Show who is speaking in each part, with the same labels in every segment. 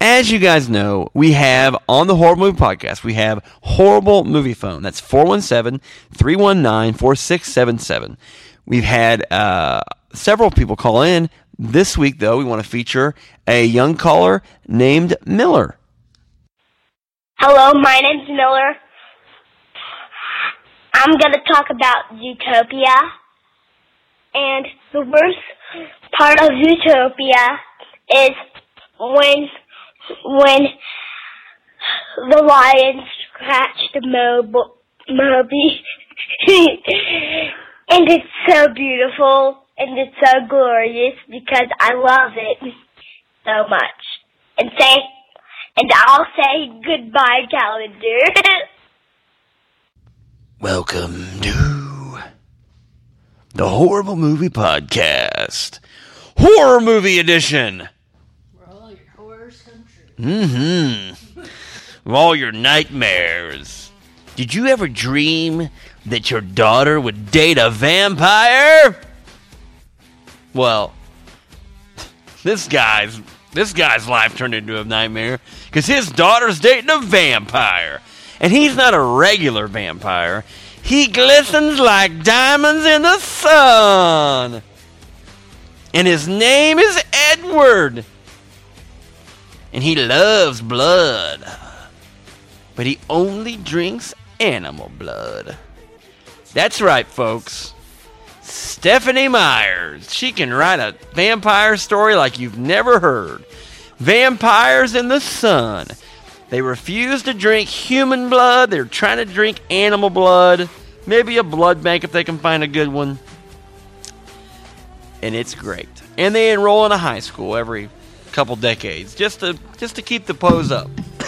Speaker 1: as you guys know, we have on the Horrible Movie Podcast, we have Horrible Movie Phone. That's 417 319 4677. We've had uh, several people call in. This week, though, we want to feature a young caller named Miller.
Speaker 2: Hello, my name's Miller. I'm going to talk about Zootopia. And the worst part of Zootopia is when when the lion scratched Mob- Moby. and it's so beautiful and it's so glorious because I love it so much. And say and I'll say goodbye calendar.
Speaker 1: Welcome to the Horrible Movie Podcast, Horror Movie Edition. Mm hmm. Of all your nightmares. Did you ever dream that your daughter would date a vampire? Well, this guy's this guy's life turned into a nightmare because his daughter's dating a vampire, and he's not a regular vampire. He glistens like diamonds in the sun, and his name is Edward, and he loves blood, but he only drinks animal blood. That's right, folks. Stephanie Myers. She can write a vampire story like you've never heard. Vampires in the sun. They refuse to drink human blood. They're trying to drink animal blood. Maybe a blood bank if they can find a good one. And it's great. And they enroll in a high school every couple decades just to just to keep the pose up.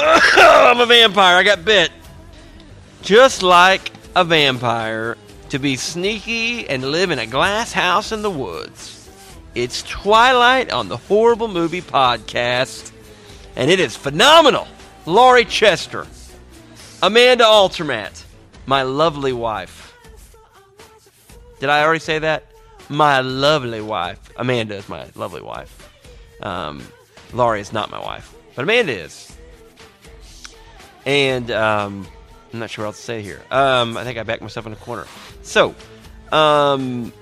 Speaker 1: I'm a vampire. I got bit just like a vampire, to be sneaky and live in a glass house in the woods. It's Twilight on the Horrible Movie Podcast, and it is phenomenal. Laurie Chester, Amanda Altermat, my lovely wife. Did I already say that? My lovely wife. Amanda is my lovely wife. Um, Laurie is not my wife, but Amanda is. And um, I'm not sure what else to say here. Um, I think I backed myself in a corner. So, um,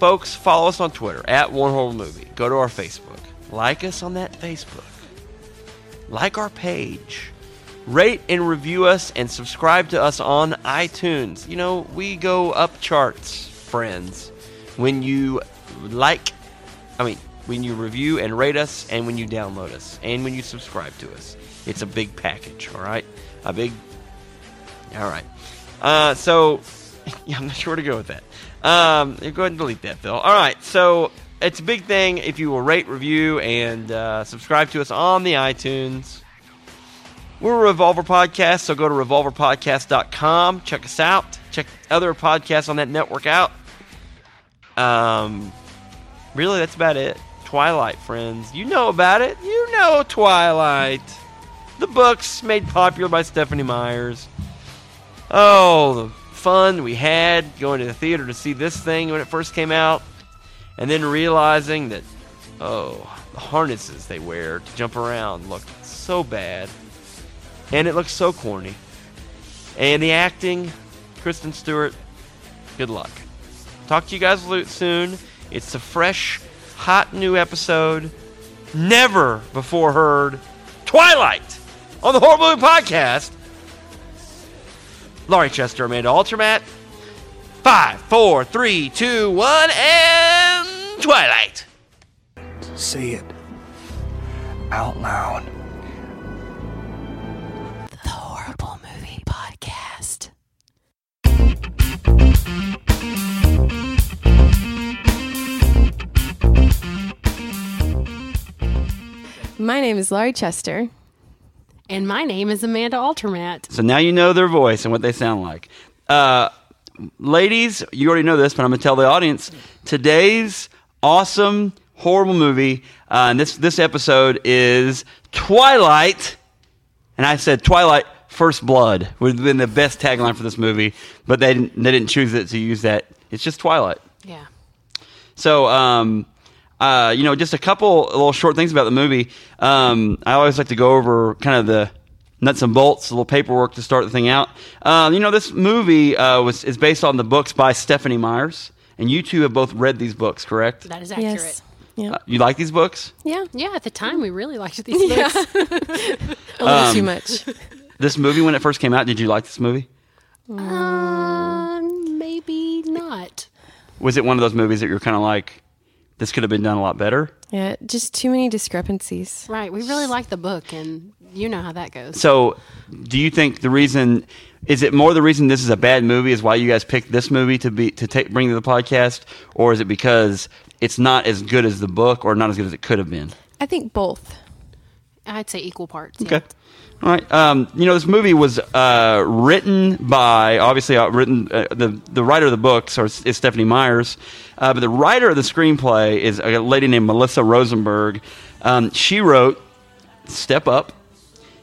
Speaker 1: folks, follow us on Twitter at One Horrible Movie. Go to our Facebook. Like us on that Facebook. Like our page. Rate and review us and subscribe to us on iTunes. You know, we go up charts, friends, when you like, I mean, when you review and rate us and when you download us and when you subscribe to us. It's a big package, all right? A big all right. Uh, so, yeah, I'm not sure where to go with that. Um, go ahead and delete that, Phil. All right. So, it's a big thing if you will rate, review, and uh, subscribe to us on the iTunes. We're a Revolver Podcast, so go to revolverpodcast.com. Check us out. Check other podcasts on that network out. Um, really, that's about it. Twilight, friends. You know about it. You know Twilight. The books made popular by Stephanie Myers. Oh, the fun we had going to the theater to see this thing when it first came out, and then realizing that, oh, the harnesses they wear to jump around looked so bad, and it looked so corny. And the acting, Kristen Stewart, good luck. Talk to you guys lo- soon. It's a fresh, hot new episode, never before heard. Twilight on the Horrible Movie Podcast. Laurie Chester, Amanda Altermat. Five, four, three, two, one, and Twilight.
Speaker 3: Say it out loud.
Speaker 4: The Horrible Movie Podcast.
Speaker 5: My name is Laurie Chester.
Speaker 6: And my name is Amanda Altermat.
Speaker 1: So now you know their voice and what they sound like. Uh, ladies, you already know this, but I'm going to tell the audience today's awesome, horrible movie, uh, and this, this episode is Twilight. And I said Twilight First Blood would have been the best tagline for this movie, but they didn't, they didn't choose it to use that. It's just Twilight.
Speaker 6: Yeah.
Speaker 1: So um, uh, you know, just a couple little short things about the movie. Um, I always like to go over kind of the nuts and bolts, a little paperwork to start the thing out. Uh, you know, this movie uh, was is based on the books by Stephanie Myers, and you two have both read these books, correct?
Speaker 6: That is accurate.
Speaker 5: Yes. Yeah.
Speaker 1: Uh, you like these books?
Speaker 5: Yeah.
Speaker 6: Yeah, at the time we really liked these books.
Speaker 5: A little too much.
Speaker 1: This movie, when it first came out, did you like this movie?
Speaker 6: Um, maybe not.
Speaker 1: Was it one of those movies that you're kind of like, this could have been done a lot better?
Speaker 5: Yeah. Just too many discrepancies.
Speaker 6: Right. We really liked the book, and you know how that goes.
Speaker 1: So, do you think the reason is it more the reason this is a bad movie is why you guys picked this movie to be to take, bring to the podcast, or is it because it's not as good as the book or not as good as it could have been?
Speaker 5: I think both.
Speaker 6: I'd say equal parts. yeah.
Speaker 1: Okay. All right. Um, you know, this movie was uh, written by obviously uh, written uh, the the writer of the books or is Stephanie Myers, uh, but the writer of the screenplay is a lady named Melissa Rosenberg. Um, she wrote Step Up.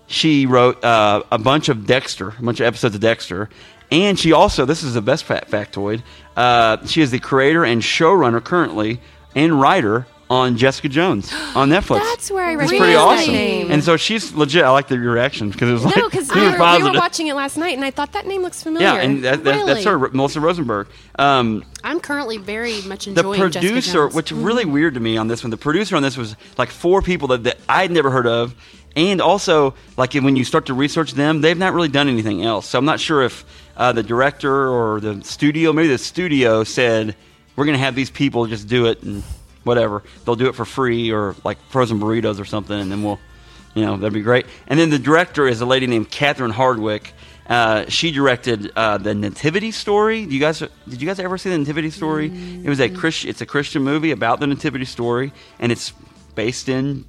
Speaker 1: She wrote uh, a bunch of Dexter, a bunch of episodes of Dexter, and she also this is the best fa- factoid. Uh, she is the creator and showrunner currently and writer on Jessica Jones on Netflix.
Speaker 5: That's where I
Speaker 1: It's
Speaker 5: recognized
Speaker 1: pretty
Speaker 5: that
Speaker 1: awesome.
Speaker 5: name.
Speaker 1: And so she's legit. I like the reaction because it was like
Speaker 5: No, because
Speaker 1: she was
Speaker 5: we were
Speaker 1: positive.
Speaker 5: watching it last night, and I thought that name looks familiar.
Speaker 1: yeah, and that, that, that's her, Melissa Rosenberg. Um,
Speaker 6: I'm currently very much
Speaker 1: the
Speaker 6: enjoying Jessica
Speaker 1: producer,
Speaker 6: Jones.
Speaker 1: which really
Speaker 5: Mm-hmm.
Speaker 1: weird to me on this one, the producer on this was like four people that, that I'd never heard of, and also like when you start to research them, they've not really done anything else. So I'm not sure if uh, the director or the studio, maybe the studio said, "We're going to have these people just do it and whatever. They'll do it for free or like frozen burritos or something, and then we'll." You know, that'd be great. And then the director is a lady named Catherine Hardwick. Uh, she directed uh, the Nativity Story. Do you guys did you guys ever see the Nativity Story? It was a Christian. It's a Christian movie about the Nativity story, and it's based in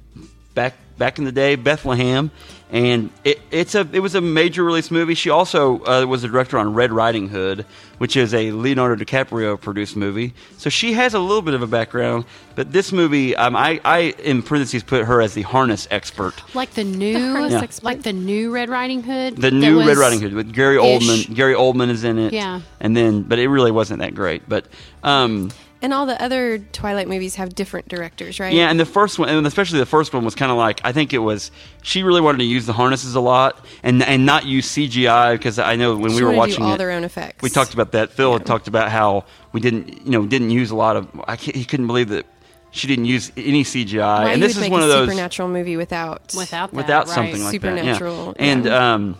Speaker 1: back back in the day Bethlehem. And it, it's a it was a major release movie. She also uh, was a director on Red Riding Hood, which is a Leonardo DiCaprio produced movie. So she has a little bit of a background. But this movie, um, I, I in parentheses put her as the harness expert.
Speaker 6: like the new,
Speaker 5: harness Yeah. expert.
Speaker 6: like the new Red Riding Hood.
Speaker 1: The
Speaker 6: that
Speaker 1: new Red
Speaker 6: was-
Speaker 1: Riding Hood with Gary
Speaker 6: ish.
Speaker 1: Oldman. Gary Oldman is in it.
Speaker 6: Yeah.
Speaker 1: And then, but it really wasn't that great. But um,
Speaker 5: And all the other Twilight movies have different directors, right?
Speaker 1: yeah, and the first one, and especially the first one, was kind of like I think it was she really wanted to use the harnesses a lot and and not use CGI because I know when we
Speaker 5: She
Speaker 1: were
Speaker 5: wanted to do
Speaker 1: watching
Speaker 5: all
Speaker 1: it,
Speaker 5: their own effects.
Speaker 1: We talked about that. Phil had talked about how we didn't, you know, didn't use a lot of. I can't, he couldn't believe that she didn't use any CGI.
Speaker 5: Why
Speaker 1: and
Speaker 5: you
Speaker 1: this
Speaker 5: would
Speaker 1: is
Speaker 5: make
Speaker 1: one
Speaker 5: a
Speaker 1: of those
Speaker 5: supernatural movie without
Speaker 6: without that,
Speaker 1: without
Speaker 6: right.
Speaker 1: something like
Speaker 5: Supernatural,
Speaker 1: that. Yeah. And
Speaker 5: yeah.
Speaker 1: um,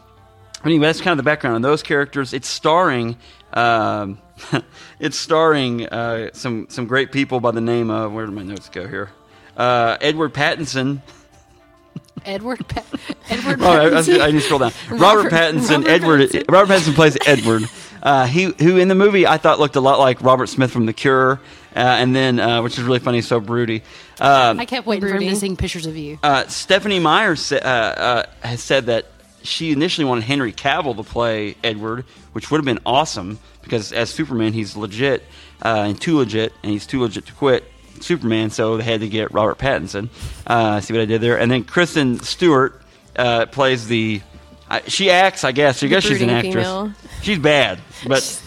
Speaker 1: anyway, that's kind of the background on those characters. It's starring, um, it's starring uh, some some great people by the name of where did my notes go here? Uh, Edward Pattinson.
Speaker 6: Edward. Pa- Edward.
Speaker 1: Oh, I, I, was-
Speaker 6: Pattinson.
Speaker 1: I need to scroll down. Robert,
Speaker 6: Robert-
Speaker 1: Pattinson,
Speaker 6: Robert
Speaker 1: Edward.
Speaker 6: Pattinson.
Speaker 1: Robert Pattinson plays Edward. Uh, he who in the movie I thought looked a lot like Robert Smith from The Cure, uh, and then uh, which is really funny. So broody. Um,
Speaker 6: I kept waiting for him
Speaker 5: Brooding.
Speaker 6: to sing pictures of you.
Speaker 1: uh, Stephanie Meyer sa- uh, uh, has said that she initially wanted Henry Cavill to play Edward, which would have been awesome because as Superman, he's legit uh, and too legit, and he's too legit to quit Superman. So they had to get Robert Pattinson. Uh, see what I did there? And then Kristen Stewart uh, plays the. I, she acts, I guess. I guess she's an
Speaker 5: brooding
Speaker 1: actress.
Speaker 5: female.
Speaker 1: She's bad, but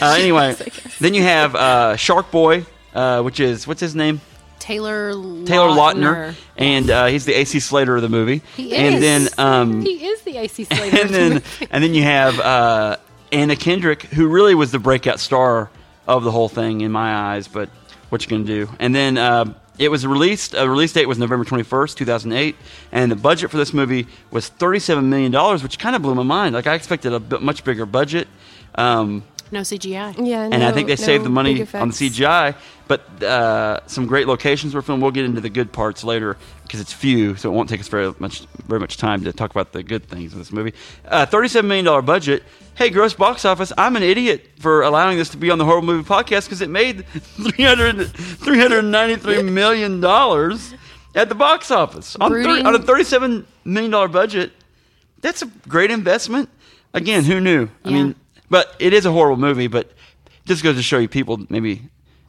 Speaker 1: uh, anyway. Then you have uh, Shark Boy, uh, which is what's his name?
Speaker 6: Taylor.
Speaker 1: Taylor Lautner, and uh, he's the AC Slater of the movie.
Speaker 6: He is.
Speaker 1: And then, um,
Speaker 6: he is the AC Slater.
Speaker 1: and then, and then you have uh, Anna Kendrick, who really was the breakout star of the whole thing in my eyes. But what you gonna do? And then uh, it was released. Uh, release date was November twenty first, two thousand eight, and the budget for this movie was thirty seven million dollars, which kind of blew my mind. Like I expected a bit much bigger budget. Um,
Speaker 6: no CGI.
Speaker 5: Yeah,
Speaker 1: and I
Speaker 5: no-
Speaker 1: think they
Speaker 5: no
Speaker 1: saved the money
Speaker 5: big
Speaker 1: on the
Speaker 5: effects.
Speaker 1: CGI. But uh, some great locations were filmed. We'll get into the good parts later because it's few, so it won't take us very much very much time to talk about the good things of this movie. Uh, Thirty-seven million dollar budget. Hey, gross box office. I'm an idiot for allowing this to be on the horror movie podcast because it made 300, 393 million dollars at the box office on, thir-
Speaker 6: Brooding.
Speaker 1: on a thirty-seven million dollar budget. That's a great investment. Again, who knew? I
Speaker 6: Yeah.
Speaker 1: mean, but it is a horrible movie, but just goes to show you people maybe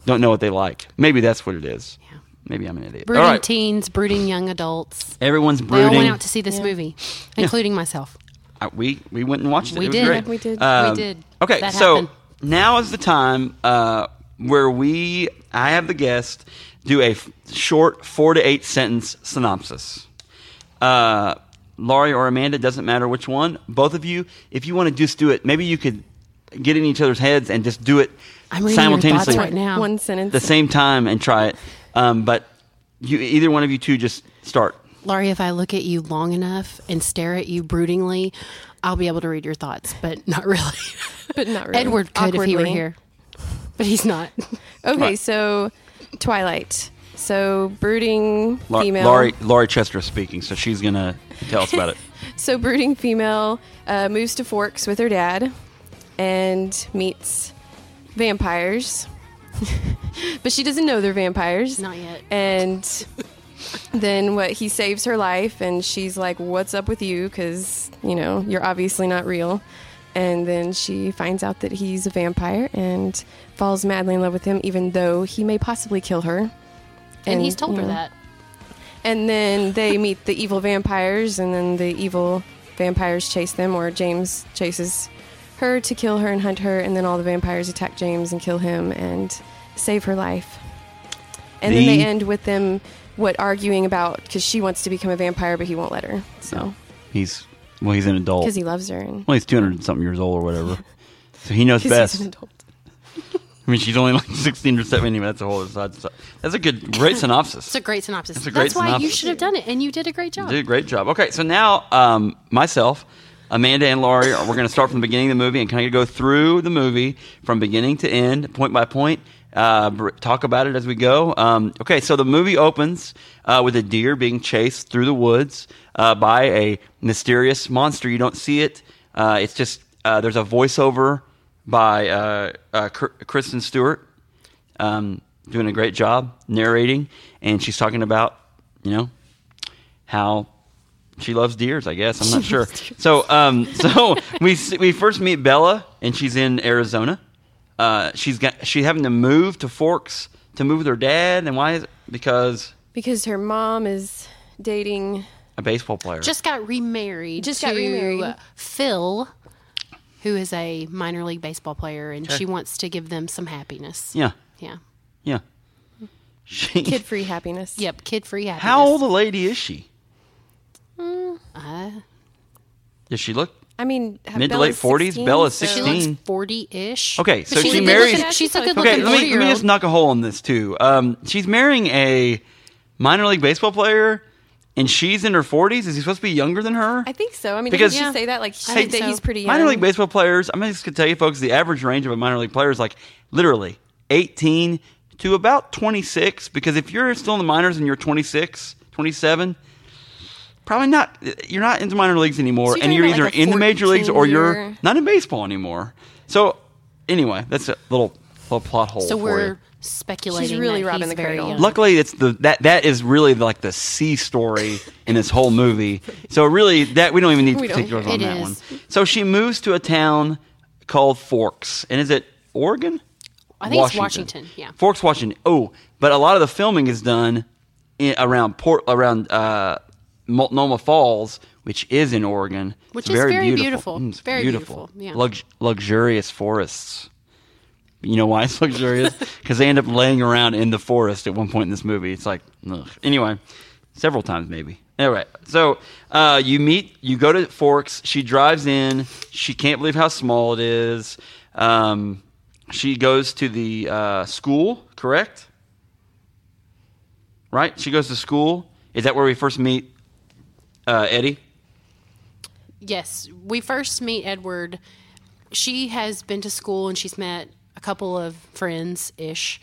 Speaker 1: don't know what they like. Maybe that's what it is.
Speaker 6: Yeah.
Speaker 1: Maybe I'm an idiot.
Speaker 6: Brooding
Speaker 1: All right.
Speaker 6: teens, brooding young adults.
Speaker 1: Everyone's
Speaker 6: They all
Speaker 1: brooding.
Speaker 6: went out to see this movie, including myself.
Speaker 1: Uh, we we went and watched it.
Speaker 6: We
Speaker 1: it was
Speaker 6: did.
Speaker 1: great.
Speaker 5: We did.
Speaker 1: Um,
Speaker 6: we did.
Speaker 1: Okay,
Speaker 6: That
Speaker 1: so
Speaker 6: happened.
Speaker 1: now is the time uh, where we, I have the guest, do a f- short four to eight sentence synopsis. Uh, Laurie or Amanda, doesn't matter which one. Both of you, if you want to just do it, maybe you could get in each other's heads and just do it
Speaker 6: I'm reading your thoughts
Speaker 1: simultaneously
Speaker 6: right now.
Speaker 5: One sentence.
Speaker 1: the same time and try it. Um, but you, either one of you two, just start.
Speaker 6: Laurie, if I look at you long enough and stare at you broodingly, I'll be able to read your thoughts, but not really.
Speaker 5: But not really.
Speaker 6: Edward could if he were
Speaker 5: Awkwardly.
Speaker 6: here, but he's not.
Speaker 5: Okay,
Speaker 1: Right.
Speaker 5: so Twilight. So brooding
Speaker 1: La-
Speaker 5: female.
Speaker 1: Laurie, Laurie Chester is speaking, so she's gonna tell us about it.
Speaker 5: So brooding female uh, moves to Forks with her dad and meets vampires. but she doesn't know they're vampires.
Speaker 6: Not yet.
Speaker 5: And then what he saves her life and she's like what's up with you cuz you know, you're obviously not real. And then she finds out that he's a vampire and falls madly in love with him even though he may possibly kill her.
Speaker 6: And, he's told
Speaker 5: you
Speaker 6: her
Speaker 5: know.
Speaker 6: that.
Speaker 5: And then they meet the evil vampires, and then the evil vampires chase them, or James chases her to kill her and hunt her, and then all the vampires attack James and kill him and save her life. And then
Speaker 1: The-
Speaker 5: they end with them what arguing about because she wants to become a vampire, but he won't let her. So
Speaker 1: He's well, he's an adult.
Speaker 5: because he loves her, and
Speaker 1: Oh. well, he's two hundred something years old or whatever, so he knows
Speaker 5: 'cause
Speaker 1: best.
Speaker 5: he's an adult.
Speaker 1: I mean, she's only like sixteen or seventeen. But that's a whole other side. That's a good, great synopsis.
Speaker 6: It's a great synopsis.
Speaker 1: It's a great
Speaker 6: That's why you
Speaker 1: synopsis.
Speaker 6: should have done it, and you did a great job.
Speaker 1: You Did a great job. Okay, so now um, myself, Amanda, and Laurie, we're going to start from the beginning of the movie and kind of go through the movie from beginning to end, point by point. Uh, br- talk about it as we go. Um, okay, so the movie opens uh, with a deer being chased through the woods uh, by a mysterious monster. You don't see it. Uh, it's just uh, there's a voiceover by uh, uh, Kr- Kristen Stewart um, doing a great job narrating, and she's talking about you know how she loves deers. I guess I'm not sure. So, um, so we s- we first meet Bella, and she's in Arizona. Uh, she's got she's having to move to Forks to move with her dad, and why is it? Because
Speaker 5: Because her mom is dating.
Speaker 1: a baseball player.
Speaker 6: Just got remarried.
Speaker 5: Just got
Speaker 6: to
Speaker 5: remarried.
Speaker 6: Phil, who is a minor league baseball player, and she wants to give them some happiness.
Speaker 1: yeah,
Speaker 6: Yeah.
Speaker 1: yeah. She,
Speaker 5: Kid free happiness.
Speaker 6: Yep. Kid free happiness.
Speaker 1: how old a lady is she?
Speaker 6: Uh,
Speaker 1: Does she look?
Speaker 5: I mean, ha-
Speaker 1: Mid to
Speaker 5: Bella's
Speaker 1: late 40s,
Speaker 5: 16,
Speaker 1: Bella's
Speaker 5: so-
Speaker 6: she
Speaker 1: 16.
Speaker 6: looks forty ish.
Speaker 1: Okay, so she
Speaker 5: marries-
Speaker 6: she's a good
Speaker 1: Okay,
Speaker 6: looking
Speaker 1: let
Speaker 6: forty
Speaker 1: me,
Speaker 6: year
Speaker 1: let me just
Speaker 6: old.
Speaker 1: knock a hole on this too. Um, she's marrying a minor league baseball player, and she's in her 40s. Is he supposed to be younger than her?
Speaker 5: I think so. I mean,
Speaker 1: Because-
Speaker 5: because, didn't she say that? Like, she,
Speaker 6: think
Speaker 5: that
Speaker 6: so.
Speaker 5: he's pretty young.
Speaker 1: Minor league baseball players, I'm just going to tell you, folks, the average range of a minor league player is like literally 18 to about 26. Because if you're still in the minors and you're 26, 27, probably not, you're not into minor leagues anymore.
Speaker 5: So you're
Speaker 1: and
Speaker 5: talking
Speaker 1: you're
Speaker 5: about
Speaker 1: either
Speaker 5: like a
Speaker 1: in the major leagues or you're
Speaker 5: 14-year
Speaker 1: not in baseball anymore. So, anyway, that's a little, little plot hole.
Speaker 6: So
Speaker 1: for you.
Speaker 6: we're speculating.
Speaker 5: She's really
Speaker 6: that
Speaker 5: robbing
Speaker 6: he's
Speaker 5: the
Speaker 6: very
Speaker 5: cradle.
Speaker 6: young.
Speaker 1: Luckily, it's the that that is really like the C story in this whole movie. So really, that we don't even need
Speaker 5: We don't.
Speaker 1: particulars on
Speaker 6: It
Speaker 1: that
Speaker 6: is.
Speaker 1: one. So she moves to a town called Forks, and is it Oregon?
Speaker 6: I think it's Washington, yeah.
Speaker 1: Forks, Washington. Oh, but a lot of the filming is done in, around Port around uh, Multnomah Falls, which is in Oregon,
Speaker 6: Which
Speaker 1: It's
Speaker 6: is very beautiful.
Speaker 1: Mm, it's
Speaker 6: Very
Speaker 1: beautiful.
Speaker 6: beautiful, yeah.
Speaker 1: Lux- luxurious forests. You know why it's luxurious? Because they end up laying around in the forest at one point in this movie. It's like, ugh. anyway, several times maybe. Anyway, so uh, you meet, you go to Forks. She drives in. She can't believe how small it is. Um, she goes to the uh, school, correct? Right? She goes to school. Is that where we first meet uh, Eddie?
Speaker 6: Yes, we first meet Edward. She has been to school and she's met a couple of friends ish.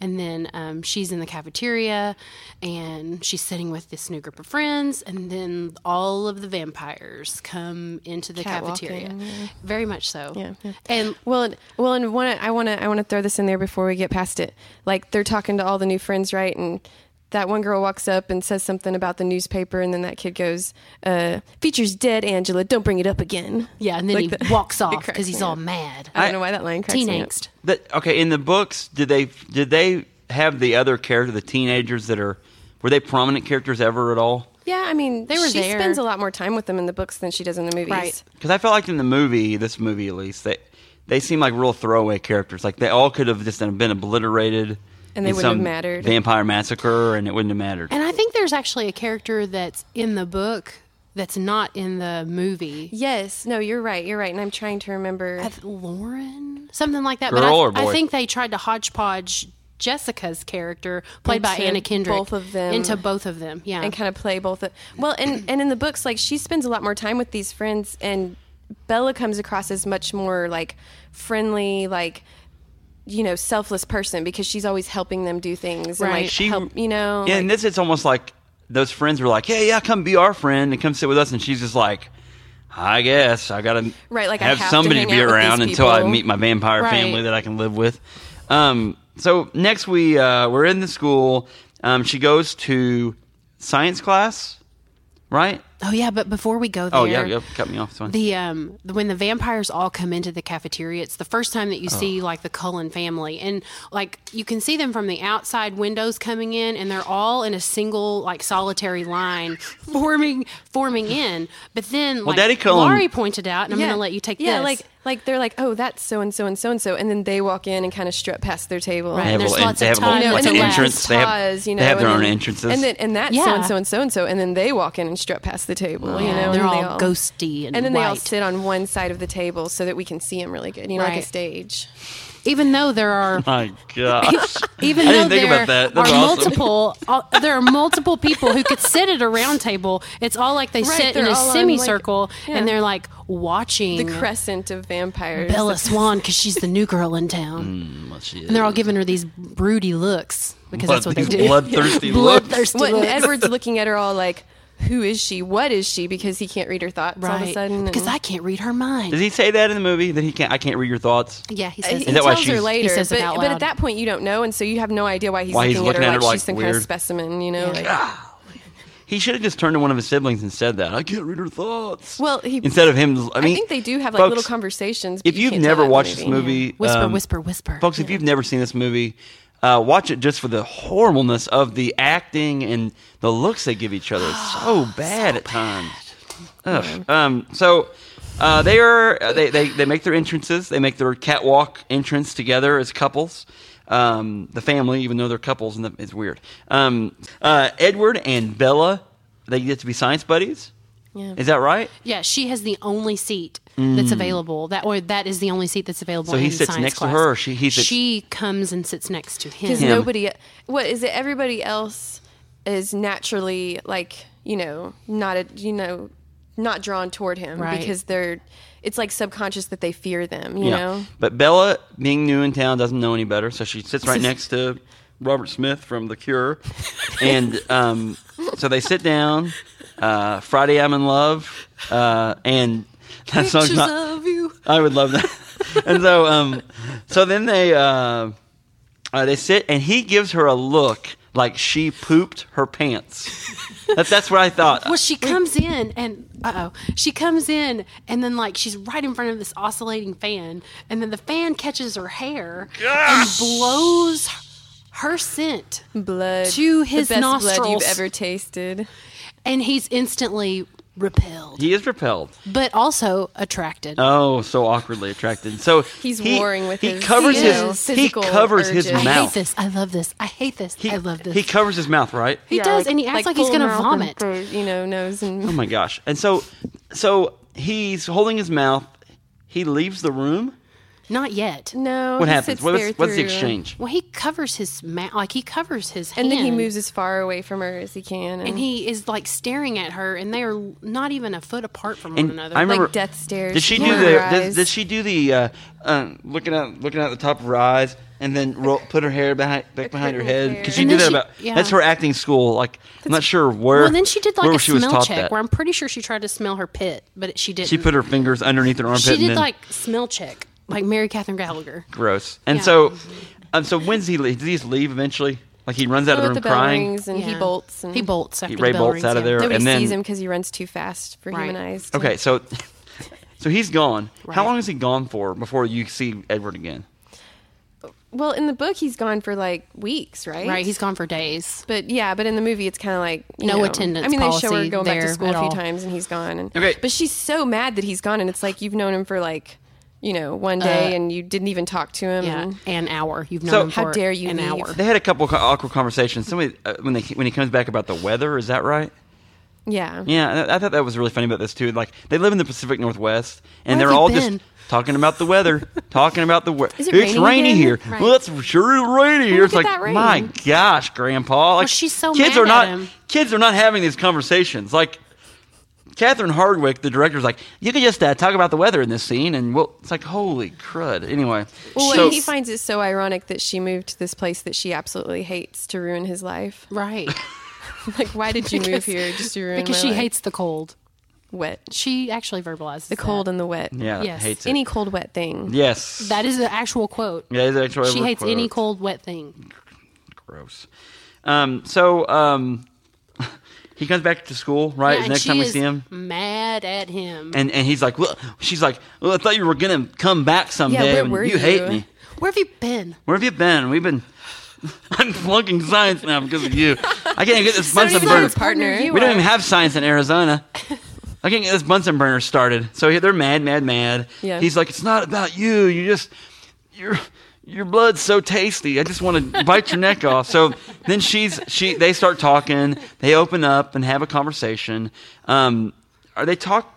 Speaker 6: And then um, she's in the cafeteria and she's sitting with this new group of friends. And then all of the vampires come into the
Speaker 5: Catwalking,
Speaker 6: cafeteria. Very much so.
Speaker 5: Yeah, yeah.
Speaker 6: And
Speaker 5: Well, and, well, and one, I want to I want to throw this in there before we get past it. Like they're talking to all the new friends, right? And that one girl walks up and says something about the newspaper, and then that kid goes, uh, "Features dead, Angela. Don't bring it up again."
Speaker 6: yeah, and then
Speaker 5: Like
Speaker 6: he
Speaker 5: the-
Speaker 6: walks
Speaker 5: it
Speaker 6: off
Speaker 5: cracks
Speaker 6: because he's
Speaker 5: me
Speaker 6: all
Speaker 5: up.
Speaker 6: mad.
Speaker 5: I don't know why that line cracks
Speaker 6: Teen
Speaker 5: me up.
Speaker 6: angst.
Speaker 1: That, okay, in the books, did they did they have the other character, the teenagers that are were they prominent characters ever at all?
Speaker 5: Yeah, I mean,
Speaker 6: They were
Speaker 5: she
Speaker 6: there.
Speaker 5: spends a lot more time with them in the books than she does in the movies.
Speaker 6: Right.
Speaker 1: Because I felt like in the movie, this movie at least, that they,
Speaker 7: they seem like real throwaway characters. Like they all could have just been obliterated.
Speaker 5: And they
Speaker 7: in
Speaker 5: wouldn't have
Speaker 7: some
Speaker 5: mattered.
Speaker 7: Vampire massacre, and it wouldn't have mattered.
Speaker 6: And I think there's actually a character that's in the book that's not in the movie.
Speaker 5: Yes, no, you're right. You're right. And I'm trying to remember.
Speaker 6: I th- Lauren, something like that. but I,
Speaker 7: Girl or boy?
Speaker 6: I think they tried to hodgepodge Jessica's character, played by
Speaker 5: Into
Speaker 6: Anna Kendrick,
Speaker 5: both of them.
Speaker 6: into both of them. Yeah,
Speaker 5: and kind of play both. Of, well, and and in the books, like she spends a lot more time with these friends, and Bella comes across as much more like friendly, like you know, selfless person because she's always helping them do things and
Speaker 6: Right.
Speaker 5: like
Speaker 7: She-
Speaker 5: help. You know,
Speaker 7: Yeah,
Speaker 5: like-
Speaker 7: and this it's almost like those friends were like, "Yeah, yeah, come be our friend and come sit with us," and she's just like, "I guess I gotta
Speaker 5: Right, like, I
Speaker 7: have
Speaker 5: have to
Speaker 7: somebody
Speaker 5: hang
Speaker 7: be
Speaker 5: out with
Speaker 7: around
Speaker 5: these
Speaker 7: until I
Speaker 5: people."
Speaker 7: meet my vampire
Speaker 6: Right.
Speaker 7: family that I can live with." Um, so next we uh, we're in the school. Um, she goes to science class, right?
Speaker 6: oh yeah. But before we go there,
Speaker 7: Oh yeah, yeah, cut me off. It's fine.
Speaker 6: The um the- when the vampires all come into the cafeteria, it's the first time that you see
Speaker 7: Oh.
Speaker 6: like the Cullen family, and like you can see them from the outside windows coming in, and they're all in a single like solitary line forming forming in. But then like
Speaker 7: Daddy Cullen-
Speaker 6: Laurie pointed out, and I'm going to let you take
Speaker 5: yeah,
Speaker 6: this.
Speaker 5: like like they're like, oh, that's so and so and so and so, and then they walk in and kind of strut past their table.
Speaker 6: Right.
Speaker 7: they have
Speaker 6: there's
Speaker 7: a little,
Speaker 6: lots
Speaker 7: they
Speaker 6: of
Speaker 7: have a little-
Speaker 6: time
Speaker 5: You know, and
Speaker 7: like
Speaker 6: to
Speaker 7: an
Speaker 5: then
Speaker 6: elapse.
Speaker 7: entrance. They have,
Speaker 5: Taz, you know,
Speaker 7: they have their
Speaker 5: and
Speaker 7: own
Speaker 5: then-
Speaker 7: entrances.
Speaker 5: and then and that's
Speaker 6: Yeah. Oh.
Speaker 5: so and so and so and so, and then they walk in and strut past the table. you know, and
Speaker 6: they're
Speaker 5: then
Speaker 6: all ghosty and
Speaker 5: then they all
Speaker 6: white.
Speaker 5: sit on one side of the table so that we can see them really good. You know, like
Speaker 6: Right.
Speaker 5: a stage.
Speaker 6: even though there are
Speaker 7: my gosh,
Speaker 6: even
Speaker 7: I
Speaker 6: though
Speaker 7: didn't think
Speaker 6: there
Speaker 7: about that. That's
Speaker 6: are
Speaker 7: awesome.
Speaker 6: multiple, all, there are multiple people who could sit at a round table. It's all like they
Speaker 5: Right,
Speaker 6: sit in
Speaker 5: they're
Speaker 6: a
Speaker 5: all on, like-
Speaker 6: semicircle
Speaker 5: yeah.
Speaker 6: and they're like watching
Speaker 5: The crescent of vampires.
Speaker 6: Mm-hmm. Bella Swan because she's the new girl in town,
Speaker 7: Mm,
Speaker 6: and they're all giving her these broody looks because that's what they do.
Speaker 7: Bloodthirsty looks.
Speaker 6: Bloodthirsty
Speaker 5: Well, and
Speaker 6: looks.
Speaker 5: Edward's looking at her all like, "Who is she? What is she?" Because he can't read her thoughts all of a
Speaker 6: Right,
Speaker 5: sudden.
Speaker 6: because
Speaker 5: and-
Speaker 6: I can't read her mind.
Speaker 7: Does he say that in the movie that he can't? I can't read your thoughts.
Speaker 6: yeah, he
Speaker 5: he
Speaker 6: says
Speaker 7: that
Speaker 6: that.
Speaker 7: why
Speaker 5: tells her
Speaker 7: she's-
Speaker 5: later,
Speaker 6: He says it
Speaker 5: but,
Speaker 6: out
Speaker 5: but
Speaker 6: loud.
Speaker 5: at that point you don't know, and so you have no idea why he's
Speaker 7: Why he's
Speaker 5: looking,
Speaker 7: looking
Speaker 5: at her
Speaker 7: at her
Speaker 5: like,
Speaker 7: like
Speaker 5: she's some kind
Speaker 7: weird.
Speaker 5: of specimen, you know. like-
Speaker 7: He should have just turned to one of his siblings and said that. I can't read her thoughts.
Speaker 5: Well, he-
Speaker 7: instead of him, I
Speaker 5: I,
Speaker 7: mean,
Speaker 5: think they do have like
Speaker 7: folks,
Speaker 5: little conversations. but
Speaker 7: If
Speaker 5: you
Speaker 7: you've
Speaker 5: can't tell
Speaker 7: never
Speaker 5: that in the
Speaker 7: watched this
Speaker 5: movie.
Speaker 7: movie,
Speaker 6: whisper,
Speaker 7: um,
Speaker 6: whisper, whisper.
Speaker 7: folks, if you've never seen this movie, uh, watch it just for the horribleness of the acting and the looks they give each other. It's so bad at times. Ugh. Um, so uh, they are uh, they, they they make their entrances. They make their catwalk entrance together as couples. Um, the family, even though they're couples, and the, it's weird. Um, uh, Edward and Bella, they get to be science buddies.
Speaker 5: Yeah.
Speaker 7: Is that right?
Speaker 6: yeah, she has the only seat that's available. That or that is the only seat that's available.
Speaker 7: Mm. So he
Speaker 6: in
Speaker 7: sits
Speaker 6: science
Speaker 7: next to
Speaker 6: class.
Speaker 7: her, or she- he sits-
Speaker 6: she comes and sits next to him.
Speaker 5: because nobody what is it everybody else is naturally like you know not a, you know not drawn toward him
Speaker 6: Right.
Speaker 5: because they're it's like subconscious that they fear them you know
Speaker 7: But Bella, being new in town, doesn't know any better, so she sits right next to Robert Smith from The Cure, and um, so they sit down. Uh, Friday, I'm in love, uh, and that song's not. I would love that. and so, um, so then they uh, uh, they sit, and he gives her a look like she pooped her pants. that, that's what I thought.
Speaker 6: Well, she comes in and uh oh, she comes in and then like she's right in front of this oscillating fan, and then the fan catches her hair and blows her scent,
Speaker 5: blood
Speaker 6: To his
Speaker 5: the best blood
Speaker 6: nostrils.
Speaker 5: you've ever tasted
Speaker 6: and he's instantly repelled,
Speaker 7: He is repelled.
Speaker 6: but also attracted.
Speaker 7: Oh, so awkwardly attracted. So
Speaker 5: He's
Speaker 7: he-
Speaker 5: warring with
Speaker 7: he
Speaker 5: his,
Speaker 7: covers
Speaker 5: you know,
Speaker 7: his he
Speaker 5: physical
Speaker 7: covers his
Speaker 5: urges.
Speaker 6: I
Speaker 7: mouth.
Speaker 6: hate this. I love this. I hate this.
Speaker 7: He,
Speaker 6: I love this.
Speaker 7: He covers his mouth, right?
Speaker 6: He
Speaker 5: Yeah,
Speaker 6: does, and he acts like, he's
Speaker 5: full
Speaker 6: gonna
Speaker 5: mouth and
Speaker 6: vomit.
Speaker 5: throat, you know nose and
Speaker 7: Oh my gosh! And so, so he's holding his mouth. He leaves the room.
Speaker 6: Not yet.
Speaker 5: no
Speaker 7: What
Speaker 5: he
Speaker 7: happens?
Speaker 5: sits
Speaker 7: What-
Speaker 5: there
Speaker 7: What's, what's the
Speaker 5: through.
Speaker 7: exchange?
Speaker 6: Well, he covers his mouth, like he covers his hand,
Speaker 5: and then he moves as far away from her as he can and,
Speaker 6: and he is like staring at her, and they are not even a foot apart from
Speaker 7: And
Speaker 6: one another.
Speaker 7: I remember
Speaker 5: like death stares
Speaker 7: Did she do
Speaker 5: Yeah.
Speaker 7: the?
Speaker 5: Her
Speaker 7: Did,
Speaker 5: eyes.
Speaker 7: did she do the uh, um, looking out, looking out the top of her eyes, and then roll, put her hair behind, back behind her
Speaker 5: curtain of
Speaker 7: head?
Speaker 5: hair.
Speaker 7: Because she
Speaker 6: And
Speaker 7: did that
Speaker 6: then
Speaker 7: about.
Speaker 6: she- yeah.
Speaker 7: That's her acting school. Like I'm not sure where.
Speaker 6: Well, then she did like
Speaker 7: where
Speaker 6: a
Speaker 7: she was
Speaker 6: smell
Speaker 7: taught
Speaker 6: check,
Speaker 7: that.
Speaker 6: where I'm pretty sure she tried to smell her pit, but it- she didn't.
Speaker 7: She put her fingers underneath her armpit.
Speaker 6: She
Speaker 7: and
Speaker 6: did
Speaker 7: then-
Speaker 6: like smell check, like Mary Catherine Gallagher.
Speaker 7: gross. And
Speaker 6: Yeah.
Speaker 7: so, um, so when's he leave? Does he just leave eventually? Like he runs out of
Speaker 5: So
Speaker 7: the
Speaker 5: at
Speaker 7: room
Speaker 5: the bell
Speaker 7: crying.
Speaker 5: rings and he
Speaker 6: Yeah.
Speaker 5: bolts and
Speaker 6: he bolts. After
Speaker 7: Ray
Speaker 6: the bell
Speaker 7: bolts
Speaker 6: rings,
Speaker 7: out of
Speaker 6: yeah.
Speaker 7: there.
Speaker 5: Nobody
Speaker 7: and then-
Speaker 5: sees him because he runs too fast for
Speaker 6: Right.
Speaker 5: human eyes. to-
Speaker 7: Okay, so, so he's gone. How
Speaker 6: Right.
Speaker 7: long is he gone for before you see Edward again?
Speaker 5: Well, in the book, he's gone for like weeks, right?
Speaker 6: Right, he's gone for days.
Speaker 5: But yeah, but in the movie, it's kind of like you
Speaker 6: No
Speaker 5: know,
Speaker 6: attendance
Speaker 5: I mean, they show her
Speaker 6: policy
Speaker 5: going back
Speaker 6: there
Speaker 5: to school
Speaker 6: at
Speaker 5: a few
Speaker 6: all.
Speaker 5: times, and he's gone. And,
Speaker 7: Okay.
Speaker 5: But she's so mad that he's gone, and it's like you've known him for like you know, one day and you didn't even talk to him.
Speaker 6: Uh, Yeah,
Speaker 5: and-
Speaker 6: an hour. You've known
Speaker 1: So-
Speaker 6: him
Speaker 5: How
Speaker 6: for
Speaker 5: dare you
Speaker 6: an
Speaker 5: leave.
Speaker 6: hour.
Speaker 1: They had a couple co- awkward conversations. Somebody uh, when they when he comes back about the weather, is that right?
Speaker 5: yeah.
Speaker 1: Yeah, I I thought that was really funny about this too. Like they live in the Pacific Northwest, and
Speaker 6: Where have
Speaker 1: they're
Speaker 6: you
Speaker 1: all
Speaker 6: been?
Speaker 1: just talking about the weather, talking about the weather.
Speaker 5: Is it
Speaker 1: it's
Speaker 5: raining
Speaker 1: rainy
Speaker 5: again?"
Speaker 1: here.
Speaker 6: Right.
Speaker 1: Well, it's sure rainy here.
Speaker 5: Look
Speaker 1: It's
Speaker 5: at
Speaker 1: like
Speaker 5: that rain.
Speaker 1: my gosh, Grandpa. Like
Speaker 6: Oh, she's so
Speaker 1: kids
Speaker 6: mad
Speaker 1: are
Speaker 6: at
Speaker 1: not
Speaker 6: him.
Speaker 1: kids are not having these conversations. Like Catherine Hardwick, the director's like, you could just uh, talk about the weather in this scene, and well, it's like holy crud. Anyway,
Speaker 5: Well,
Speaker 1: so
Speaker 5: and he finds it so ironic that she moved to this place that she absolutely hates to ruin his life.
Speaker 6: Right.
Speaker 5: Like, why did you move
Speaker 6: Because-
Speaker 5: here just to ruin
Speaker 6: Because
Speaker 5: my
Speaker 6: she
Speaker 5: life?
Speaker 6: hates the cold.
Speaker 5: wet,
Speaker 6: She actually verbalizes
Speaker 5: the cold
Speaker 6: That.
Speaker 5: and the wet,
Speaker 1: yeah,
Speaker 6: Yes.
Speaker 1: hates it.
Speaker 5: any cold wet thing.
Speaker 1: yes,
Speaker 6: that is an actual quote.
Speaker 1: yeah, it's actually
Speaker 6: she hates any
Speaker 1: quote.
Speaker 6: cold, wet thing.
Speaker 1: Gross. Um, so um, he comes back to school, right?
Speaker 6: Yeah, and
Speaker 1: Next
Speaker 6: she
Speaker 1: time we
Speaker 6: is
Speaker 1: see him.
Speaker 6: mad at him.
Speaker 1: And, and he's like, well, she's like, well, I thought you were gonna come back someday.
Speaker 5: where
Speaker 1: and
Speaker 5: were
Speaker 1: you? hate
Speaker 5: you?"
Speaker 1: me.
Speaker 6: Where have you been?
Speaker 1: Where have you been? We've been. I'm flunking science now because of you. I can't get this Bunsen
Speaker 5: he's
Speaker 1: burner.
Speaker 5: like- partner.
Speaker 6: You
Speaker 1: We don't
Speaker 6: are.
Speaker 1: even have science in Arizona. I can't get this Bunsen burner started. So he- they're mad, mad, mad.
Speaker 5: Yeah.
Speaker 1: He's like, it's not about you. You just your your blood's so tasty. I just want to bite your neck off. So then she's she they start talking. They open up and have a conversation. Um, are they talk?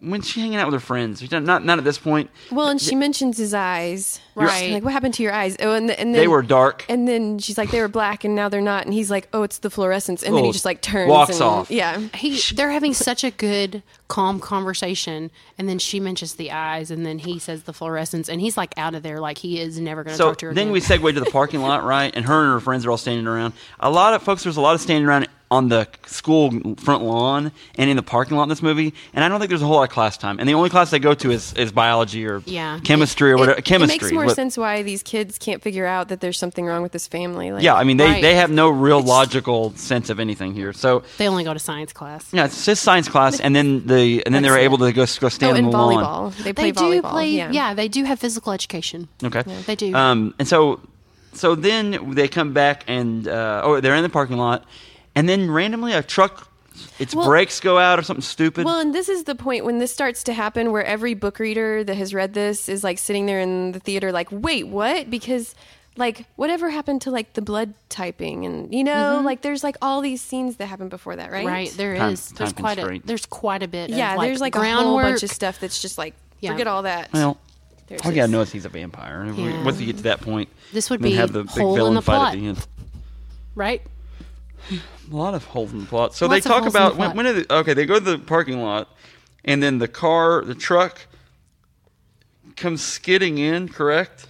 Speaker 1: When's she hanging out with her friends? She's Not not at this point.
Speaker 5: Well, and she mentions his eyes.
Speaker 6: Right.
Speaker 5: Like, what happened to your eyes? Oh, and, the, and then,
Speaker 1: They were dark.
Speaker 5: And then she's like, they were black, and now they're not. And he's like, oh, it's the fluorescence. And then
Speaker 1: Oh,
Speaker 5: he just like turns,
Speaker 1: walks
Speaker 5: and,
Speaker 1: off.
Speaker 5: Yeah,
Speaker 6: He, they're having such a good, calm conversation, and then she mentions the eyes, and then he says the fluorescence, and he's like out of there, like he is never going to
Speaker 1: So
Speaker 6: talk to her.
Speaker 1: then
Speaker 6: again.
Speaker 1: we segue to the parking lot, right? And her and her friends are all standing around. A lot of folks, there's a lot of standing around on the school front lawn and in the parking lot in this movie. And I don't think there's a whole lot of class time. And the only class they go to is, is biology or
Speaker 6: Yeah.
Speaker 1: chemistry or whatever.
Speaker 5: It-
Speaker 1: chemistry.
Speaker 5: It makes more
Speaker 1: What-
Speaker 5: sense why these kids can't figure out that there's something wrong with this family. Like,
Speaker 1: Yeah, I mean, they,
Speaker 6: Right.
Speaker 1: they have no real logical sense of anything here. So,
Speaker 6: they only go to science class.
Speaker 1: yeah, it's just science class. And then the and then they were able to go, go stand
Speaker 5: oh,
Speaker 1: on
Speaker 5: and
Speaker 1: the lawn.
Speaker 5: volleyball. They play
Speaker 6: They do
Speaker 5: volleyball.
Speaker 6: play,
Speaker 5: yeah.
Speaker 6: they do have physical education.
Speaker 1: Okay.
Speaker 6: They do.
Speaker 1: Um, and so, so then they come back and uh, oh, they're in the parking lot, and then randomly a truck, its
Speaker 5: Well-
Speaker 1: brakes go out or something stupid.
Speaker 5: Well, and this is the point when this starts to happen where every book reader that has read this is like sitting there in the theater, like, wait, what? Because, like, whatever happened to like the blood typing and, you know, like there's like all these scenes that happen before that, right?
Speaker 6: Mm-hmm. right, there is.
Speaker 1: Time-
Speaker 6: there's
Speaker 1: time
Speaker 6: quite
Speaker 1: constraint.
Speaker 6: a there's quite a bit.
Speaker 5: Yeah,
Speaker 6: of, like,
Speaker 5: there's like
Speaker 6: groundwork.
Speaker 5: a whole bunch of stuff that's just like,
Speaker 6: Yeah.
Speaker 5: forget all that.
Speaker 1: well
Speaker 5: There's
Speaker 1: all you gotta
Speaker 5: this-
Speaker 1: know is he's a vampire. And we-
Speaker 6: Yeah.
Speaker 1: Once we get to that point,
Speaker 6: This would
Speaker 1: then
Speaker 6: be
Speaker 1: have the big
Speaker 6: hole in
Speaker 1: villain
Speaker 6: the
Speaker 1: fight
Speaker 6: plot.
Speaker 1: at the end.
Speaker 6: Right.
Speaker 1: A lot of holes in the plot. So
Speaker 6: Lots
Speaker 1: they
Speaker 6: of
Speaker 1: talk
Speaker 6: holes in
Speaker 1: about
Speaker 6: the
Speaker 1: when,
Speaker 6: plot.
Speaker 1: when are the, okay, they go to the parking lot, and then the car, the truck, comes skidding in. Correct.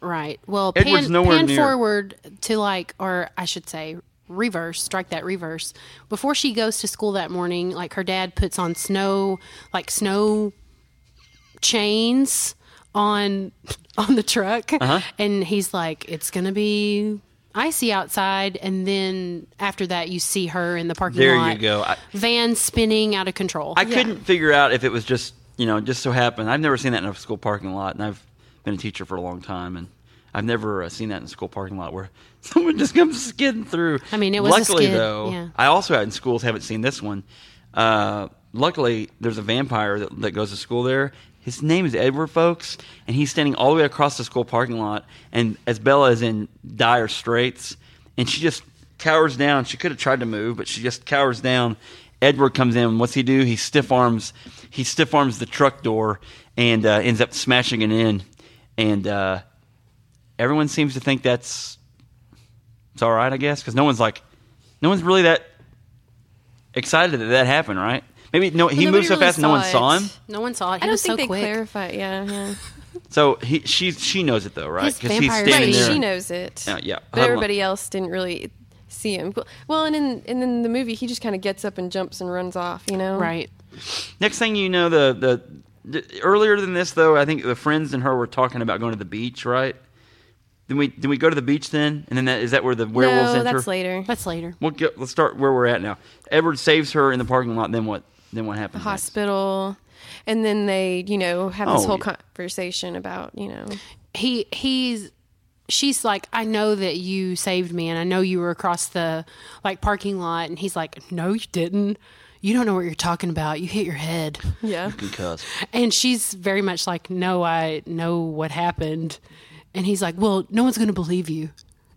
Speaker 6: Right. Well,
Speaker 1: Edward's
Speaker 6: pan,
Speaker 1: nowhere
Speaker 6: pan
Speaker 1: near.
Speaker 6: forward to like, or I should say, reverse. Strike that reverse. Before she goes to school that morning, like her dad puts on snow, like snow chains on on the truck,
Speaker 1: Uh-huh.
Speaker 6: and he's like, "It's gonna be." icy outside, and then after that, you see her in the parking
Speaker 1: There you
Speaker 6: lot.
Speaker 1: go. I-
Speaker 6: van spinning out of control.
Speaker 1: I couldn't figure out if it was just you know just so happened. I've never seen that in a school parking lot, and I've been a teacher for a long time, and I've never uh, seen that in a school parking lot where someone just comes skidding through.
Speaker 6: I mean, it was a
Speaker 1: luckily
Speaker 6: skid,
Speaker 1: though.
Speaker 6: yeah.
Speaker 1: I also out in schools haven't seen this one. Uh, luckily, there's a vampire that, that goes to school there. His name is Edward, folks, and he's standing all the way across the school parking lot. And as Bella is in dire straits, and she just cowers down. She could have tried to move, but she just cowers down. Edward comes in. What's he do? He stiff arms. He stiff arms the truck door and uh, ends up smashing it in. And uh, everyone seems to think that's it's all right, I guess, because no one's like, no one's really that excited that that happened, right? Maybe no. He
Speaker 5: Well,
Speaker 1: moved so
Speaker 5: nobody really
Speaker 1: fast, no one
Speaker 5: saw
Speaker 1: saw
Speaker 5: it.
Speaker 1: him.
Speaker 6: No one saw it. He
Speaker 5: I don't
Speaker 6: was
Speaker 5: think
Speaker 6: so
Speaker 5: they
Speaker 6: quick.
Speaker 5: clarify. Yeah, yeah.
Speaker 1: So he, she, she knows it though, right?
Speaker 6: His
Speaker 1: Because he's
Speaker 6: vampire
Speaker 1: standing
Speaker 5: Right,
Speaker 6: Yeah.
Speaker 1: there.
Speaker 5: she knows it.
Speaker 1: Yeah, yeah.
Speaker 5: But
Speaker 1: Her-
Speaker 5: everybody else didn't really see him. Well, and in and then the movie, he just kind of gets up and jumps and runs off. You know,
Speaker 6: Right.
Speaker 1: Next thing you know, the, the the earlier than this though, I think the friends and her were talking about going to the beach, right? Then we then we go to the beach then, and then that is that where the werewolves
Speaker 5: no,
Speaker 1: enter?
Speaker 5: that's later.
Speaker 6: That's later.
Speaker 1: We'll get, let's start where we're at now. Edward saves her in the parking lot. Then what? Then what happens? next?
Speaker 5: hospital and then they you know have this
Speaker 1: Oh,
Speaker 5: whole
Speaker 1: yeah.
Speaker 5: conversation about you know
Speaker 6: he he's she's like, I know that you saved me and I know you were across the like parking lot and he's like, No, you didn't. You don't know what you're talking about. You hit your head.
Speaker 5: Yeah.
Speaker 7: Because
Speaker 6: And she's very much like, No, I know what happened. And he's like, Well, no one's gonna believe you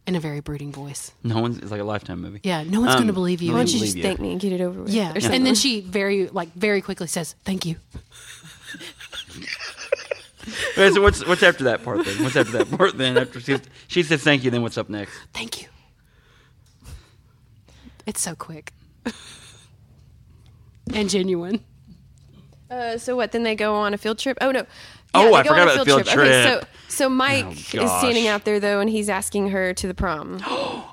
Speaker 6: in a very brooding voice.
Speaker 7: no one's. It's like a lifetime movie.
Speaker 6: Yeah, no one's
Speaker 7: Um,
Speaker 6: gonna believe you.
Speaker 7: no
Speaker 5: Why
Speaker 7: one
Speaker 5: don't you
Speaker 7: believe
Speaker 5: just thank me and get it over with?
Speaker 6: Yeah.
Speaker 5: Or something.
Speaker 6: And then she very like very quickly says, Thank you.
Speaker 7: Wait, so what's what's after that part then? What's after that part then? After she she says thank you, then what's up next?
Speaker 6: Thank you. It's so quick. and genuine.
Speaker 5: Uh, so what? Then they go on a field trip. Oh no. Yeah,
Speaker 7: Oh,
Speaker 5: they
Speaker 7: I
Speaker 5: go on
Speaker 7: forgot
Speaker 5: a
Speaker 7: about the field
Speaker 5: Okay, so
Speaker 7: trip.
Speaker 5: so Mike
Speaker 7: Oh,
Speaker 5: is standing
Speaker 7: gosh.
Speaker 5: out there though, and he's asking her to the prom,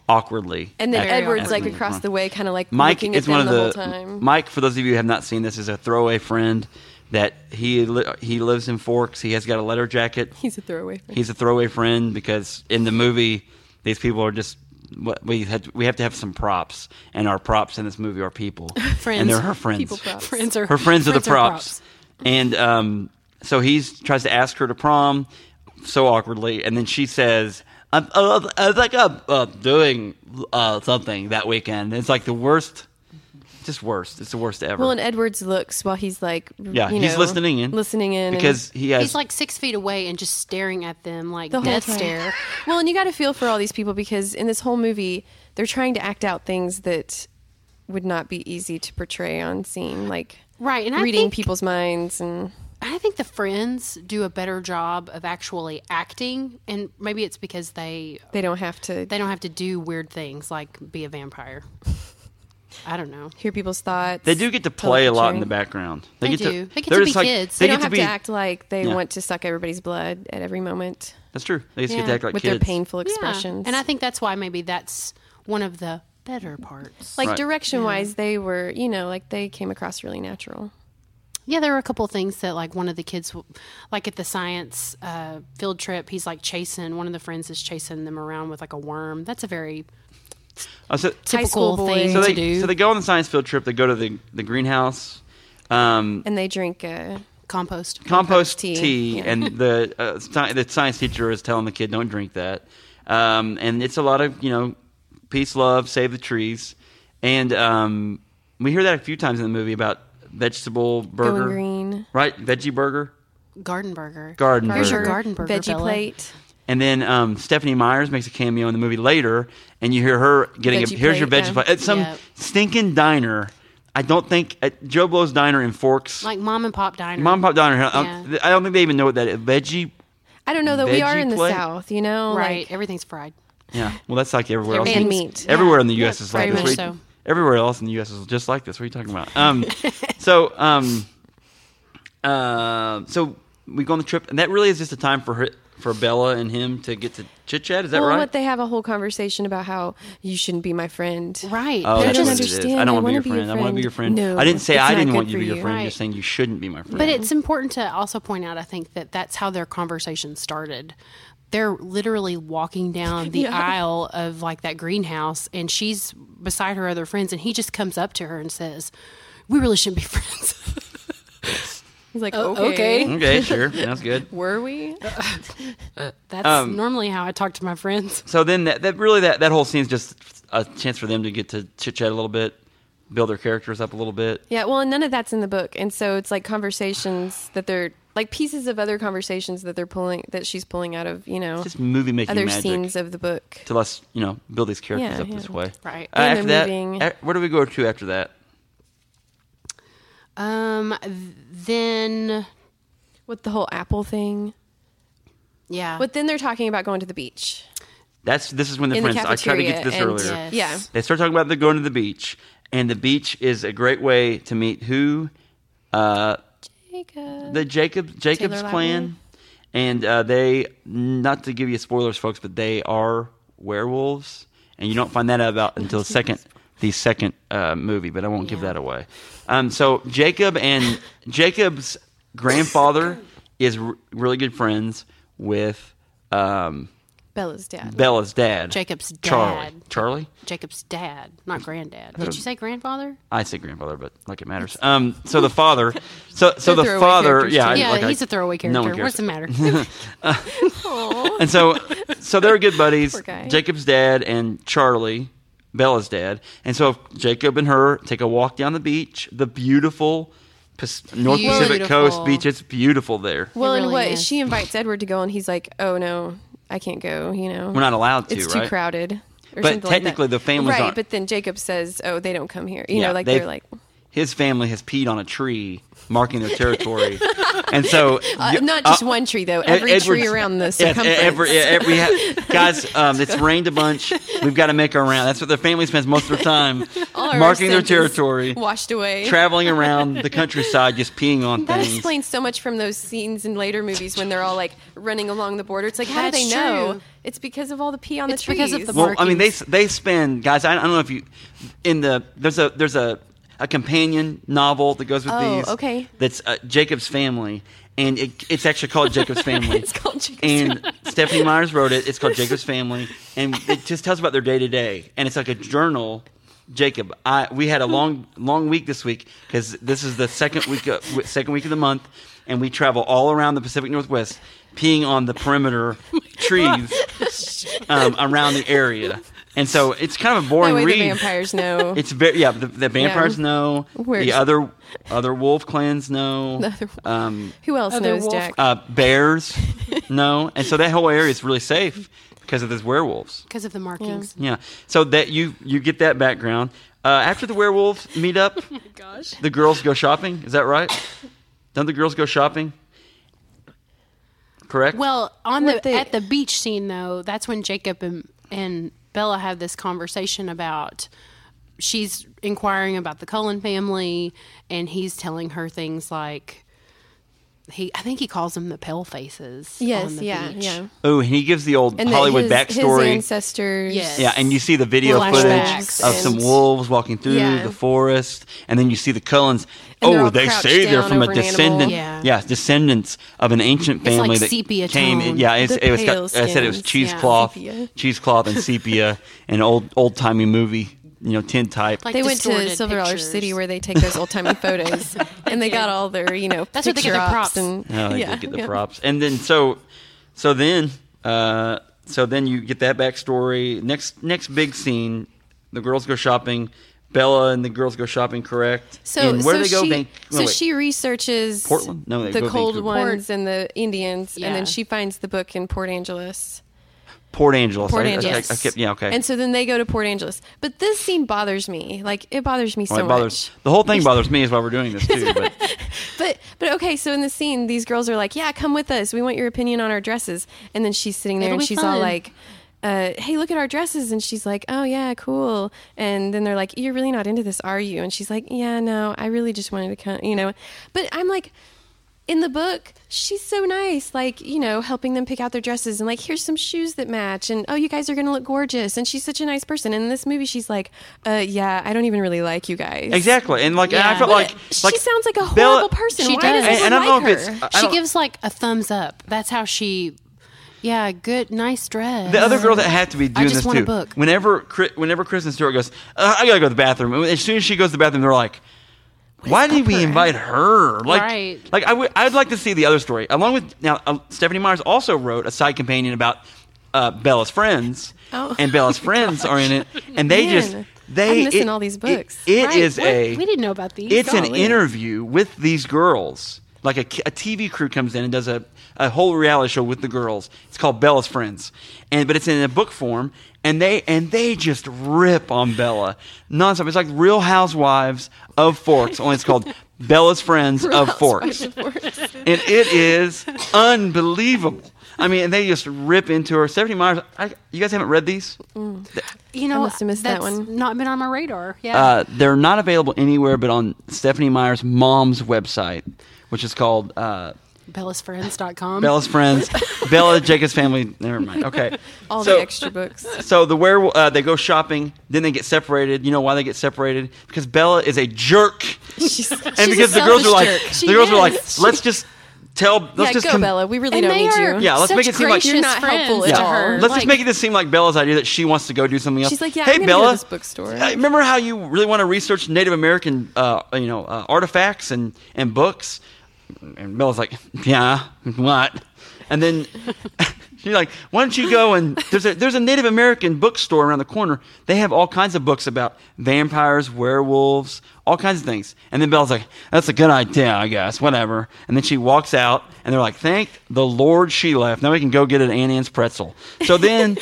Speaker 7: Awkwardly.
Speaker 5: and then
Speaker 7: At-
Speaker 5: Edward's
Speaker 7: at-
Speaker 5: like across the way, kind of like
Speaker 7: Mike
Speaker 5: looking at
Speaker 7: is
Speaker 5: them
Speaker 7: one of
Speaker 5: the, whole
Speaker 7: the,
Speaker 5: time.
Speaker 7: Mike. For those of you who have not seen this, is a throwaway friend that he li- he lives in Forks. He has got a leather jacket.
Speaker 5: he's a throwaway. friend.
Speaker 7: He's a throwaway friend because in the movie, these people are just what- we had we have to have some props, and our props in this movie are people,
Speaker 6: Friends.
Speaker 7: and they're her friends.
Speaker 5: People props.
Speaker 6: Friends are
Speaker 7: Her friends are the props. And um, so he tries to ask her to prom so awkwardly. And then she says, I'm, uh, I think I'm uh, doing uh, something that weekend. It's like the worst, just worst. It's the worst ever.
Speaker 5: Well, and Edward's looks while he's like, r-
Speaker 7: yeah,
Speaker 5: you
Speaker 7: he's
Speaker 5: know,
Speaker 7: listening in.
Speaker 5: listening in, and-
Speaker 7: Because he has.
Speaker 6: He's like six feet away and just staring at them like
Speaker 5: The whole
Speaker 6: death
Speaker 5: time.
Speaker 6: stare.
Speaker 5: Well, and you got to feel for all these people because in this whole movie, they're trying to act out things that would not be easy to portray on scene, like
Speaker 6: Right, and I
Speaker 5: reading
Speaker 6: think-
Speaker 5: people's minds and
Speaker 6: I think the friends do a better job of actually acting, and maybe it's because they
Speaker 5: they don't have to
Speaker 6: they don't have to do weird things like be a vampire. I don't know.
Speaker 5: hear people's thoughts.
Speaker 7: they do get to play a lot in the
Speaker 5: teleporting.
Speaker 7: background. They,
Speaker 6: They
Speaker 7: get
Speaker 6: do.
Speaker 7: to.
Speaker 6: They get
Speaker 7: they're
Speaker 6: to be
Speaker 7: just like-
Speaker 6: kids.
Speaker 7: They,
Speaker 5: They
Speaker 7: get
Speaker 5: don't have
Speaker 7: to
Speaker 5: to,
Speaker 7: be.
Speaker 5: act like they
Speaker 7: Yeah.
Speaker 5: want to suck everybody's blood at every moment
Speaker 7: That's true. They just get
Speaker 6: Yeah.
Speaker 7: to act like
Speaker 5: with
Speaker 7: kids.
Speaker 5: their painful
Speaker 6: Yeah.
Speaker 5: expressions.
Speaker 6: And I think that's why maybe that's one of the better parts.
Speaker 5: like
Speaker 7: Right.
Speaker 5: direction wise, they were you know like they came across really natural.
Speaker 6: Yeah, there were a couple of things that like one of the kids, w- like at the science uh, field trip, he's like chasing one of the friends is chasing them around with like a worm. That's a very
Speaker 7: Oh, so-
Speaker 6: typical
Speaker 5: school
Speaker 6: thing
Speaker 5: boy.
Speaker 7: so
Speaker 6: to
Speaker 7: they
Speaker 6: do.
Speaker 7: so they go on the science field trip. They go to the the greenhouse. Um,
Speaker 5: And they drink uh,
Speaker 6: compost.
Speaker 7: compost
Speaker 5: tea.
Speaker 7: tea, and the uh, sci- the science teacher is telling the kid don't drink that. Um, and it's a lot of you know peace, love, save the trees, and um, we hear that a few times in the movie about vegetable burger,
Speaker 5: green.
Speaker 7: right? Veggie burger,
Speaker 6: garden burger.
Speaker 7: garden
Speaker 6: Here's your
Speaker 7: burger.
Speaker 6: garden burger.
Speaker 5: veggie
Speaker 6: Bella.
Speaker 5: plate.
Speaker 7: And then um, Stephanie Myers makes a cameo in the movie later, and you hear her getting a,
Speaker 5: Veggie
Speaker 7: here's your
Speaker 5: plate,
Speaker 7: veggie
Speaker 5: yeah.
Speaker 7: plate at some
Speaker 6: Yeah.
Speaker 7: stinking diner. I don't think at Joe Blow's diner in Forks.
Speaker 6: Like mom and pop diner.
Speaker 7: Mom and Pop Diner. Um, I don't-
Speaker 6: Yeah.
Speaker 7: I don't think they even know what that is. Veggie
Speaker 5: I don't know though. We are
Speaker 7: Veggie
Speaker 5: in the
Speaker 7: plate?
Speaker 5: south, you know,
Speaker 6: Right.
Speaker 5: Like,
Speaker 6: Everything's fried.
Speaker 7: Yeah. Well, that's like everywhere else.
Speaker 5: And
Speaker 7: in-
Speaker 5: meat.
Speaker 7: Everywhere
Speaker 6: Yeah.
Speaker 7: in the U.S.
Speaker 6: Yeah,
Speaker 7: is like
Speaker 6: very
Speaker 7: this.
Speaker 6: much
Speaker 7: What
Speaker 6: so.
Speaker 7: you- Everywhere else in the U.S. is just like this. What are you talking about? Um, so, um, uh, so we go on the trip, and that really is just a time for her, for Bella and him to get to chit chat. Is that
Speaker 5: well,
Speaker 7: right?
Speaker 5: what they have a whole conversation about how you shouldn't be my friend.
Speaker 6: Right.
Speaker 7: Oh,
Speaker 5: I
Speaker 7: that's
Speaker 5: don't
Speaker 7: what it is.
Speaker 5: understand.
Speaker 7: I
Speaker 5: I
Speaker 7: don't want to
Speaker 5: wanna be
Speaker 7: be your
Speaker 5: your
Speaker 7: friend. I want to be your friend.
Speaker 5: friend. No,
Speaker 7: I didn't say
Speaker 5: it's
Speaker 7: I
Speaker 5: not
Speaker 7: didn't
Speaker 5: good
Speaker 7: want you
Speaker 5: for
Speaker 7: to be your
Speaker 5: you.
Speaker 7: friend. Just
Speaker 6: Right.
Speaker 7: saying you shouldn't be my friend.
Speaker 6: But it's important to also point out, I think, that that's how their conversation started. They're literally walking down the
Speaker 5: Yeah.
Speaker 6: aisle of like that greenhouse, and she's beside her other friends, and he just comes up to her and says, "We really shouldn't be friends."
Speaker 5: He's like,
Speaker 6: Oh,
Speaker 5: okay.
Speaker 6: okay.
Speaker 7: okay, sure, that's good.
Speaker 5: Were we?
Speaker 6: that's
Speaker 7: Um,
Speaker 6: normally how I talk to my friends.
Speaker 7: So then that, that really that, that whole scene is just a chance for them to get to chit chat a little bit, build their characters up a little bit.
Speaker 5: Yeah, well, and none of that's in the book, and so it's like conversations that they're like pieces of other conversations that they're pulling that she's pulling out of you know
Speaker 7: Just movie making
Speaker 5: other
Speaker 7: magic.
Speaker 5: scenes of the book.
Speaker 7: to let's you know build these characters
Speaker 5: Yeah,
Speaker 7: up this
Speaker 5: yeah.
Speaker 7: way.
Speaker 6: Right.
Speaker 7: Uh,
Speaker 5: And
Speaker 7: after
Speaker 5: they're
Speaker 7: that,
Speaker 5: moving.
Speaker 7: a- where do we go to after that?
Speaker 6: Um, th- then
Speaker 5: with the whole apple thing.
Speaker 6: yeah,
Speaker 5: But then they're talking about going to the beach
Speaker 7: That's this is when the
Speaker 5: in
Speaker 7: friends.
Speaker 5: the
Speaker 7: I tried to
Speaker 5: cafeteria.
Speaker 7: get to this
Speaker 5: and-
Speaker 7: earlier.
Speaker 6: Yes.
Speaker 5: Yeah,
Speaker 7: They start talking about they're going to the beach, and the beach is a great way to meet who, uh, the Jacob Jacob's
Speaker 5: Taylor Lautner?
Speaker 7: clan, and uh, they not to give you spoilers, folks, but they are werewolves, and you don't find that out about until the second the second uh, movie. But I won't give that away. Um, so Jacob and Jacob's grandfather is r- really good friends with um,
Speaker 5: Bella's dad.
Speaker 7: Bella's dad.
Speaker 6: Jacob's dad.
Speaker 7: Charlie. Charlie?
Speaker 6: Jacob's dad, not granddad. Did you say grandfather?
Speaker 7: Uh, I say grandfather, but like it matters. Um, so the father, so so
Speaker 5: They're
Speaker 7: the
Speaker 5: throwaway
Speaker 7: father,
Speaker 5: characters,
Speaker 7: yeah,
Speaker 5: too.
Speaker 7: I-
Speaker 6: yeah,
Speaker 7: like I-
Speaker 6: he's a throwaway character.
Speaker 7: No one
Speaker 6: What's
Speaker 7: cares.
Speaker 6: the matter?
Speaker 7: and so so they're good buddies.
Speaker 5: Poor guy.
Speaker 7: Jacob's dad and Charlie, Bella's dad, and so Jacob and her take a walk down the beach, the beautiful Pas- North Pacific
Speaker 6: Beautiful.
Speaker 7: Coast beach. It's beautiful there.
Speaker 5: Well, and
Speaker 6: really
Speaker 5: what
Speaker 6: is.
Speaker 5: she invites Edward to go, and he's like, "Oh no, I can't go." You know,
Speaker 7: We're not allowed to,
Speaker 5: It's
Speaker 7: right?
Speaker 5: too crowded. Or
Speaker 7: But
Speaker 5: something like that.
Speaker 7: technically the families
Speaker 5: right?
Speaker 7: aren't-
Speaker 5: But then Jacob says, "Oh, they don't come here." You
Speaker 7: Yeah,
Speaker 5: know, like
Speaker 7: they've-
Speaker 5: they're like,
Speaker 7: His family has peed on a tree, marking their territory, and so
Speaker 5: Uh,
Speaker 7: y-
Speaker 5: not just
Speaker 7: uh,
Speaker 5: one tree though.
Speaker 7: E-
Speaker 5: Every tree
Speaker 7: Edward's-
Speaker 5: around the
Speaker 7: Yeah,
Speaker 5: circumference.
Speaker 7: every- yeah, every- yeah. guys, um, it's rained a bunch. We've got to make our round. That's what their family spends most of their time
Speaker 5: All our
Speaker 7: marking their
Speaker 5: sins
Speaker 7: territory,
Speaker 5: washed away.
Speaker 7: traveling around the countryside, just peeing on
Speaker 5: that
Speaker 7: things.
Speaker 5: explains so much from those scenes in later movies when they're all like running along the border. It's like, how do
Speaker 6: That's
Speaker 5: they know?
Speaker 6: true.
Speaker 5: It's because of all the pee on
Speaker 6: It's
Speaker 5: the trees.
Speaker 6: because of the
Speaker 7: well, I mean, they
Speaker 6: markings.
Speaker 7: they spend guys. I, I don't know if you in the there's a there's a a companion novel that goes with
Speaker 5: Oh,
Speaker 7: these.
Speaker 5: okay.
Speaker 7: That's uh, Jacob's Family, and it, it's actually called Jacob's Family.
Speaker 5: It's called Jacob's
Speaker 7: And Stephanie Myers wrote it. It's called Jacob's Family, and it just tells about their day to day, and it's like a journal. Jacob, I we had a long long week this week because this is the second week of, w- second week of the month, and we travel all around the Pacific Northwest, peeing on the
Speaker 5: Oh
Speaker 7: perimeter trees um, around the area, and so it's kind of a
Speaker 5: That
Speaker 7: boring
Speaker 5: way
Speaker 7: read.
Speaker 5: the vampires know.
Speaker 7: It's very yeah. The, the vampires know.
Speaker 5: Where's-
Speaker 7: the other other wolf clans know.
Speaker 5: other-
Speaker 7: um,
Speaker 5: Who else
Speaker 6: Other
Speaker 5: knows,
Speaker 6: wolf-
Speaker 5: Jack?
Speaker 7: uh, bears know, and so that whole area is really safe because of those werewolves.
Speaker 6: Because of the markings.
Speaker 7: Yeah, so that you you get that background. Uh, after the werewolves meet up,
Speaker 6: Gosh.
Speaker 7: the girls go shopping. Is that right? Don't the girls go shopping? Correct.
Speaker 6: Well, on the,
Speaker 5: What the-
Speaker 6: at the beach scene though, that's when Jacob and, and Bella have this conversation about she's inquiring about the Cullen family and he's telling her things like he I think he calls them the pale faces.
Speaker 5: yes,
Speaker 6: on the
Speaker 5: yeah,
Speaker 6: beach.
Speaker 5: yeah.
Speaker 7: oh, and he gives the old
Speaker 5: And that
Speaker 7: Hollywood
Speaker 5: his,
Speaker 7: backstory.
Speaker 5: His ancestors.
Speaker 6: Yes.
Speaker 7: Yeah, and you see the video
Speaker 5: Flashbacks
Speaker 7: footage of some
Speaker 5: and-
Speaker 7: wolves walking through
Speaker 5: Yeah.
Speaker 7: the forest, and then you see the Cullens.
Speaker 5: And they're
Speaker 7: oh,
Speaker 5: all
Speaker 7: they
Speaker 5: crouched
Speaker 7: say they're
Speaker 5: down
Speaker 7: from a
Speaker 5: over an
Speaker 7: descendant.
Speaker 5: animal.
Speaker 6: Yeah.
Speaker 7: descendants of an ancient
Speaker 6: like
Speaker 7: family that
Speaker 6: sepia
Speaker 7: came.
Speaker 6: tone.
Speaker 7: In, yeah, it's,
Speaker 5: The
Speaker 7: it was. got-
Speaker 5: pale
Speaker 7: I said it was
Speaker 5: skins,
Speaker 7: cheesecloth,
Speaker 5: yeah. Sepia.
Speaker 7: cheesecloth and sepia, an old old timey movie, you know, tin type.
Speaker 6: Like
Speaker 5: They went to
Speaker 6: distorted
Speaker 5: Silver Dollar
Speaker 6: pictures.
Speaker 5: City where they take those old timey photos, and they got all their you know
Speaker 6: That's where they
Speaker 5: picture
Speaker 6: get their
Speaker 5: ops
Speaker 6: props.
Speaker 5: and
Speaker 7: No, they
Speaker 5: yeah,
Speaker 7: did get the
Speaker 5: yeah.
Speaker 7: props. And then so so then uh so then you get that backstory. Next next big scene, the girls go shopping. Bella and the girls go shopping, correct?
Speaker 5: So
Speaker 7: and where
Speaker 5: so
Speaker 7: do they go?
Speaker 5: She,
Speaker 7: Van- no,
Speaker 5: so
Speaker 7: wait.
Speaker 5: she researches
Speaker 7: Portland? No, they
Speaker 5: the
Speaker 7: go
Speaker 5: cold
Speaker 7: Vancouver.
Speaker 5: ones and the Indians, and
Speaker 6: Yeah.
Speaker 5: then she finds the book in Port Angeles.
Speaker 7: Port Angeles.
Speaker 5: Port
Speaker 7: I- I-
Speaker 5: Angeles.
Speaker 7: I, I kept, yeah, okay.
Speaker 5: And so then they go to Port Angeles. But this scene bothers me. Like it bothers me
Speaker 7: Well,
Speaker 5: so
Speaker 7: it bothers,
Speaker 5: much.
Speaker 7: the whole thing bothers me is why we're doing this too. But
Speaker 5: But but okay, so in the scene, these girls are like, "Yeah, come with us. We want your opinion on our dresses." And then she's sitting there
Speaker 6: It'll
Speaker 5: and
Speaker 6: be
Speaker 5: she's
Speaker 6: fun.
Speaker 5: all like, uh, "Hey, look at our dresses." And she's like, "Oh yeah, cool." And then they're like, "You're really not into this, are you?" And she's like, "Yeah, no, I really just wanted to come, you know." But I'm like. In the book, she's so nice, like, you know, helping them pick out their dresses and like, here's some shoes that match. And oh, you guys are going to look gorgeous. And she's such a nice person. And in this movie, she's like, uh, yeah, I don't even really like you guys.
Speaker 7: exactly, and like and I
Speaker 6: Yeah.
Speaker 7: felt
Speaker 6: But
Speaker 7: like
Speaker 5: She
Speaker 7: like
Speaker 5: sounds like a horrible
Speaker 7: Bella-
Speaker 5: person.
Speaker 6: She
Speaker 5: Why
Speaker 6: does.
Speaker 5: does
Speaker 7: And, and I
Speaker 5: everyone
Speaker 7: don't know
Speaker 5: like
Speaker 7: if it's
Speaker 5: her?
Speaker 7: I- I
Speaker 6: She
Speaker 7: don't-
Speaker 6: gives like a thumbs up. That's how she Yeah, good nice dress.
Speaker 7: The other girls that have to be doing
Speaker 6: just
Speaker 7: this
Speaker 6: want a
Speaker 7: too.
Speaker 6: book.
Speaker 7: Whenever Chri- whenever Kristen Stewart goes, uh, I gotta go to the bathroom. and As soon as she goes to the bathroom, they're like, "Why did we invite her?" Like,
Speaker 6: Right.
Speaker 7: like I would I'd like to see the other story. Along with now, uh, Stephanie Myers also wrote a side companion about uh, Bella's friends,
Speaker 5: Oh.
Speaker 7: and Bella's friends are in it, and they just
Speaker 5: Man,
Speaker 7: they
Speaker 5: I'm missing
Speaker 7: it-
Speaker 5: all these
Speaker 7: it-
Speaker 5: books.
Speaker 7: It is
Speaker 6: Right, what-
Speaker 7: a
Speaker 6: we didn't know about these.
Speaker 7: It's an
Speaker 6: Golly.
Speaker 7: interview with these girls. Like a, ki- a TV crew comes in and does a, a whole reality show with the girls. It's called Bella's Friends, and but it's in a book form, and they and they just rip on Bella nonstop. It's like Real Housewives of Forks, only it's called Bella's Friends of Forks, and it is unbelievable. I mean, and they just rip into her. Stephanie Myers, I, you guys haven't read these?
Speaker 6: you know,
Speaker 5: must have missed that
Speaker 6: that's
Speaker 5: one.
Speaker 6: Not been on my radar. Yeah.
Speaker 7: Uh, they're not available anywhere but on Stephanie Meyer's mom's website, which is called uh,
Speaker 6: BellasFriends.com.
Speaker 7: Bella's Friends, Bella Jacob's Family. Never mind. Okay.
Speaker 5: all
Speaker 7: So-
Speaker 5: the extra books.
Speaker 7: So the werewolf, uh, they go shopping, then they get separated. You know why they get separated? Because Bella is a jerk,
Speaker 5: She's,
Speaker 7: and because the girls are like, the girls are like, let's just tell. Let's
Speaker 5: yeah,
Speaker 7: just
Speaker 5: go,
Speaker 7: com-
Speaker 5: Bella. We really
Speaker 6: And
Speaker 5: don't
Speaker 6: they
Speaker 5: need
Speaker 6: are
Speaker 5: you.
Speaker 7: Yeah, let's
Speaker 6: such
Speaker 7: make it seem like-
Speaker 6: gracious
Speaker 5: You're not
Speaker 6: friends
Speaker 5: helpful at
Speaker 6: to
Speaker 5: all.
Speaker 6: her.
Speaker 7: Let's
Speaker 6: Like,
Speaker 7: just make it seem like Bella's idea that she wants to go do something else.
Speaker 5: She's like, yeah,
Speaker 7: hey,
Speaker 5: I'm gonna go
Speaker 7: Bella,
Speaker 5: to this bookstore.
Speaker 7: uh, remember how you really want to research Native American, uh, you know, uh, artifacts and and books? And Bella's like, yeah, what? And then she's like, why don't you go and there's a there's a Native American bookstore around the corner. They have all kinds of books about vampires, werewolves, all kinds of things. And then Bella's like, that's a good idea, I guess, whatever. And then she walks out, and they're like, thank the Lord she left. Now we can go get an Aunt Anne's pretzel. So then,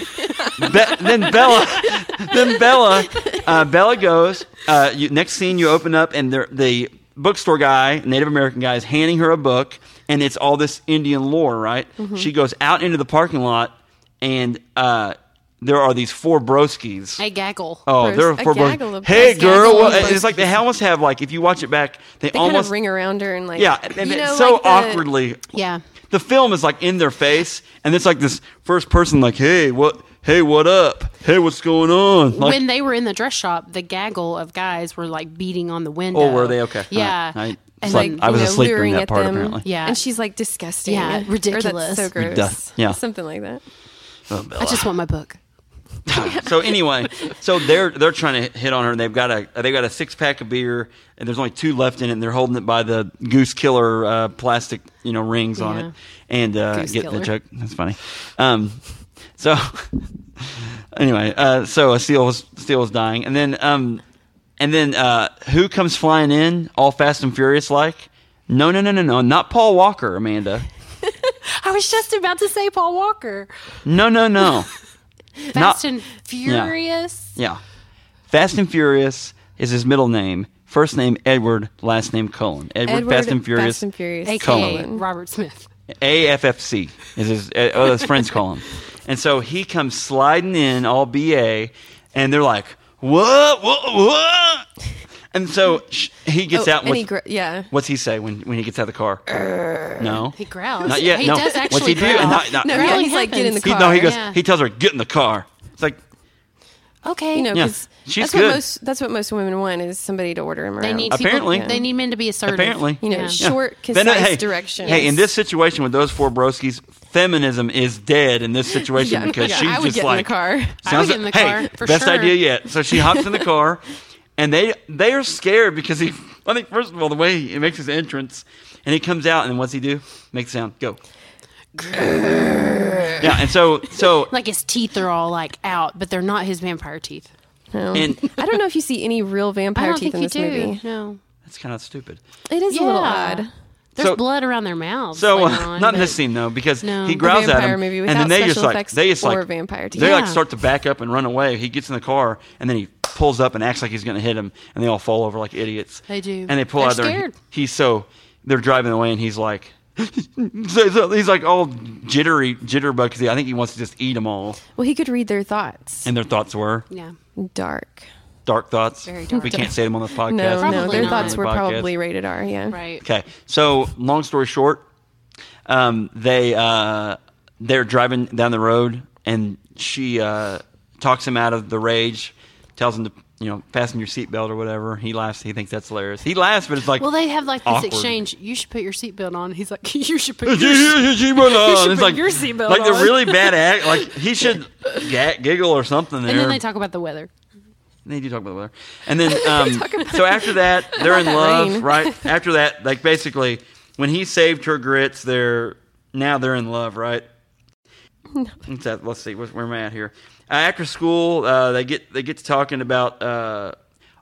Speaker 7: Be- then Bella, then Bella, uh, Bella goes. Uh, you, next scene, you open up, and there- the bookstore guy, Native American guy, is handing her a book, and it's all this Indian lore, right?
Speaker 5: Mm-hmm.
Speaker 7: She goes out into the parking lot, and uh, there are these four broskies.
Speaker 6: I gaggle.
Speaker 7: Oh,
Speaker 5: Bros-
Speaker 7: there are
Speaker 5: a
Speaker 7: four
Speaker 5: gaggle
Speaker 7: broskies.
Speaker 5: of
Speaker 7: Hey,
Speaker 5: broskies.
Speaker 7: girl!
Speaker 5: Gaggle
Speaker 7: what-
Speaker 5: of
Speaker 7: it's like they almost have like if you watch it back, they,
Speaker 5: They kind
Speaker 7: almost
Speaker 5: of ring around her and like
Speaker 7: yeah, and
Speaker 5: you
Speaker 7: it's
Speaker 5: know,
Speaker 7: so
Speaker 5: like the-
Speaker 7: awkwardly
Speaker 6: Yeah.
Speaker 7: the film is like in their face, and it's like this first person, like, "Hey, what? Hey, what up? Hey, what's going on?" Like,
Speaker 6: when they were in the dress shop, the gaggle of guys were like beating on the window.
Speaker 7: oh, were they okay?
Speaker 6: Yeah.
Speaker 7: I, I,
Speaker 6: and
Speaker 7: slept-
Speaker 6: like,
Speaker 7: I was
Speaker 5: you know,
Speaker 7: asleep during
Speaker 5: leering
Speaker 7: that
Speaker 5: at
Speaker 7: part.
Speaker 5: them.
Speaker 7: Apparently,
Speaker 6: Yeah.
Speaker 5: and she's like disgusting.
Speaker 6: Yeah,
Speaker 5: Or that's
Speaker 6: ridiculous.
Speaker 5: so gross.
Speaker 7: Ridic- yeah.
Speaker 5: something like that.
Speaker 7: Oh,
Speaker 6: I
Speaker 7: Bella.
Speaker 6: just want my book.
Speaker 7: so anyway, so they're they're trying to hit on her. and They've got a they got a six pack of beer, and there's only two left in it. and They're holding it by the goose killer uh, plastic you know rings on
Speaker 6: Yeah.
Speaker 7: it, and uh,
Speaker 6: Goose
Speaker 7: get
Speaker 6: killer.
Speaker 7: the joke. That's funny. Um, so anyway, uh, so a seal was seal was dying, and then um, and then uh, who comes flying in? All fast and furious like. No, no, no, no, no! Not Paul Walker, Amanda.
Speaker 6: I was just about to say Paul Walker.
Speaker 7: No, no, no.
Speaker 6: Fast and Furious.
Speaker 7: Yeah. Fast and Furious is his middle name. First name Edward, last name Cullen. Edward,
Speaker 5: Edward
Speaker 7: Fast and Furious.
Speaker 5: Fast and Furious.
Speaker 6: AKA
Speaker 7: Cullen.
Speaker 6: Robert Smith.
Speaker 7: AFFC is his. uh, Oh, his friends call him. And so he comes sliding in, all BA, and they're like, "What? What? What?" And so sh- he gets
Speaker 5: Oh,
Speaker 7: out. And
Speaker 5: and
Speaker 7: what's,
Speaker 5: he gr- yeah.
Speaker 7: what's he say when, when he gets out of the car? no,
Speaker 6: He growls.
Speaker 7: Not yet,
Speaker 6: He
Speaker 7: no.
Speaker 6: does
Speaker 7: What's
Speaker 6: actually
Speaker 7: he do?
Speaker 6: growl.
Speaker 7: Not- not-
Speaker 5: No, yeah,
Speaker 6: Growling
Speaker 5: he's like, get in the
Speaker 6: happens.
Speaker 7: he,
Speaker 5: car.
Speaker 7: no. He goes.
Speaker 6: yeah.
Speaker 7: He tells her, "Get in the car." It's like
Speaker 6: Okay.
Speaker 5: You know,
Speaker 7: Yeah.
Speaker 5: 'cause
Speaker 7: She's
Speaker 5: that's
Speaker 7: good.
Speaker 5: what most that's what most women want is somebody to order them around.
Speaker 6: They need
Speaker 7: Apparently.
Speaker 6: people, they need men to be assertive.
Speaker 7: apparently,
Speaker 5: you know,
Speaker 6: Yeah.
Speaker 5: short,
Speaker 7: They
Speaker 5: concise
Speaker 7: know- hey,
Speaker 5: direction.
Speaker 7: Hey, in this situation with those four broskies, feminism is dead in this situation
Speaker 5: yeah,
Speaker 7: because
Speaker 5: yeah,
Speaker 7: she's
Speaker 5: I would
Speaker 7: just
Speaker 5: get
Speaker 7: like
Speaker 5: in the car.
Speaker 6: I would
Speaker 7: sounds
Speaker 6: get in the
Speaker 7: like-
Speaker 6: car
Speaker 7: hey,
Speaker 6: for
Speaker 7: best
Speaker 6: sure.
Speaker 7: idea yet. So she hops in the car, and they they are scared because he. I think first of all the way he makes his entrance, and he comes out, and then what's he do? Make sound go. yeah, and so so
Speaker 6: Like his teeth are all like out, but they're not his vampire teeth.
Speaker 5: No.
Speaker 7: and
Speaker 5: I don't know if you see any real
Speaker 6: I
Speaker 5: vampire
Speaker 6: don't
Speaker 5: teeth
Speaker 6: think
Speaker 5: in
Speaker 6: you
Speaker 5: this
Speaker 6: do.
Speaker 5: movie.
Speaker 6: No.
Speaker 7: that's kind of stupid.
Speaker 5: It is a little
Speaker 6: Yeah.
Speaker 5: odd.
Speaker 6: There's
Speaker 7: So-
Speaker 6: blood around their mouths.
Speaker 7: So
Speaker 6: later
Speaker 7: uh,
Speaker 6: on,
Speaker 7: not in
Speaker 6: but-
Speaker 7: this scene though, because
Speaker 6: No.
Speaker 7: he
Speaker 6: A
Speaker 7: growls at
Speaker 5: vampire
Speaker 7: him,
Speaker 5: movie
Speaker 7: and then
Speaker 5: without
Speaker 7: they just
Speaker 5: special
Speaker 7: like
Speaker 5: effects
Speaker 7: they just
Speaker 5: or
Speaker 7: like
Speaker 5: vampire teeth.
Speaker 7: They like
Speaker 6: Yeah.
Speaker 7: start to back up and run away. He gets in the car, and then he pulls up and acts like he's going to hit him, and they all fall over like idiots.
Speaker 6: They do.
Speaker 7: and they pull
Speaker 6: They're
Speaker 7: out of there. and
Speaker 6: scared.
Speaker 7: he- he's so they're driving away, and he's like. so- so he's like all jittery, jitterbug because I think he wants to just eat them all.
Speaker 5: Well, he could read their thoughts.
Speaker 7: And their thoughts were
Speaker 6: Yeah.
Speaker 5: Dark.
Speaker 7: dark thoughghts.
Speaker 6: Very dark.
Speaker 7: We can't say them on the podcast.
Speaker 5: No, no,
Speaker 6: Probably
Speaker 5: their
Speaker 6: not.
Speaker 5: thoughts
Speaker 7: On
Speaker 5: were
Speaker 7: the podcast.
Speaker 5: probably rated R. Yeah.
Speaker 6: Right.
Speaker 7: Okay. So long story short, um, they uh, they're driving down the road, and she uh, talks him out of the rage, tells him to you know fasten your seatbelt or whatever. He laughs. He thinks that's hilarious. He laughs, but it's like
Speaker 6: Well, they have like this
Speaker 7: Awkward.
Speaker 6: exchange. You should put your seatbelt on. He's like, you should put
Speaker 7: You
Speaker 6: your
Speaker 7: should put your seatbelt on. It's
Speaker 6: put
Speaker 7: like
Speaker 6: your seatbelt
Speaker 7: like
Speaker 6: on.
Speaker 7: they're really bad act. Like he should ga- giggle or something. There.
Speaker 6: And then they talk about the weather.
Speaker 7: They do talk about the weather. And then, um, so after that, they're in love,
Speaker 5: rain.
Speaker 7: right? After that, like basically, when he saved her grits, they're now they're in love, right? What's that? Let's see, where, where am I at here? Uh, after school, uh, they get they get to talking about. Uh,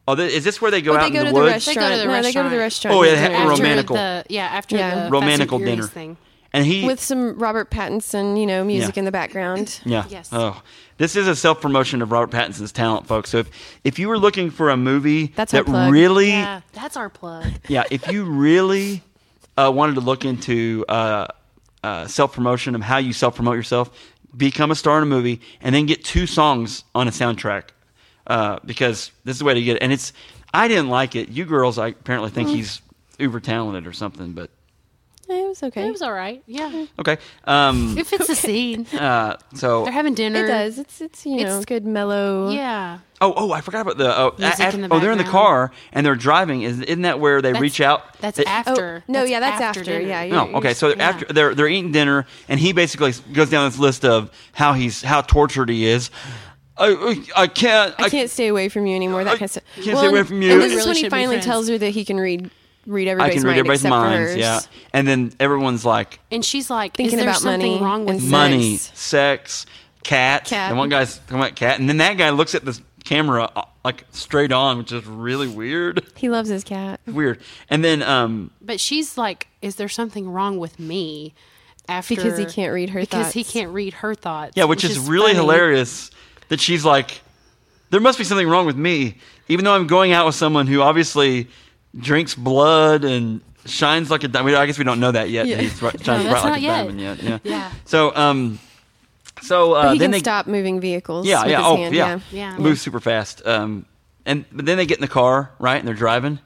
Speaker 7: oh, th- is this where they go out
Speaker 5: They
Speaker 7: in
Speaker 5: go
Speaker 7: the
Speaker 5: to the
Speaker 7: woods?
Speaker 5: restaurant.
Speaker 6: They go to the
Speaker 5: no, they go to the
Speaker 7: restaurant.
Speaker 5: restaurant.
Speaker 7: Oh, yeah,
Speaker 5: and
Speaker 7: they
Speaker 5: dinner.
Speaker 7: have a
Speaker 6: After
Speaker 7: romantical-
Speaker 6: the- yeah, after
Speaker 5: Yeah.
Speaker 6: the Fast and
Speaker 7: romantical
Speaker 6: Furious
Speaker 7: dinner
Speaker 6: thing.
Speaker 7: and he
Speaker 5: with some Robert Pattinson, you know, music
Speaker 7: Yeah.
Speaker 5: in the background.
Speaker 7: Yeah.
Speaker 6: Yes.
Speaker 7: Oh, this is a self promotion of Robert Pattinson's talent, folks. So if if you were looking for a movie
Speaker 5: That's our
Speaker 7: that
Speaker 5: plug.
Speaker 7: really
Speaker 6: Yeah, that's our plug.
Speaker 7: yeah, if you really uh, wanted to look into uh, uh, self promotion and how you self promote yourself, become a star in a movie, and then get two songs on a soundtrack uh, because this is the way to get it. And
Speaker 6: Mm-hmm.
Speaker 7: it's I didn't like it. You girls, I apparently think he's uber talented or something, but
Speaker 5: It was okay.
Speaker 6: It was all right. Yeah.
Speaker 7: Okay. Um,
Speaker 6: It fits the scene.
Speaker 7: uh, so
Speaker 6: They're having dinner.
Speaker 5: It does. It's it's you know
Speaker 6: It's-
Speaker 5: good mellow.
Speaker 6: Yeah.
Speaker 7: Oh, oh, I forgot about the. Oh,
Speaker 6: Music
Speaker 7: af-
Speaker 6: in the
Speaker 7: oh they're in the
Speaker 6: background.
Speaker 7: car and they're driving. Is isn't that where they reach out?
Speaker 6: That's
Speaker 7: They-
Speaker 5: Oh,
Speaker 6: after.
Speaker 5: no, yeah, that's after.
Speaker 6: dinner.
Speaker 5: Yeah.
Speaker 7: No,
Speaker 5: you're- you're
Speaker 7: okay. So they're
Speaker 6: yeah.
Speaker 7: after they're they're eating dinner, and he basically goes down this list of how he's how tortured he is. I I can't
Speaker 5: I can't stay away from you anymore. That
Speaker 7: I
Speaker 5: kind of stuff.
Speaker 7: can't stay away from you.
Speaker 5: And
Speaker 7: We
Speaker 5: this is
Speaker 6: really
Speaker 5: when he
Speaker 6: should be
Speaker 5: finally
Speaker 6: friends.
Speaker 5: tells her that he can read read
Speaker 7: I
Speaker 5: everybody's
Speaker 7: can read
Speaker 5: mind
Speaker 7: everybody's
Speaker 5: except for
Speaker 7: minds.
Speaker 5: hers.
Speaker 7: Yeah, and then everyone's like
Speaker 6: And she's like,
Speaker 5: Thinking
Speaker 6: is there
Speaker 5: about
Speaker 6: something
Speaker 5: money
Speaker 6: wrong with
Speaker 5: and
Speaker 6: sex?
Speaker 7: money, sex, cat.
Speaker 5: Cat.
Speaker 7: And one guy's talking about cat, and then that guy looks at the camera uh, like straight on, which is really weird.
Speaker 5: He loves his cat.
Speaker 7: Weird. And then um,
Speaker 6: But she's like, is there something wrong with me? After
Speaker 5: Because he can't read her
Speaker 6: because he
Speaker 5: thoughts.
Speaker 6: can't read her thoughts.
Speaker 7: Yeah, which, is, really
Speaker 6: funny.
Speaker 7: hilarious that she's like, there must be something wrong with me, even though I'm going out with someone who obviously drinks blood and shines like a diamond. I guess we don't know that yet. that he thri- shines
Speaker 6: No,
Speaker 7: bright
Speaker 6: that's
Speaker 7: like
Speaker 6: not
Speaker 7: a
Speaker 6: yet.
Speaker 7: diamond yet. Yeah.
Speaker 6: Yeah.
Speaker 7: So, um, so uh,
Speaker 5: he
Speaker 7: then
Speaker 5: can
Speaker 7: they
Speaker 5: stop moving vehicles.
Speaker 7: yeah,
Speaker 5: with
Speaker 7: yeah,
Speaker 5: his
Speaker 7: oh,
Speaker 5: hand,
Speaker 7: yeah,
Speaker 6: Yeah.
Speaker 7: moves super fast. Um, and but then they get in the car, right, and they're driving,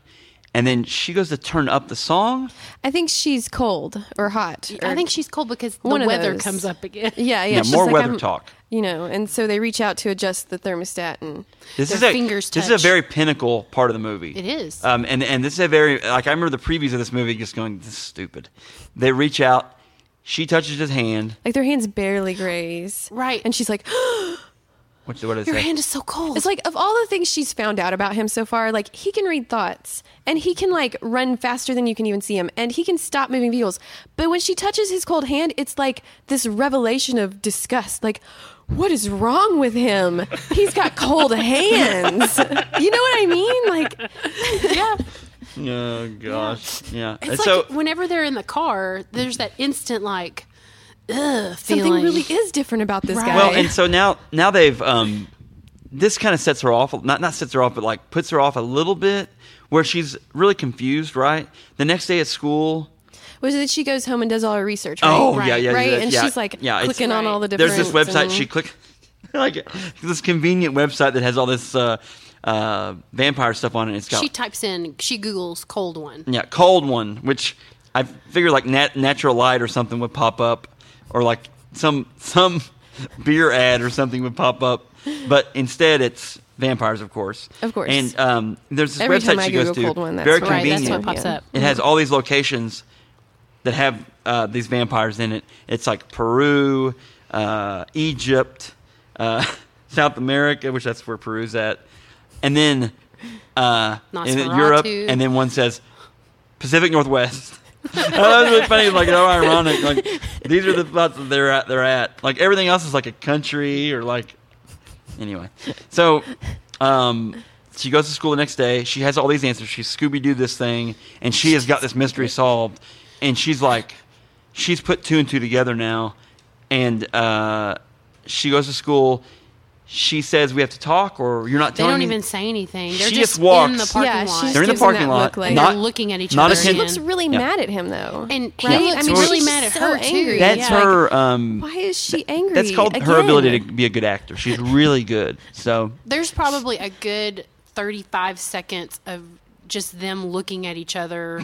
Speaker 7: and then she goes to turn up the song.
Speaker 5: I think she's cold or hot.
Speaker 6: I
Speaker 5: or-
Speaker 6: think she's cold because the
Speaker 5: One of
Speaker 6: weather
Speaker 5: those.
Speaker 6: comes up again.
Speaker 5: Yeah, yeah.
Speaker 7: Yeah,
Speaker 5: she's
Speaker 7: more
Speaker 5: like,
Speaker 7: weather
Speaker 5: I'm-
Speaker 7: talk.
Speaker 5: You know, and so they reach out to adjust the thermostat, and
Speaker 7: This
Speaker 6: Their
Speaker 7: is a
Speaker 6: fingers
Speaker 7: this is a
Speaker 6: touch.
Speaker 7: very pinnacle part of the movie.
Speaker 6: It is.
Speaker 7: um, and and this is a very like I remember the previews of this movie just going this is stupid. They reach out, she touches his hand.
Speaker 5: like their hands barely graze.
Speaker 6: Right.
Speaker 5: And she's like,
Speaker 7: Which what is
Speaker 6: Your
Speaker 7: that?
Speaker 6: hand is so cold.
Speaker 5: It's like of all the things she's found out about him so far, like he can read thoughts and he can like run faster than you can even see him and he can stop moving vehicles. But when she touches his cold hand, it's like this revelation of disgust. Like, what is wrong with him? He's got cold hands. You know what I mean? Like,
Speaker 6: yeah.
Speaker 7: oh gosh, yeah.
Speaker 6: It's
Speaker 7: And
Speaker 6: like
Speaker 7: so
Speaker 6: whenever they're in the car, there's that instant like, ugh, feeling.
Speaker 5: something really is different about this
Speaker 6: Right.
Speaker 5: guy.
Speaker 7: well, and so now now they've um, this kind of sets her off. Not not sets her off, but like puts her off a little bit where she's really confused. Right, the next day at school.
Speaker 5: was that she goes home and does all her research? Right?
Speaker 7: Oh,
Speaker 5: right.
Speaker 7: yeah, yeah,
Speaker 5: right.
Speaker 7: yeah,
Speaker 5: and
Speaker 7: yeah,
Speaker 5: she's like
Speaker 7: yeah, it's-
Speaker 5: clicking on all the different.
Speaker 7: There's this website
Speaker 5: and-
Speaker 7: she click like this convenient website that has all this uh, uh, vampire stuff on it. It's got
Speaker 6: She types in, she Googles cold one.
Speaker 7: Yeah, cold one, which I figure like nat- natural light or something would pop up, or like some some beer ad or something would pop up. But instead, it's vampires, of course.
Speaker 5: Of course.
Speaker 7: And um, there's this
Speaker 5: Every
Speaker 7: website
Speaker 5: time I
Speaker 7: she
Speaker 5: Google
Speaker 7: goes to.
Speaker 5: cold one, that's
Speaker 7: very
Speaker 5: what-
Speaker 6: Right,
Speaker 7: convenient.
Speaker 6: that's what pops
Speaker 5: Yeah.
Speaker 6: up.
Speaker 7: It has all these locations that have uh, these vampires in it. It's like Peru, uh, Egypt, uh, South America, which that's where Peru's at, and then uh, and then Europe,
Speaker 6: Nosferatu.
Speaker 7: and then one says Pacific Northwest. that was really funny. Like how ironic. Like these are the spots that they're at. They're at. Like everything else is like a country or like anyway. So um, she goes to school the next day. She has all these answers. She Scooby Doo this thing, and she has got this mystery solved. And she's like, she's put two and two together now. And uh, she goes to school. She says we have to talk, or you're not
Speaker 6: They
Speaker 7: telling
Speaker 6: don't
Speaker 7: me.
Speaker 6: even say anything. They're
Speaker 7: She
Speaker 6: just,
Speaker 7: just walks.
Speaker 6: in the parking
Speaker 5: Yeah,
Speaker 6: lot.
Speaker 5: she's
Speaker 7: They're in the
Speaker 5: gives him
Speaker 7: parking
Speaker 5: that
Speaker 7: lot.
Speaker 5: look, like-
Speaker 7: not
Speaker 6: They're looking at each
Speaker 7: not
Speaker 6: other.
Speaker 7: a sin-
Speaker 6: again.
Speaker 5: looks really
Speaker 7: Yeah.
Speaker 5: mad at him though,
Speaker 6: And he
Speaker 5: right?
Speaker 6: looks really
Speaker 5: she's
Speaker 6: mad at
Speaker 5: so
Speaker 6: her, too.
Speaker 5: angry.
Speaker 7: That's
Speaker 6: Yeah.
Speaker 7: her. Um,
Speaker 5: Why is she angry?
Speaker 7: that's called her ability to be a good actor. She's really good. So
Speaker 6: There's probably a good 35 seconds of just them looking at each other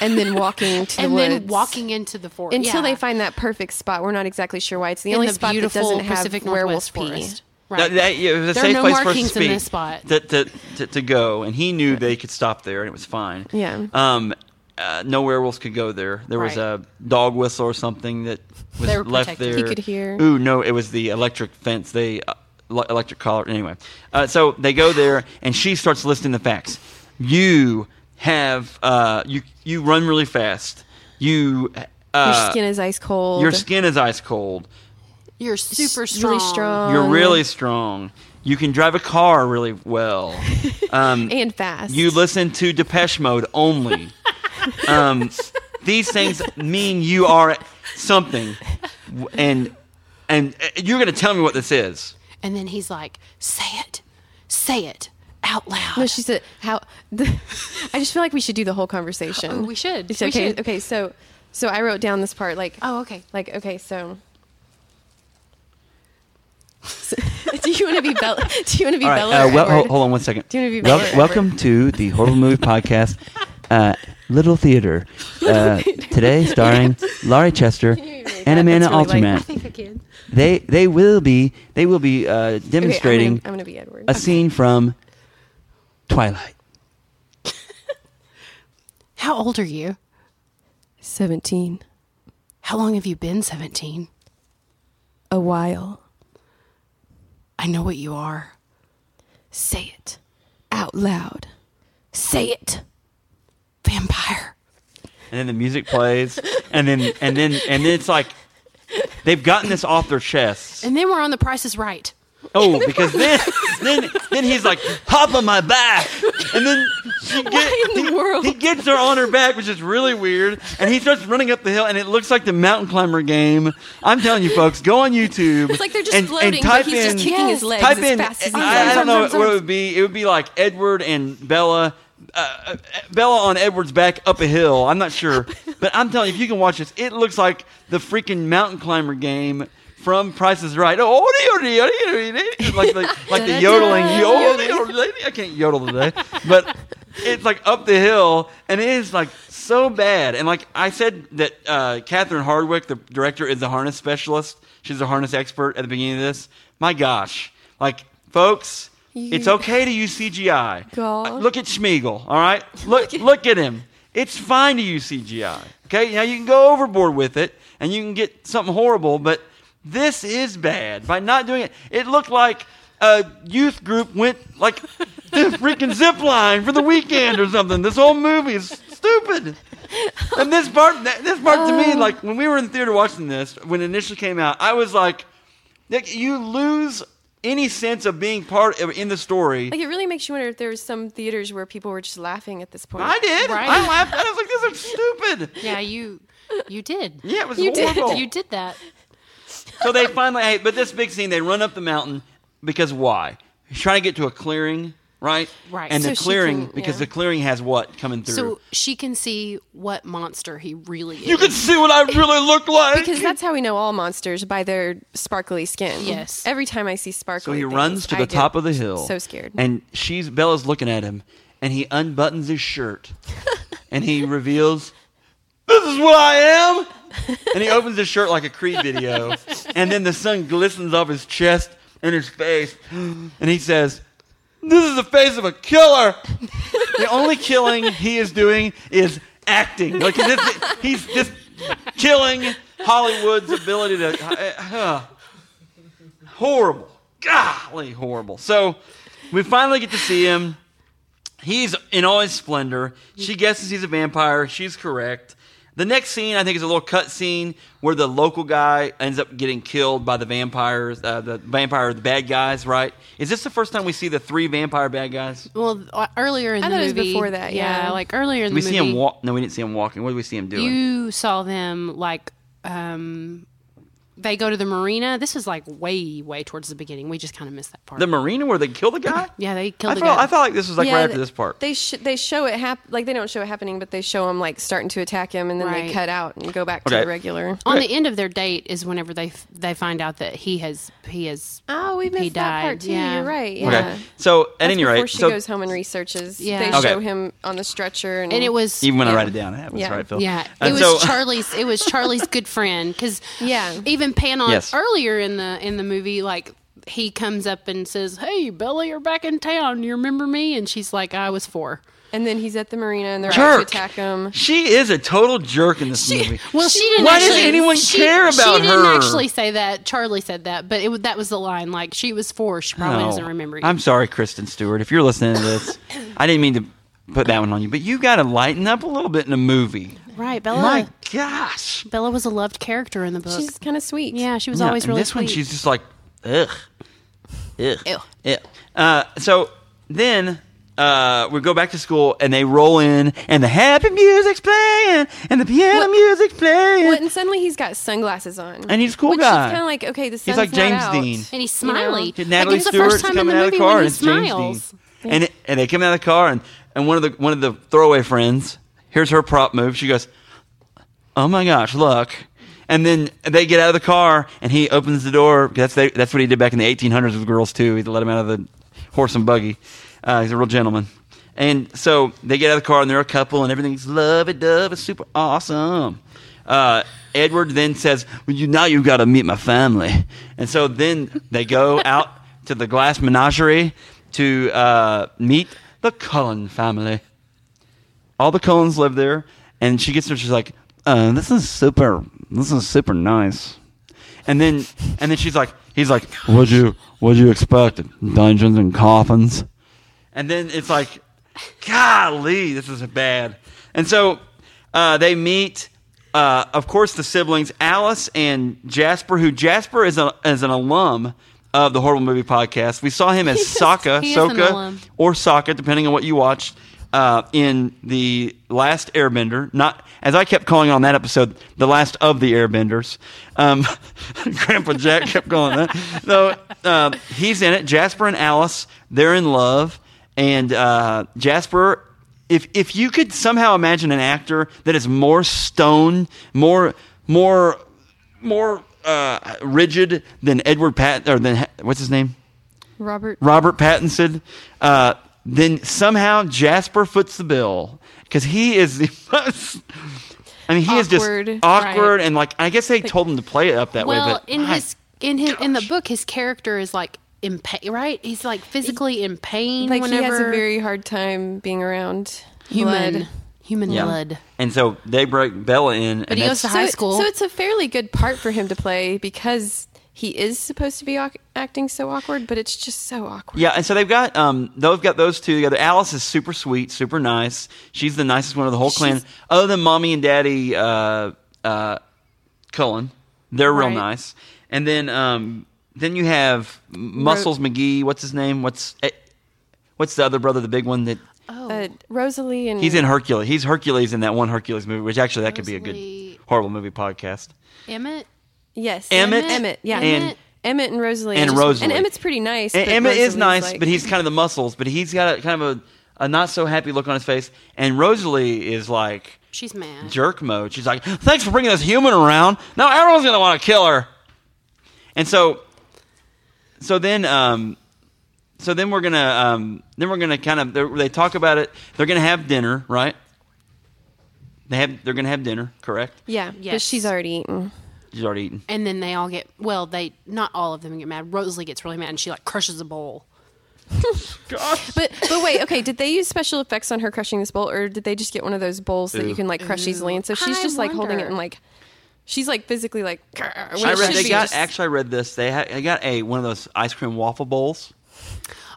Speaker 5: and then walking to
Speaker 6: and
Speaker 5: the woods,
Speaker 6: then walking into the forest.
Speaker 5: until
Speaker 6: Yeah.
Speaker 5: they find that perfect spot. We're not exactly sure why. It's the
Speaker 6: in
Speaker 5: only
Speaker 6: the
Speaker 5: spot that
Speaker 6: beautiful
Speaker 5: doesn't have
Speaker 6: Pacific
Speaker 5: werewolf
Speaker 6: Northwest
Speaker 5: pee.
Speaker 6: forest.
Speaker 7: That- that- yeah, it was a
Speaker 6: There are
Speaker 7: safe
Speaker 6: no
Speaker 7: place for us to
Speaker 6: markings in
Speaker 7: speak,
Speaker 6: this spot.
Speaker 7: To, to, to, to go, and he knew they could stop there, and it was fine.
Speaker 5: Yeah.
Speaker 7: Um, uh, no werewolves could go there. There was
Speaker 6: Right.
Speaker 7: a dog whistle or something that was
Speaker 6: They were
Speaker 7: left
Speaker 6: protected.
Speaker 7: there.
Speaker 5: He could hear.
Speaker 7: Ooh, no, it was the electric fence. They uh, le- electric collar. Anyway, uh, so they go there, and she starts listing the facts. You have uh, you you run really fast. You
Speaker 5: Your
Speaker 7: uh,
Speaker 5: skin is ice cold.
Speaker 7: your skin is ice cold.
Speaker 6: You're super strong.
Speaker 5: really strong.
Speaker 6: Oh,
Speaker 7: You're really strong. You can drive a car really well.
Speaker 5: and fast.
Speaker 7: You listen to Depeche Mode only. um, these things mean you are something, W- and and uh, you're going to tell me what this is.
Speaker 6: And then he's like, say it. Say it out loud.
Speaker 5: No, she said how. I just feel like we should do the whole conversation.
Speaker 6: we should.
Speaker 5: It's
Speaker 6: We
Speaker 5: okay.
Speaker 6: should.
Speaker 5: Okay. So, so I wrote down this part like.
Speaker 6: oh, okay.
Speaker 5: Like, okay, so. So- do you want to be Bella?
Speaker 7: uh,
Speaker 5: Do you want to be Bella? or Edward?
Speaker 7: on one second.
Speaker 5: Do you wanna be Wel- Bella or welcome
Speaker 7: to the Horrible Movie Podcast. uh, Little Theater. Uh, today, starring Laurie Chester and Amanda
Speaker 5: That's really
Speaker 7: Alterman.
Speaker 5: like-
Speaker 6: think I can.
Speaker 7: They they will be they will be uh, demonstrating
Speaker 5: I'm going to be Edward.
Speaker 7: a scene from Twilight.
Speaker 6: How old are you?
Speaker 5: 17.
Speaker 6: How long have you been 17?
Speaker 5: A while.
Speaker 6: I know what you are.
Speaker 5: Say it out loud. Say it.
Speaker 6: Vampire.
Speaker 7: and then the music plays, and then and then and then it's like they've gotten this off their chests.
Speaker 6: And then we're on The Price is Right.
Speaker 7: Oh, because then then then he's like, hop on my back, and then she get,
Speaker 5: in the
Speaker 7: he,
Speaker 5: world?
Speaker 7: he gets her on her back, which is really weird, and he starts running up the hill, and it looks like the mountain climber game. I'm telling you, folks, go on YouTube. It's
Speaker 5: like they're just floating, but he's just kicking his legs
Speaker 7: Type
Speaker 5: as
Speaker 7: in,
Speaker 5: fast as he
Speaker 7: I, I
Speaker 5: can.
Speaker 7: don't know what it would be. It would be like Edward and Bella. Uh, uh, Bella on Edward's back up a hill. I'm not sure, but I'm telling you, if you can watch this, it looks like the freaking mountain climber game from Price is Right. Oh, like the, like the yodeling. oh, I can't yodel today, but it's like up the hill, and it is like so bad. And like I said, that uh, Catherine Hardwick, the director, is a harness specialist. She's a harness expert. At the beginning of this, my gosh, like folks, it's
Speaker 5: You-
Speaker 7: okay to use CGI.
Speaker 5: God.
Speaker 7: Uh, Look at Schmiegel, all right? Look look at him. It's fine to use CGI. Okay? Now you can go overboard with it and you can get something horrible, but this is bad. By not doing it, it looked like a youth group went like the freaking zip line for the weekend or something. This whole movie is stupid. And this part this part to me
Speaker 6: Uh.
Speaker 7: like when we were in the theater watching this when it initially came out, I was like Nick, you lose any sense of being part of in the story.
Speaker 5: Like, it really makes you wonder if there was some theaters where people were just laughing at this point.
Speaker 7: I did.
Speaker 6: Right.
Speaker 7: I laughed. I was like, "This is stupid."
Speaker 6: Yeah, you you did.
Speaker 7: Yeah, it was
Speaker 5: You did.
Speaker 7: horrible.
Speaker 6: You did that.
Speaker 7: So they finally, hey, but this big scene, they run up the mountain because why? He's trying to get to a clearing, right?
Speaker 6: Right.
Speaker 7: And
Speaker 6: So
Speaker 7: the
Speaker 5: she
Speaker 7: clearing,
Speaker 5: can-
Speaker 7: because
Speaker 5: yeah.
Speaker 7: the clearing has what coming through?
Speaker 6: So she can see what monster he really is.
Speaker 7: you can see what I really look like.
Speaker 5: Because that's how we know all monsters by their sparkly skin.
Speaker 6: Yes.
Speaker 5: Every time I see sparkly,
Speaker 7: So he
Speaker 5: things,
Speaker 7: runs to the
Speaker 5: I get
Speaker 7: top of the hill.
Speaker 5: So scared.
Speaker 7: And she's Bella's looking at him, and he unbuttons his shirt, and he reveals, "This is what I am." And he opens his shirt like a Creed video, and then the sun glistens off his chest and his face, and he says, "This is the face of a killer." The only killing he is doing is acting. Like this, he's just killing Hollywood's ability to. uh, horrible. Golly, horrible. So we finally get to see him. He's in all his splendor. She guesses he's a vampire. She's correct. The next scene, I think, is a little cut scene where the local guy ends up getting killed by the vampires, uh, the vampire, the bad guys, right? Is this the first time we see the three vampire bad guys?
Speaker 6: Well, uh, earlier in
Speaker 5: I
Speaker 6: the
Speaker 5: thought it
Speaker 6: movie,
Speaker 5: was before that, yeah.
Speaker 6: like earlier in
Speaker 7: Did we
Speaker 6: the
Speaker 7: see
Speaker 6: movie,
Speaker 7: him walk? No, we didn't see him walking. What did we see him doing?
Speaker 6: you saw them like um, they go to the marina. This is like way, way towards the beginning. We just kind of missed that part.
Speaker 7: the marina where they kill the guy?
Speaker 6: yeah, they killed
Speaker 7: I
Speaker 6: the
Speaker 7: felt,
Speaker 6: guy.
Speaker 7: I felt like this was like right
Speaker 5: Yeah,
Speaker 7: after this part.
Speaker 5: They sh- they show it hap- like they don't show it happening, but they show him like starting to attack him, and then
Speaker 6: Right. Oh,
Speaker 5: they cut out and go back
Speaker 7: Okay.
Speaker 5: to the regular.
Speaker 6: on the end of their date is whenever they f- they find out that he has he has
Speaker 5: Oh, we missed
Speaker 6: He
Speaker 5: that
Speaker 6: died,
Speaker 5: part too.
Speaker 6: yeah.
Speaker 5: You're right. Yeah.
Speaker 7: okay. So at
Speaker 5: That's
Speaker 7: any
Speaker 5: before
Speaker 7: rate,
Speaker 5: she
Speaker 7: so
Speaker 5: goes home and researches.
Speaker 6: Yeah.
Speaker 5: They
Speaker 7: Okay.
Speaker 5: show him on the stretcher, and,
Speaker 6: and it was
Speaker 7: even when I
Speaker 5: yeah.
Speaker 7: write it down, it happens,
Speaker 5: Yeah.
Speaker 7: right, Phil?
Speaker 6: Yeah, it
Speaker 7: And
Speaker 6: was
Speaker 7: so-
Speaker 6: Charlie's. It was Charlie's good friend because
Speaker 5: Yeah.
Speaker 6: even Panon
Speaker 7: Yes.
Speaker 6: earlier in the in the movie, like he comes up and says, "Hey, Bella, you're back in town. You remember me?" And she's like, "I was four.
Speaker 5: and then he's at the marina, and they're about to
Speaker 7: jerk.
Speaker 5: attack him.
Speaker 7: She is a total jerk in this movie.
Speaker 6: Well, she didn't.
Speaker 7: Why does
Speaker 6: actually,
Speaker 7: anyone
Speaker 6: she-
Speaker 7: care about
Speaker 6: She didn't
Speaker 7: her?
Speaker 6: actually say that. Charlie said that, but it wa- that was the line. Like she was four. She probably
Speaker 7: No.
Speaker 6: doesn't remember.
Speaker 7: I'm sorry, Kristen Stewart, if you're listening to this. I didn't mean to put that one on you, but you got to lighten up a little bit in a movie.
Speaker 6: right, Bella.
Speaker 7: My gosh.
Speaker 6: Bella was a loved character in the book.
Speaker 5: She's kind of sweet.
Speaker 6: yeah, she was
Speaker 7: Yeah,
Speaker 6: always
Speaker 7: and
Speaker 6: really
Speaker 7: this one,
Speaker 6: sweet.
Speaker 7: she's just like, ugh, ugh, Ew. Uh, so then uh, we go back to school, and they roll in, and the happy music's playing, and the piano
Speaker 5: What-
Speaker 7: music's playing,
Speaker 5: Well, and suddenly he's got sunglasses on,
Speaker 7: and he's a cool
Speaker 5: which
Speaker 7: guy.
Speaker 5: is kind of like okay, the sun's
Speaker 7: like
Speaker 5: not
Speaker 7: James
Speaker 5: out.
Speaker 7: Dean.
Speaker 6: and he's smiley.
Speaker 7: Did
Speaker 6: like,
Speaker 7: Natalie
Speaker 6: it's the
Speaker 7: Stewart's
Speaker 6: first time in
Speaker 7: coming
Speaker 6: the
Speaker 7: out of
Speaker 6: movie
Speaker 7: the car
Speaker 6: when he
Speaker 7: and it's James
Speaker 6: smiles.
Speaker 7: Dean. And, and they come out of the car and, and one of the one of the throwaway friends, here's her prop move. She goes, Oh my gosh, look. And then they get out of the car and he opens the door. That's they, that's what he did back in the 1800s with girls too. He let them out of the horse and buggy. Uh, he's a real gentleman. And so they get out of the car and they're a couple and everything's lovey dovey, super awesome. Uh, Edward then says, well, you, Now you've got to meet my family. And so then they go out to the glass menagerie to uh, meet the Cullen family. All the Cullens live there. And she gets there, she's like, uh, This is super, this is super nice. And then, and then she's like, he's like, what'd you, what'd you expect? Dungeons and coffins. And then it's like, golly, this is bad. And so uh, they meet, uh, of course, the siblings Alice and Jasper. Who Jasper is a, is an alum of the Horrible Movie Podcast. We saw him as
Speaker 6: He is-
Speaker 7: Sokka,
Speaker 6: he is an
Speaker 7: Sokka,
Speaker 6: alum.
Speaker 7: or Sokka, depending on what you watched. Uh, in the last Airbender, not as I kept calling on that episode, the last of the Airbenders. Um, Grandpa Jack kept calling that. Though um he's in it. Jasper and Alice, they're in love, and uh, Jasper. If if you could somehow imagine an actor that is more stone, more more more uh, rigid than Edward Pat or than what's his name?
Speaker 5: Robert.
Speaker 7: Robert Pattinson. Uh, then somehow Jasper foots the bill because he is the most. I mean, he is
Speaker 5: Awkward,
Speaker 7: just awkward
Speaker 6: right.
Speaker 7: and like I guess they told him to play it up that way.
Speaker 6: well,
Speaker 7: But
Speaker 6: in
Speaker 7: my-
Speaker 6: his in his in the book, his character is like in pain, right? He's like physically in pain
Speaker 5: Like
Speaker 6: whenever
Speaker 5: he has a very hard time being around
Speaker 6: human
Speaker 5: blood.
Speaker 6: human
Speaker 7: Yeah.
Speaker 6: blood.
Speaker 7: and so they break Bella in,
Speaker 6: But
Speaker 7: and
Speaker 6: he goes
Speaker 7: that's,
Speaker 6: to high
Speaker 5: it-
Speaker 6: school.
Speaker 5: So it's a fairly good part for him to play because he is supposed to be awk- acting so awkward, but it's just so awkward.
Speaker 7: yeah, and so they've got um they've got those two together. Alice is super sweet, super nice. She's the nicest one of the whole clan, other than mommy and daddy uh, uh, Cullen. They're real
Speaker 5: Right.
Speaker 7: nice. And then um then you have Muscles McGee. What's his name? What's eh, what's the other brother, the big one that
Speaker 6: Oh.
Speaker 5: Uh, Rosalie and
Speaker 7: He's in Hercules. He's Hercules in that one Hercules movie, which actually that could be a good
Speaker 6: Rosalie-
Speaker 7: horrible movie podcast.
Speaker 6: Emmett.
Speaker 5: yes,
Speaker 7: Emmett.
Speaker 5: Emmett, yeah,
Speaker 7: And-
Speaker 5: Emmett and Rosalie,
Speaker 7: and
Speaker 5: Just-
Speaker 7: Rosalie.
Speaker 5: and Emmett's pretty nice.
Speaker 7: And
Speaker 5: but
Speaker 7: Emma is
Speaker 5: Rosalie's
Speaker 7: nice,
Speaker 5: like-
Speaker 7: but he's kind of the muscles, but he's got a kind of a, a not so happy look on his face. And Rosalie is like
Speaker 6: She's mad.
Speaker 7: jerk mode. She's like, "Thanks for bringing this human around. Now everyone's gonna want to kill her." And so, so then, um, so then we're gonna, um, then we're gonna kind of they- they talk about it. They're gonna have dinner, right? They have they're gonna have dinner, correct?
Speaker 5: yeah, but
Speaker 6: Yes.
Speaker 5: she's already eaten.
Speaker 7: She's already eaten.
Speaker 6: and then they all get well. They not all of them get mad. Rosalie gets really mad, and she like crushes a bowl.
Speaker 5: But but wait, okay, did they use special effects on her crushing this bowl, or did they just get one of those bowls that
Speaker 7: Ooh.
Speaker 5: you can like crush easily? And so she's
Speaker 6: I
Speaker 5: just like holding it
Speaker 6: wonder.
Speaker 5: and like. She's like physically like. "Grr," when
Speaker 7: I
Speaker 5: it
Speaker 7: read
Speaker 5: should
Speaker 7: they
Speaker 5: be
Speaker 7: got
Speaker 5: just-
Speaker 7: actually I read this. They had they got a one of those ice cream waffle bowls,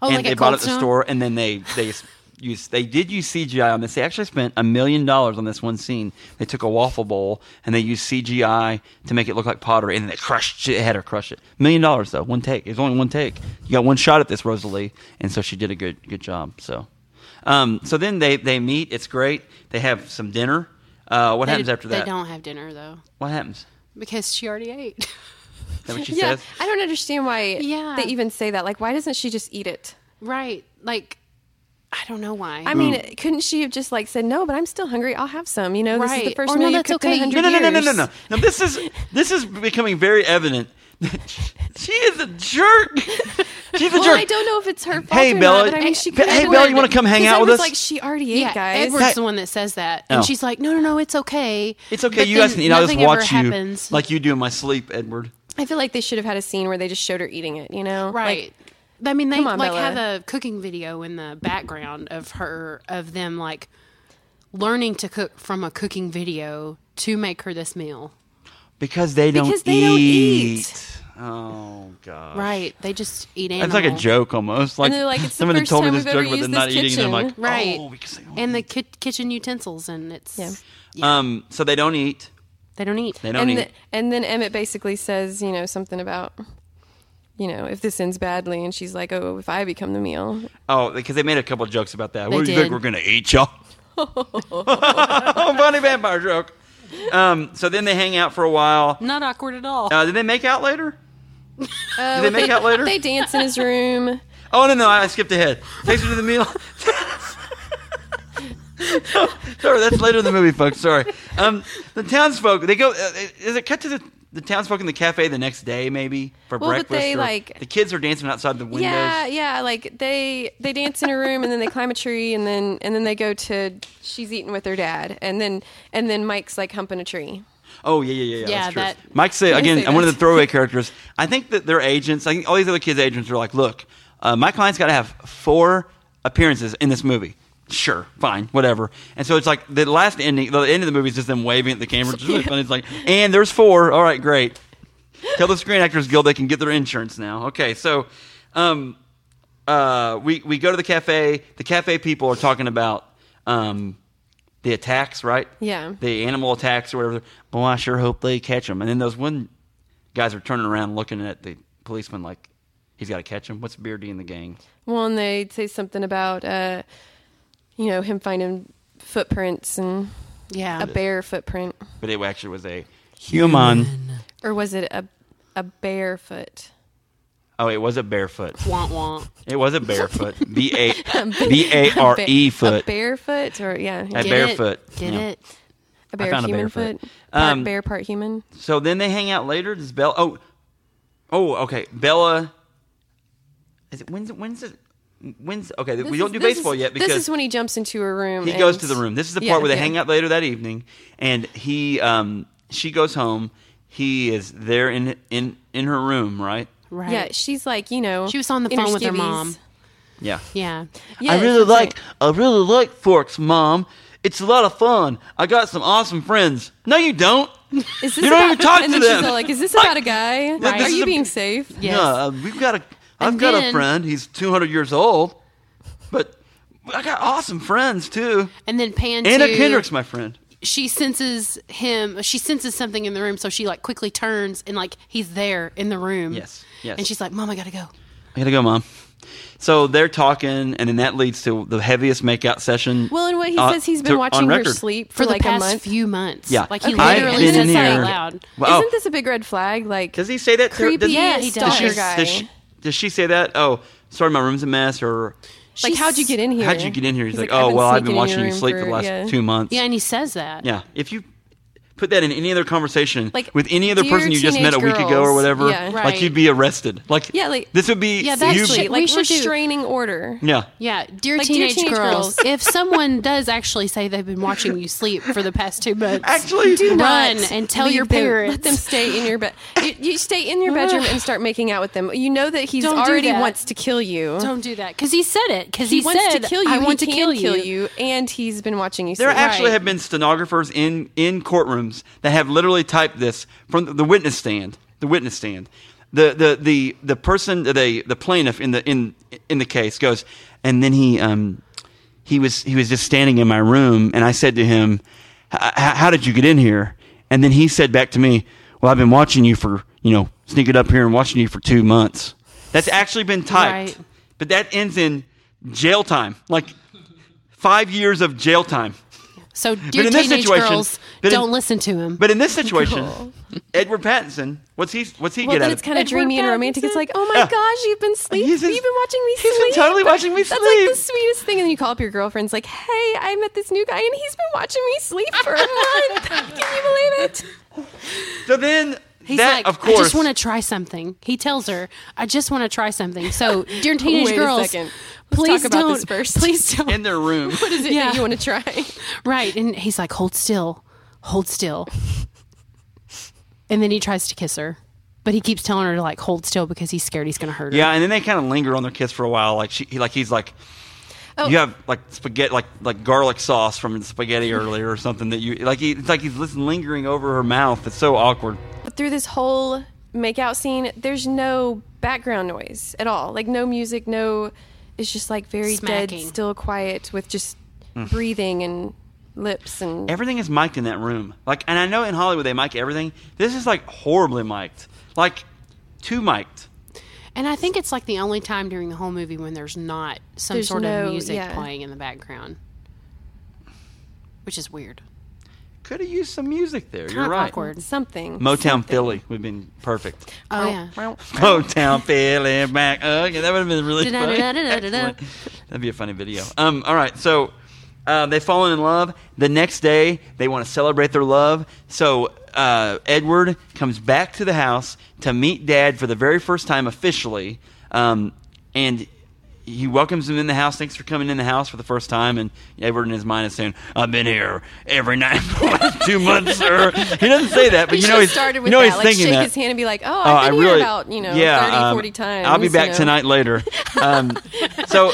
Speaker 6: Oh,
Speaker 7: and
Speaker 6: like
Speaker 7: they
Speaker 6: at
Speaker 7: bought it at the
Speaker 6: Coldstone?
Speaker 7: store, and then they they s- used they did use CGI on this. They actually spent a million dollars on this one scene. They took a waffle bowl and they used CGI to make it look like pottery, and then they crushed it, had her crush it. Million dollars though, one take. It was only one take. You got one shot at this, Rosalie, and so she did a good good job. So, um, so then they they meet. It's great. They have some dinner. Uh, what
Speaker 6: They-
Speaker 7: happens after that?
Speaker 6: They don't have dinner though
Speaker 7: What happens?
Speaker 6: because she already ate.
Speaker 7: Is that what she
Speaker 5: Yeah,
Speaker 7: says?
Speaker 5: I don't understand why
Speaker 6: Yeah.
Speaker 5: they even say that. Like, why doesn't she just eat it?
Speaker 6: right? Like I don't know why.
Speaker 5: I mean, couldn't she have just like said no? But I'm still hungry. I'll have some. You know, this is the
Speaker 6: Right.
Speaker 5: first
Speaker 6: Or, no,
Speaker 5: meal you
Speaker 6: that's
Speaker 5: cooked in
Speaker 6: okay.
Speaker 5: a
Speaker 7: No,
Speaker 5: hundred
Speaker 7: no, no,
Speaker 5: years.
Speaker 7: no, no, no, no. Now this is this is becoming very evident. that she is a jerk. She's a
Speaker 5: Well,
Speaker 7: jerk.
Speaker 5: I don't know if it's her fault.
Speaker 7: Hey,
Speaker 5: or
Speaker 7: Bella-
Speaker 5: Not, but I mean, she
Speaker 7: Hey,
Speaker 5: could've
Speaker 7: Bella,
Speaker 5: done
Speaker 7: you wanna
Speaker 5: it.
Speaker 7: come hang
Speaker 5: 'Cause
Speaker 7: out
Speaker 5: I
Speaker 7: with
Speaker 5: was
Speaker 7: us?
Speaker 5: Like she already ate,
Speaker 6: yeah,
Speaker 5: guys.
Speaker 6: Edward's
Speaker 7: That-
Speaker 6: the one that says that, and
Speaker 7: Oh.
Speaker 6: she's like, "No, no, no, it's okay.
Speaker 7: it's okay.
Speaker 6: But
Speaker 7: you guys
Speaker 6: then
Speaker 7: can eat. I'll just
Speaker 6: nothing ever
Speaker 7: watch you
Speaker 6: happens.
Speaker 7: like you do in my sleep, Edward.
Speaker 5: I feel like they should have had a scene where they just showed her eating it. You know, Like,
Speaker 6: right. I mean, they
Speaker 5: Come on,
Speaker 6: like
Speaker 5: Bella.
Speaker 6: have a cooking video in the background of her of them like learning to cook from a cooking video to make her this meal.
Speaker 7: Because they don't
Speaker 5: Because they don't eat.
Speaker 7: Oh god.
Speaker 6: Right? They just eat animal.
Speaker 7: It's like a joke almost. Like
Speaker 5: they're like, it's the
Speaker 7: somebody
Speaker 5: first
Speaker 7: told me
Speaker 5: time
Speaker 7: this
Speaker 5: we've
Speaker 7: joke
Speaker 5: ever
Speaker 7: about them
Speaker 5: used
Speaker 7: not
Speaker 5: this
Speaker 7: eating, and I'm like,
Speaker 5: kitchen.
Speaker 6: Right.
Speaker 7: oh, because they don't
Speaker 6: and the ki- kitchen utensils, and it's
Speaker 5: Yeah.
Speaker 7: eat. um. So they don't eat.
Speaker 6: they don't eat.
Speaker 7: They don't
Speaker 5: And
Speaker 7: eat.
Speaker 5: the- and then Emmett basically says, you know, something about. You know, if this ends badly, and she's like, "Oh, if I become the meal,"
Speaker 7: Oh, because they made a couple jokes about that. What do you
Speaker 6: did.
Speaker 7: think we're gonna eat, y'all? Funny vampire joke. Um, so then they hang out for a while.
Speaker 6: Not awkward at all.
Speaker 7: Uh, did they make out later? did they make out later?
Speaker 5: they dance in his room.
Speaker 7: Oh no no, I skipped ahead. Takes her to the meal. Sorry, that's later in the movie, folks. Sorry. Um, the townsfolk they go. Uh, is it cut to the the townsfolk in the cafe the next day, maybe for
Speaker 5: Well, but
Speaker 7: breakfast.
Speaker 5: they,
Speaker 7: or-
Speaker 5: like-
Speaker 7: the kids are dancing outside the windows.
Speaker 5: Yeah, yeah. Like they they dance in a room and then they climb a tree and then and then they go to she's eating with her dad and then and then Mike's like humping a tree.
Speaker 7: Oh yeah, yeah, yeah.
Speaker 6: Yeah,
Speaker 7: that's true.
Speaker 6: that-
Speaker 7: Mike said
Speaker 5: Can you
Speaker 7: again.
Speaker 5: say
Speaker 7: I'm one of
Speaker 5: that?
Speaker 7: the throwaway characters. I think that their agents, I think all these other kids' agents, are like, look, uh, my client's got to have four appearances in this movie. Sure, fine, whatever. And so it's like the last ending, the end of the movie is just them waving at the camera. It's really funny. It's like, and there's four. All right, great. Tell the Screen Actors Guild they can get their insurance now. Okay, so um, uh, we we go to the cafe. The cafe people are talking about um, the attacks, right?
Speaker 5: Yeah.
Speaker 7: The animal attacks or whatever. Well, I sure hope they catch them. And then those one guys are turning around looking at the policeman like he's got to catch him. What's Beardy in the gang?
Speaker 5: Well, and they say something about uh, you know him finding footprints and
Speaker 6: Yeah.
Speaker 5: a bear footprint
Speaker 7: But it actually was a human.
Speaker 5: or was it a a bear foot?
Speaker 7: Oh, it was a barefoot.
Speaker 6: Womp womp.
Speaker 7: It was a barefoot. B a B a r e
Speaker 5: A
Speaker 7: foot.
Speaker 5: barefoot or yeah,
Speaker 7: A
Speaker 6: Did
Speaker 7: barefoot.
Speaker 6: It. Did
Speaker 7: Yeah.
Speaker 6: it?
Speaker 5: a bear
Speaker 7: found a
Speaker 5: human
Speaker 7: bear foot.
Speaker 5: foot. Part
Speaker 7: Um,
Speaker 5: bear, part human.
Speaker 7: So then they hang out later. Does Bella? Oh, oh, okay. Bella. Is it when's it when's it when's okay? we
Speaker 5: This
Speaker 7: don't
Speaker 5: is-
Speaker 7: do
Speaker 5: this
Speaker 7: baseball
Speaker 5: is-
Speaker 7: yet
Speaker 5: this
Speaker 7: because
Speaker 5: is when he jumps into a room.
Speaker 7: he
Speaker 5: and-
Speaker 7: goes to the room. This is the part
Speaker 5: Yeah,
Speaker 7: where they
Speaker 5: yeah.
Speaker 7: hang out later that evening, and he um she goes home. He is there in in in her room, right?
Speaker 6: Right.
Speaker 5: Yeah, she's like you know
Speaker 6: She was on the
Speaker 5: in
Speaker 6: phone with her
Speaker 5: skivvies.
Speaker 6: mom.
Speaker 7: Yeah.
Speaker 6: Yeah.
Speaker 5: Yeah,
Speaker 7: I really
Speaker 5: that's right.
Speaker 7: like I really like Forks, Mom. It's a lot of fun. I got some awesome friends. No, you don't.
Speaker 5: Is
Speaker 7: You don't
Speaker 5: about,
Speaker 7: even talk
Speaker 5: and
Speaker 7: to
Speaker 5: then
Speaker 7: them.
Speaker 5: She's all like, "Is this about a guy?
Speaker 7: this
Speaker 5: Are
Speaker 7: is
Speaker 5: you
Speaker 7: a-
Speaker 5: being safe?"
Speaker 6: Yes.
Speaker 7: Yeah, uh, we've got a. I've
Speaker 6: And
Speaker 7: got a
Speaker 6: then-
Speaker 7: friend. He's 200 years old, but I got awesome friends too.
Speaker 6: And then Pan
Speaker 7: Anna
Speaker 6: too,
Speaker 7: Kendrick's my friend.
Speaker 6: She senses him. She senses something in the room, so she like quickly turns and like he's there in the room.
Speaker 7: Yes, yes.
Speaker 6: And she's like, "Mom, I gotta go."
Speaker 7: I gotta go, mom. So they're talking, and then that leads to the heaviest makeout session.
Speaker 5: Well, and what he
Speaker 7: uh,
Speaker 5: says, he's
Speaker 7: to-
Speaker 5: been
Speaker 7: on
Speaker 5: watching her
Speaker 7: record.
Speaker 5: sleep for,
Speaker 6: For the
Speaker 5: like
Speaker 6: past
Speaker 5: a month.
Speaker 6: few months.
Speaker 7: Yeah,
Speaker 6: Like he
Speaker 5: Okay. I've
Speaker 6: literally
Speaker 5: been
Speaker 6: says that
Speaker 5: here-
Speaker 6: out loud.
Speaker 7: Well, oh,
Speaker 5: Isn't this a big red flag? Like,
Speaker 7: Does he say that? to her?
Speaker 5: creepy
Speaker 7: Does-
Speaker 6: Yeah, he does.
Speaker 5: stalker
Speaker 7: Does she,
Speaker 5: guy?
Speaker 7: does she- does she say that? Oh, sorry, my room's a mess. Or
Speaker 5: like, how'd you get in here?
Speaker 7: how'd you get in here? He's, like,
Speaker 5: "I've
Speaker 7: oh
Speaker 5: been
Speaker 7: well, I've
Speaker 5: sneaking
Speaker 7: been
Speaker 5: in
Speaker 7: watching
Speaker 5: your
Speaker 7: you
Speaker 5: room
Speaker 7: sleep for
Speaker 5: for-
Speaker 7: the last
Speaker 5: yeah.
Speaker 7: two months.
Speaker 6: Yeah, and he says that.
Speaker 7: Yeah, if you put that in any other conversation
Speaker 5: Like,
Speaker 7: with any other
Speaker 5: dear
Speaker 7: person you just met a
Speaker 5: teenage
Speaker 7: week ago or
Speaker 5: girls.
Speaker 7: whatever,
Speaker 5: Yeah.
Speaker 7: like
Speaker 6: Right.
Speaker 7: you'd be arrested. Like
Speaker 5: Yeah, like-
Speaker 7: this would be
Speaker 6: Yeah, that's
Speaker 7: you-
Speaker 5: Actually,
Speaker 6: Should-
Speaker 5: like
Speaker 6: we should do-
Speaker 5: restraining order.
Speaker 7: yeah.
Speaker 6: Yeah, dear
Speaker 5: Like, dear
Speaker 6: teenage,
Speaker 5: teenage
Speaker 6: girls,
Speaker 5: girls.
Speaker 6: if someone does actually say they've been watching you sleep for the past two months,
Speaker 7: Actually,
Speaker 6: do run
Speaker 5: Not
Speaker 6: and tell
Speaker 5: leave
Speaker 6: your
Speaker 5: them-
Speaker 6: parents.
Speaker 5: Let them stay in your bed. You, you stay in your bedroom and start making out with them. You know that he's
Speaker 6: Don't do
Speaker 5: already
Speaker 6: that.
Speaker 5: wants to kill you.
Speaker 6: Don't do that because he said it. Because he,
Speaker 5: he, wants
Speaker 6: said,
Speaker 5: to kill you.
Speaker 6: I want
Speaker 5: he
Speaker 6: to
Speaker 5: can
Speaker 6: kill,
Speaker 5: kill
Speaker 6: you.
Speaker 5: you, and he's been watching you.
Speaker 7: There
Speaker 5: sleep.
Speaker 7: actually
Speaker 6: Right.
Speaker 7: have been stenographers in in courtrooms that have literally typed this from the witness stand. The witness stand. The the the the person the the plaintiff in the in in the case goes, and then he um he was he was just standing in my room, and I said to him, "H- h- "How did you get in here?" And then he said back to me, "Well, I've been watching you for you know sneaking up here and watching you for two months." That's actually been typed,
Speaker 6: Right.
Speaker 7: but that ends in jail time, like five years of jail time.
Speaker 6: So, dear
Speaker 7: in this
Speaker 6: teenage
Speaker 7: situation-
Speaker 6: girls,
Speaker 7: but in-
Speaker 6: don't listen to him.
Speaker 7: But in this situation, Edward Pattinson, what's he? What's he
Speaker 5: Well,
Speaker 7: get
Speaker 5: then
Speaker 7: out
Speaker 5: it's
Speaker 7: of? it?
Speaker 5: kind of
Speaker 6: Edward
Speaker 5: dreamy and romantic. It's
Speaker 6: Pattinson.
Speaker 5: like, oh my gosh, you've been sleeping.
Speaker 7: He's
Speaker 5: You've
Speaker 7: just-
Speaker 5: been watching me
Speaker 7: he's
Speaker 5: sleep.
Speaker 7: been totally watching me
Speaker 5: That's
Speaker 7: sleep.
Speaker 5: like the sweetest thing. And then you call up your girlfriend's like, hey, I met this new guy and he's been watching me sleep for a month. Can you believe it?
Speaker 7: so then,
Speaker 6: He's
Speaker 7: that
Speaker 6: like,
Speaker 7: of course,
Speaker 6: I just want to try something. He tells her, I just want to try something. So, dear teenage
Speaker 5: Wait a
Speaker 6: girls,
Speaker 5: second. Let's
Speaker 6: please
Speaker 5: talk about
Speaker 6: don't.
Speaker 5: this first.
Speaker 6: Please don't.
Speaker 7: in their room.
Speaker 5: Is it
Speaker 6: Yeah.
Speaker 5: that you want to try?
Speaker 6: right. And he's like, hold still, hold still. and then he tries to kiss her, but he keeps telling her to like hold still because he's scared he's going to hurt her.
Speaker 7: yeah, and then they kind of linger on their kiss for a while. Like she, he, like he's like,
Speaker 6: Oh.
Speaker 7: you have like spaghetti, like like garlic sauce from spaghetti earlier or something that you like. He, it's like he's listen, lingering over her mouth. It's so awkward.
Speaker 5: But through this whole makeout scene, there's no background noise at all. Like no music, no. It's just like very
Speaker 6: Smacking.
Speaker 5: dead, still quiet with just
Speaker 7: Hmm.
Speaker 5: breathing and lips and
Speaker 7: Everything is mic'd in that room. Like, and I know in Hollywood they mic everything. This is like horribly mic'd, like too mic'd.
Speaker 6: And I think it's like the only time during the whole movie when there's not some
Speaker 5: There's
Speaker 6: sort
Speaker 5: no-
Speaker 6: of music
Speaker 5: yeah.
Speaker 6: playing in the background, which is weird.
Speaker 7: Could have used some music there. You're
Speaker 6: Kinda
Speaker 7: right.
Speaker 6: Awkward.
Speaker 5: something.
Speaker 7: Motown Philly would have been perfect.
Speaker 6: Oh yeah.
Speaker 7: Motown Philly back. Okay, that would have been really funny.
Speaker 6: Da-da-da-da-da-da.
Speaker 7: Excellent. That'd be a funny video. Um, all right, so uh, they've fallen in love. The next day, they want to celebrate their love. So uh, Edward comes back to the house to meet Dad for the very first time officially, um, and he welcomes him in the house. Thanks for coming in the house for the first time. And Edward in his mind is saying, "I've been here every night for the last two months, sir." He doesn't say that,
Speaker 5: He
Speaker 7: but you
Speaker 5: should
Speaker 7: know
Speaker 5: have
Speaker 7: he's
Speaker 5: started
Speaker 7: you
Speaker 5: with
Speaker 7: know
Speaker 5: that.
Speaker 7: he's
Speaker 5: like
Speaker 7: thinking
Speaker 5: shake
Speaker 7: that.
Speaker 5: his hand and be like, "Oh,
Speaker 7: Oh,
Speaker 5: I've been
Speaker 7: I really,
Speaker 5: here about you know
Speaker 7: yeah,
Speaker 5: 30,
Speaker 7: um,
Speaker 5: 40 times."
Speaker 7: I'll be
Speaker 5: you
Speaker 7: back
Speaker 5: know.
Speaker 7: tonight later. Um, so,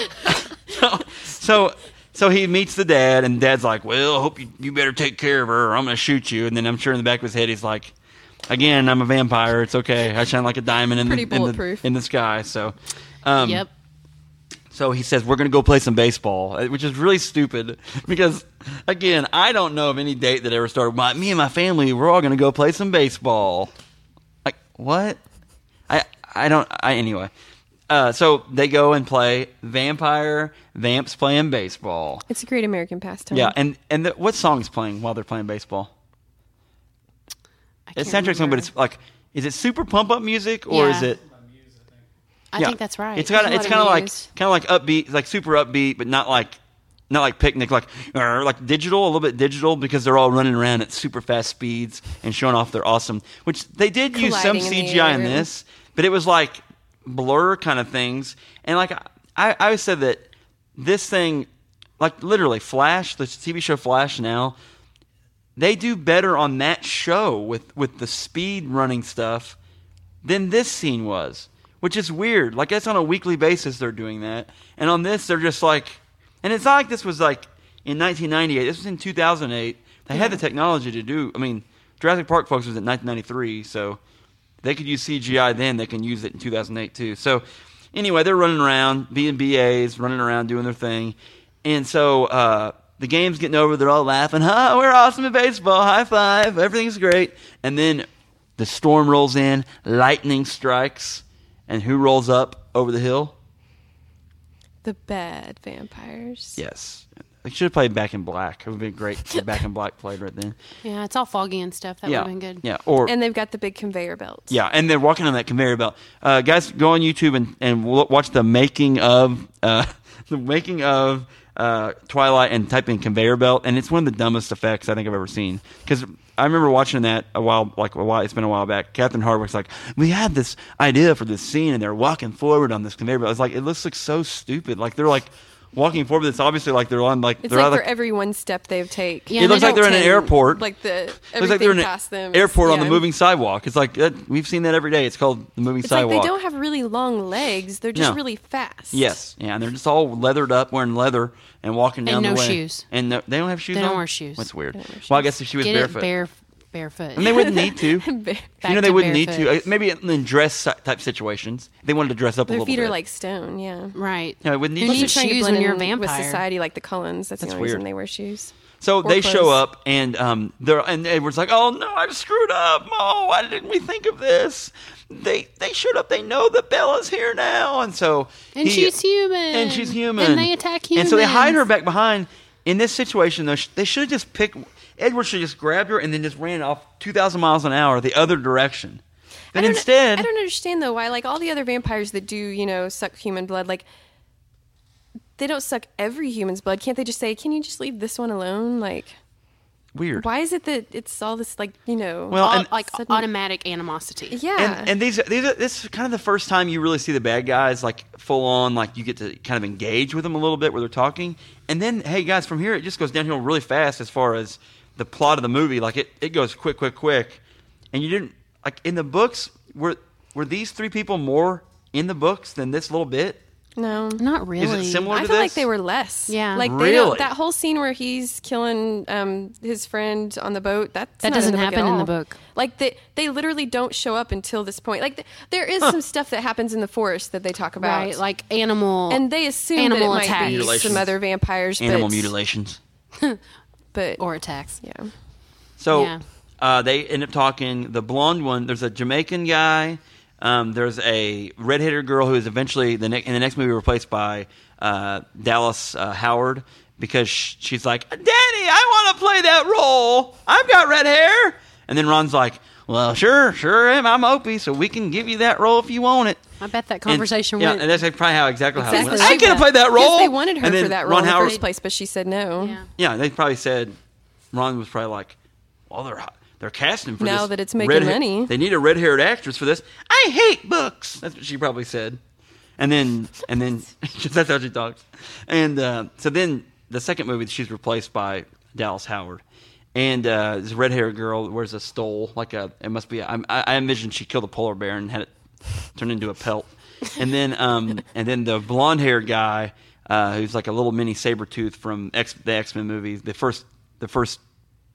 Speaker 7: so, so, so he meets the dad, and dad's like, "Well, I hope you, you better take care of her, or I'm gonna shoot you." And then I'm sure in the back of his head, he's like, "Again, I'm a vampire. It's okay. I shine like a diamond in, the,
Speaker 5: Pretty
Speaker 7: in, the,
Speaker 5: bulletproof.
Speaker 7: in the sky." So, um,
Speaker 6: Yep.
Speaker 7: so he says, We're going to go play some baseball, uh, which is really stupid because, again, I don't know of any date that ever started. My, me and my family, we're all going to go play some baseball. Like, what? I, I don't, I, anyway. Uh, so they go and play Vampire Vamps playing baseball.
Speaker 6: Mm-hmm.
Speaker 5: It's a great American pastime.
Speaker 7: Yeah. And, and the, what song's playing while they're playing baseball?
Speaker 6: I
Speaker 7: It's
Speaker 6: can't
Speaker 7: soundtrack song,
Speaker 6: remember.
Speaker 7: but it's like, is it super pump up music or is
Speaker 6: Yeah.
Speaker 7: it?
Speaker 6: I
Speaker 7: Yeah.
Speaker 6: think that's right.
Speaker 7: It's kind of
Speaker 5: There's a
Speaker 7: it's
Speaker 5: lot
Speaker 7: kind of
Speaker 5: of
Speaker 7: like
Speaker 5: used.
Speaker 7: kind of like upbeat, like super upbeat, but not like not like picnic, like or like digital, a little bit digital because they're all running around at super fast speeds and showing off their awesome. Which they did use some
Speaker 5: Colliding in the
Speaker 7: CGI in
Speaker 5: air.
Speaker 7: this, but it was like blur kind of things. And like I, I always said that this thing, like literally Flash, the TV show Flash now, they do better on that show with with the speed running stuff than this scene was, which is weird. Like that's on a weekly basis they're doing that, and on this they're just like, and it's not like this was like in 1998. This was in 2008. They had the technology to do. I mean, Jurassic Park folks was in 1993, so they could use CGI then. They can use it in 2008 too. So anyway, they're running around being BAs, running around doing their thing, and so. uh the game's getting over. They're all laughing. Huh, we're awesome at baseball. High five. Everything's great. And then the storm rolls in, lightning strikes, and who rolls up over the hill?
Speaker 5: the bad vampires.
Speaker 7: Yes. I should have played Back in Black. It would have been great if Back in Black played right then.
Speaker 6: yeah, it's all foggy and stuff. That
Speaker 7: yeah.
Speaker 6: would have been good.
Speaker 7: Yeah. Or
Speaker 5: And they've got the big conveyor belts.
Speaker 7: yeah, and they're walking on that conveyor belt. Uh, guys, go on YouTube and and w- watch the making of uh, the making of uh, Twilight and type in conveyor belt, and it's one of the dumbest effects I think I've ever seen. Because I remember watching that a while, like a while. It's been a while back. Captain Hardwick's like, we had this idea for this scene, and they're walking forward on this conveyor belt. It's like it looks like so stupid. Like they're like walking forward. It's obviously like they're on like
Speaker 5: It's
Speaker 7: they're
Speaker 5: like
Speaker 7: on,
Speaker 5: for every one step they've take.
Speaker 6: Yeah,
Speaker 7: it
Speaker 6: and
Speaker 7: looks
Speaker 6: they
Speaker 7: like they're in an
Speaker 6: don't tend-
Speaker 7: airport.
Speaker 5: Like the
Speaker 7: Looks like
Speaker 5: everything
Speaker 7: they're in an
Speaker 5: past them. is-
Speaker 7: airport on the
Speaker 5: yeah.
Speaker 7: moving sidewalk. It's like that, we've seen that every day. It's called the moving
Speaker 5: It's
Speaker 7: sidewalk.
Speaker 5: like they don't have really long legs. They're just
Speaker 7: No.
Speaker 5: really fast.
Speaker 7: Yes, yeah, and they're just all leathered up, wearing leather, and walking down
Speaker 6: And
Speaker 7: the
Speaker 6: no
Speaker 7: way.
Speaker 6: shoes.
Speaker 7: And no, they don't have shoes.
Speaker 6: They don't
Speaker 7: on?
Speaker 6: wear shoes.
Speaker 7: That's weird. Well, I guess if she was
Speaker 6: Get
Speaker 7: barefoot,
Speaker 6: it bare, barefoot.
Speaker 7: and they wouldn't need to.
Speaker 5: Their
Speaker 7: you know,
Speaker 6: Back
Speaker 7: they
Speaker 6: to
Speaker 7: wouldn't need to.
Speaker 6: barefoot.
Speaker 7: Uh, Maybe in dress si- type situations, they wanted to dress up a little
Speaker 5: feet
Speaker 7: bit.
Speaker 5: are like stone. Yeah.
Speaker 6: right.
Speaker 7: Yeah, it wouldn't need
Speaker 6: Who
Speaker 7: to.
Speaker 6: needs
Speaker 5: They're trying to
Speaker 6: shoes
Speaker 5: blend
Speaker 6: when you're a
Speaker 5: in
Speaker 6: vampire?
Speaker 5: with society like the Cullens. That's,
Speaker 7: That's
Speaker 5: the only reason
Speaker 7: weird.
Speaker 5: they wear shoes.
Speaker 7: So
Speaker 5: Or
Speaker 7: they show
Speaker 5: clothes.
Speaker 7: up, and um, they're and Edward's like, "Oh no, I've screwed up. Oh, why didn't we think of this? They they showed up. They know that Bella's here now, and so
Speaker 6: And
Speaker 7: he-
Speaker 6: she's human.
Speaker 7: and she's human,
Speaker 6: And they attack humans.
Speaker 7: and so they hide her back behind. In this situation, though, sh- they should have just picked Edward. Should have just grabbed her and then just ran off two thousand miles an hour the other direction.
Speaker 5: I
Speaker 7: But
Speaker 5: don't-
Speaker 7: instead,
Speaker 5: I don't understand though why like all the other vampires that do you know suck human blood like they don't suck every human's blood. Can't they just say, "Can you just leave this one alone?" Like,
Speaker 7: weird.
Speaker 5: why is it that it's all this like you know?
Speaker 7: Well,
Speaker 6: Au-
Speaker 7: and-
Speaker 6: like
Speaker 5: Sudden-
Speaker 6: automatic animosity.
Speaker 5: yeah,
Speaker 7: And, and these, these are, this is kind of the first time you really see the bad guys like full on, like you get to kind of engage with them a little bit where they're talking. And then, hey guys, from here it just goes downhill really fast as far as the plot of the movie. Like it, it goes quick, quick, quick. And you didn't like in the books were were these three people more in the books than this little bit?
Speaker 5: no,
Speaker 6: Not really.
Speaker 7: similar?
Speaker 5: I
Speaker 7: to
Speaker 5: feel like
Speaker 7: this?
Speaker 5: they were less.
Speaker 6: Yeah.
Speaker 5: like they don't,
Speaker 7: Really?
Speaker 5: that whole scene where he's killing um, his friend on the boat. That's not
Speaker 6: That
Speaker 5: in the
Speaker 6: doesn't
Speaker 5: book at
Speaker 6: happen in the
Speaker 5: all.
Speaker 6: book.
Speaker 5: Like they they literally don't show up until this point. Like th- there is some stuff that happens in the forest that they talk about,
Speaker 6: Right. Like animal.
Speaker 5: and they assume
Speaker 6: animal
Speaker 5: that it might be
Speaker 6: attacks.
Speaker 5: some other vampires,
Speaker 7: Animal
Speaker 5: but,
Speaker 7: mutilations.
Speaker 5: but
Speaker 6: or attacks.
Speaker 5: yeah,
Speaker 7: So
Speaker 6: Yeah.
Speaker 7: uh, they end up talking. The blonde one. There's a Jamaican guy. Um, there's a redheaded girl who is eventually the ne- in the next movie replaced by uh, Dallas uh, Howard because sh- she's like, "Daddy, I want to play that role. I've got red hair." And then Ron's like, "Well, sure, sure am. I'm Opie, so we can give you that role if you want it."
Speaker 6: I bet that
Speaker 7: And-
Speaker 6: conversation
Speaker 7: yeah,
Speaker 6: went.
Speaker 7: and that's like probably how exactly, how it
Speaker 5: Exactly.
Speaker 7: went. I could have
Speaker 6: Yeah.
Speaker 7: played that role.
Speaker 5: because they wanted her
Speaker 7: And
Speaker 5: for
Speaker 7: then
Speaker 5: that role
Speaker 7: Ron
Speaker 5: in the
Speaker 7: Howard,
Speaker 5: first place, but she said no.
Speaker 6: yeah.
Speaker 7: yeah, they probably said Ron was probably like, "Well, they're hot. They're casting for
Speaker 5: Now
Speaker 7: this
Speaker 5: that it's making
Speaker 7: red-
Speaker 5: money.
Speaker 7: They need a red-haired actress for this. I hate books. That's what she probably said. And then, and then that's how she talks. And uh, so then the second movie, she's replaced by Dallas Howard, and uh, this red-haired girl wears a stole, like a. It must be. I, I imagine she killed a polar bear and had it turned into a pelt. And then, um, and then the blonde-haired guy, uh, who's like a little mini saber tooth from X, the X-Men movies, the first, the first